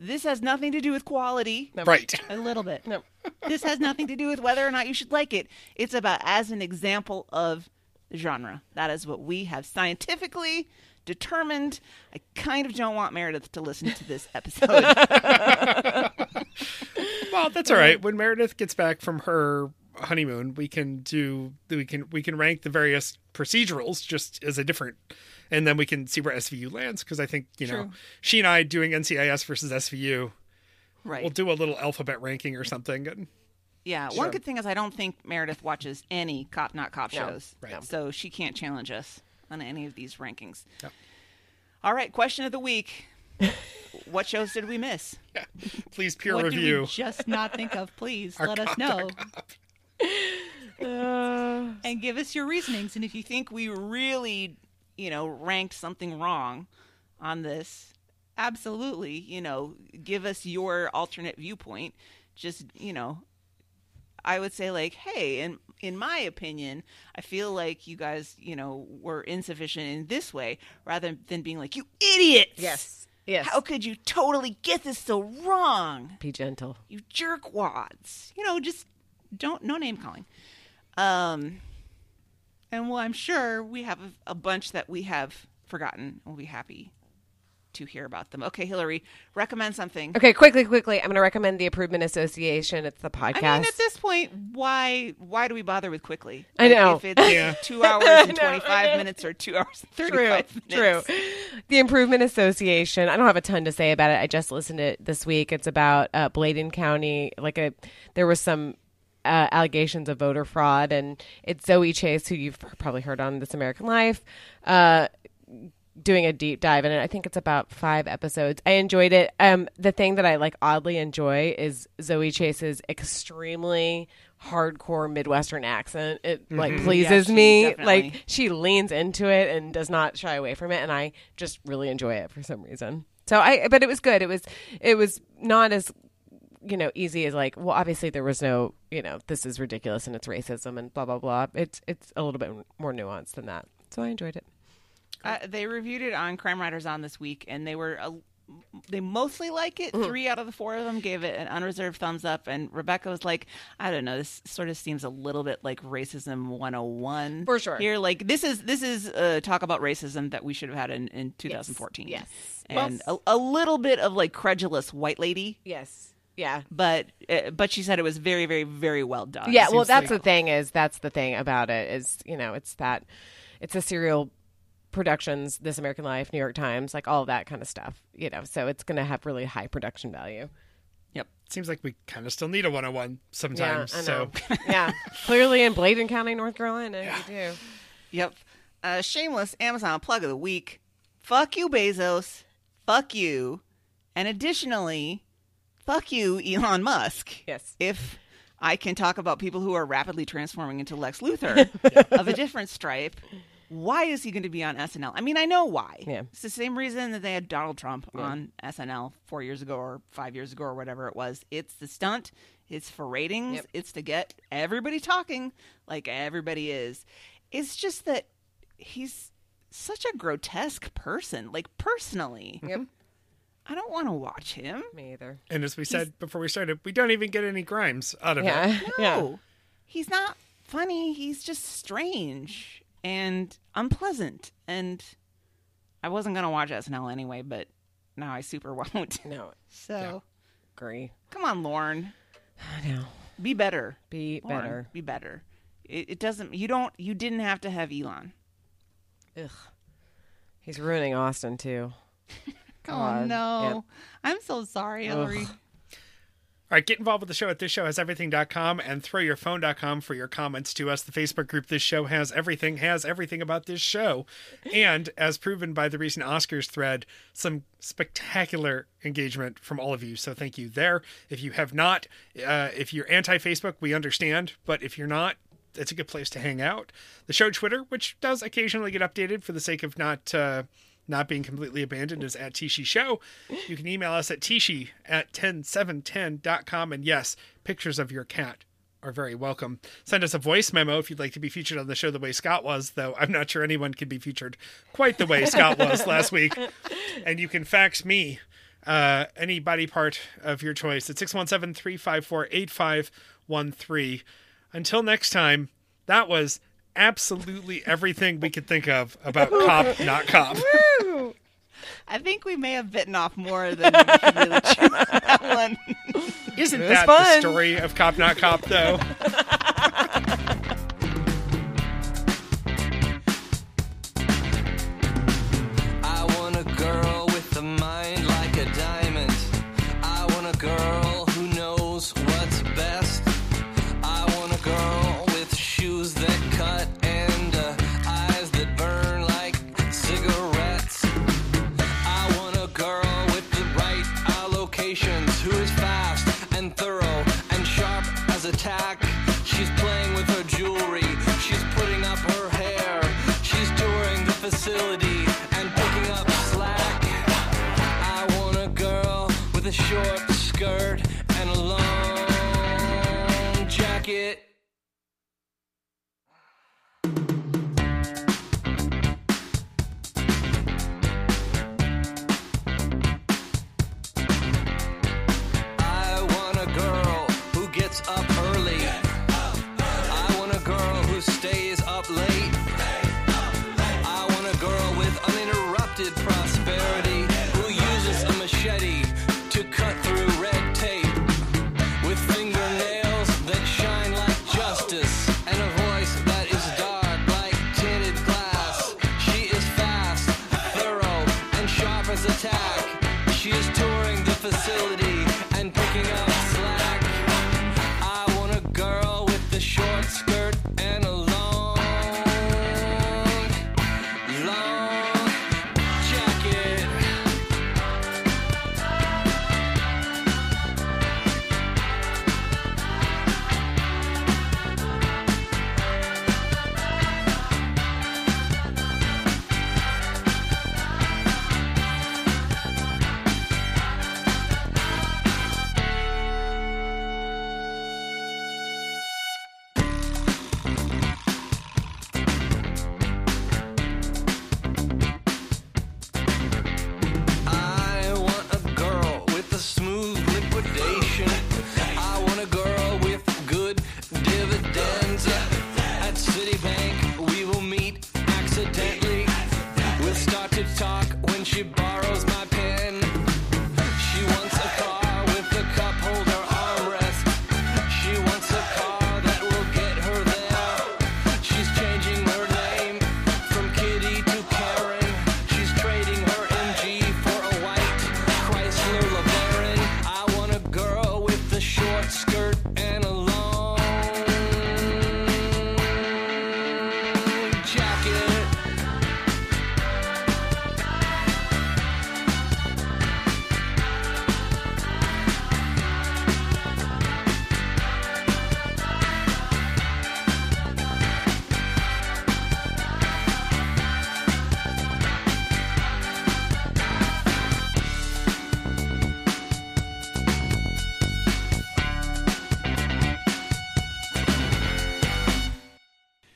Speaker 2: This has nothing to do with quality.
Speaker 1: Right.
Speaker 4: A little bit.
Speaker 3: No.
Speaker 2: This has nothing to do with whether or not you should like it. It's about as an example of genre. That is what we have scientifically determined. I kind of don't want Meredith to listen to this episode.
Speaker 1: Well, that's all right. When Meredith gets back from her honeymoon, we can do we can we can rank the various procedurals just as a different, and then we can see where SVU lands because I think you know she and I doing NCIS versus SVU.
Speaker 2: right.
Speaker 1: We'll do a little alphabet ranking or something. And
Speaker 2: Yeah, one good thing is I don't think Meredith watches any cop not cop shows.
Speaker 1: right. No.
Speaker 2: So she can't challenge us on any of these rankings.
Speaker 1: No.
Speaker 2: All right, question of the week. what shows did we miss?
Speaker 1: please peer
Speaker 4: what did
Speaker 1: review.
Speaker 4: we just not think of? Please let us know
Speaker 2: Uh,
Speaker 4: and give us your reasonings.
Speaker 2: And if you think we really, you know, ranked something wrong on this, absolutely, you know, give us your alternate viewpoint. Just, you know, I would say like, hey, in in my opinion, I feel like you guys, you know, were insufficient in this way, rather than being like, you idiots.
Speaker 3: Yes. Yes.
Speaker 2: How could you totally get this so wrong?
Speaker 3: Be gentle.
Speaker 2: you jerkwads. You know, just don't no name calling. Um, and well, I'm sure we have a, a bunch that we have forgotten. We'll be happy to hear about them. Okay, Hillary, recommend something.
Speaker 3: Okay, quickly, quickly. I'm going to recommend the Improvement Association. It's the podcast.
Speaker 2: I mean, at this point, why why do we bother with quickly?
Speaker 3: I know.
Speaker 2: if it's
Speaker 1: Yeah.
Speaker 2: two hours and twenty five minutes or two hours and thirty
Speaker 3: True,
Speaker 2: five minutes.
Speaker 3: true. The Improvement Association. I don't have a ton to say about it. I just listened to it this week. It's about uh, Bladen County. Like a, there was some uh, allegations of voter fraud, and it's Zoe Chase, who you've probably heard on This American Life, uh, doing a deep dive in it. I think it's about five episodes. I enjoyed it. Um, the thing that I like oddly enjoy is Zoe Chase's extremely hardcore Midwestern accent. It like pleases
Speaker 2: Mm-hmm. Yeah, she
Speaker 3: me.
Speaker 2: definitely-
Speaker 3: Like she leans into it and does not shy away from it and i just really enjoy it for some reason so i but it was good it was it was not as you know easy as like well obviously there was no you know this is ridiculous and it's racism and blah blah blah it's it's a little bit more nuanced than that so i enjoyed it
Speaker 2: Uh, they reviewed it on Crime Writers on this week, and they were uh, they mostly like it.
Speaker 3: Mm-hmm.
Speaker 2: Three out of the four of them gave it an unreserved thumbs up, and Rebecca was like, "I don't know, this sort of seems a little bit like racism 101
Speaker 3: For sure.
Speaker 2: Here, like this is this is uh, talk about racism that we should have had in, in 2014.
Speaker 3: Yes.
Speaker 2: and a, a little bit of like credulous white lady."
Speaker 3: yes yeah
Speaker 2: But uh, but she said it was very very very well done.
Speaker 3: yeah well
Speaker 1: seems
Speaker 3: that's
Speaker 1: like-
Speaker 3: the thing is that's the thing about it is you know it's that it's a serial productions this american life new york times like all that kind of stuff you know so it's going to have really high production value
Speaker 2: Yep.
Speaker 1: Seems like we kind of still need a 101 sometimes. so
Speaker 3: yeah, clearly in Bladen County, North Carolina, you do.
Speaker 2: Yep. Uh, shameless Amazon plug of the week. Fuck you, Bezos. Fuck you. And additionally, fuck you, Elon Musk.
Speaker 3: Yes.
Speaker 2: If I can talk about people who are rapidly transforming into Lex Luthor of a different stripe, why is he going to be on SNL? I mean, I know why.
Speaker 3: Yeah.
Speaker 2: It's the same reason that they had Donald Trump on SNL four years ago or five years ago or whatever it was. It's the stunt. It's for ratings. It's to get everybody talking like everybody is. It's just that he's such a grotesque person. Like personally,
Speaker 3: Yep.
Speaker 2: I don't want to watch him.
Speaker 3: Me either.
Speaker 1: and as we said before we started, we don't even get any grimes out of it.
Speaker 3: Yeah. Yeah.
Speaker 2: No, he's not funny. He's just strange and unpleasant. And I wasn't gonna watch SNL anyway, but now I super won't.
Speaker 3: No.
Speaker 4: So
Speaker 3: Agree.
Speaker 2: Come on, Lorne,
Speaker 3: I know.
Speaker 2: be better.
Speaker 3: Be
Speaker 2: Lorne,
Speaker 3: better.
Speaker 2: Be better. It, it doesn't. You don't. You didn't have to have Elon.
Speaker 3: Ugh. He's ruining Austin too.
Speaker 4: oh
Speaker 3: God.
Speaker 4: no,
Speaker 3: Yep.
Speaker 4: I'm so sorry, Hillary.
Speaker 1: All right, get involved with the show at this show has everything.com and throwyourphone.com for your comments to us. The Facebook group This Show Has Everything has everything about this show. And as proven by the recent Oscars thread, some spectacular engagement from all of you. So thank you there. If you have not, uh, if you're anti Facebook, we understand. But if you're not, it's a good place to hang out. The show Twitter, which does occasionally get updated for the sake of not uh, not being completely abandoned, is at Tishi Show. You can email us at Tishi at 10710.com. And yes, pictures of your cat are very welcome. Send us a voice memo if you'd like to be featured on the show the way Scott was, though I'm not sure anyone can be featured quite the way Scott was last week. And you can fax me uh, any body part of your choice at 617 354 8513. Until next time, that was absolutely everything we could think of about cop, not cop.
Speaker 2: I think we may have bitten off more than we could really chew on that one.
Speaker 1: Isn't
Speaker 3: was
Speaker 1: that the
Speaker 3: fun.
Speaker 1: story of cop, not cop, though?
Speaker 5: I want a girl with a mind like a diamond. I want a girl who knows what's best. I want a girl with shoes that cut and uh, eyes that burn like cigarettes. I want a girl with the right allocations who is fast and thorough and sharp as a tack. She's playing with her jewelry, she's putting up her hair, she's touring the facility and picking up slack. I want a girl with a short skirt and a long jacket. I want a girl who gets up early. I want a girl who stays up late. I want a girl with uninterrupted prosperity who uses a machete to cut through red tape with fingernails that shine like justice and a voice that is dark like tinted glass. She is fast, thorough, and sharp as a tack. She is touring the facility and picking up slack. I want a girl with a short skirt and a long, long jacket. I want a girl with a smooth liquidation. I want a girl with good dividends. At Citibank, we will meet accidentally. We'll start to talk when she borrows my pen. She wants a car with a cup holder armrest. She wants a car that will get her there. She's changing her name from Kitty to Karen. She's trading her MG for a white Chrysler LeBaron. I want a girl with a short skirt and a long jacket.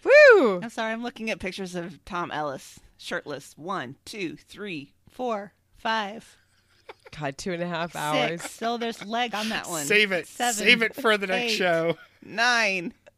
Speaker 3: Woo!
Speaker 2: I'm sorry, I'm looking at pictures of Tom Ellis shirtless. One, two, three,
Speaker 4: Four, five,
Speaker 3: God, two and a half hours.
Speaker 4: six. So there's leg on that one.
Speaker 1: Save it.
Speaker 4: Seven,
Speaker 1: Save it for the next
Speaker 4: eight,
Speaker 1: show.
Speaker 2: nine,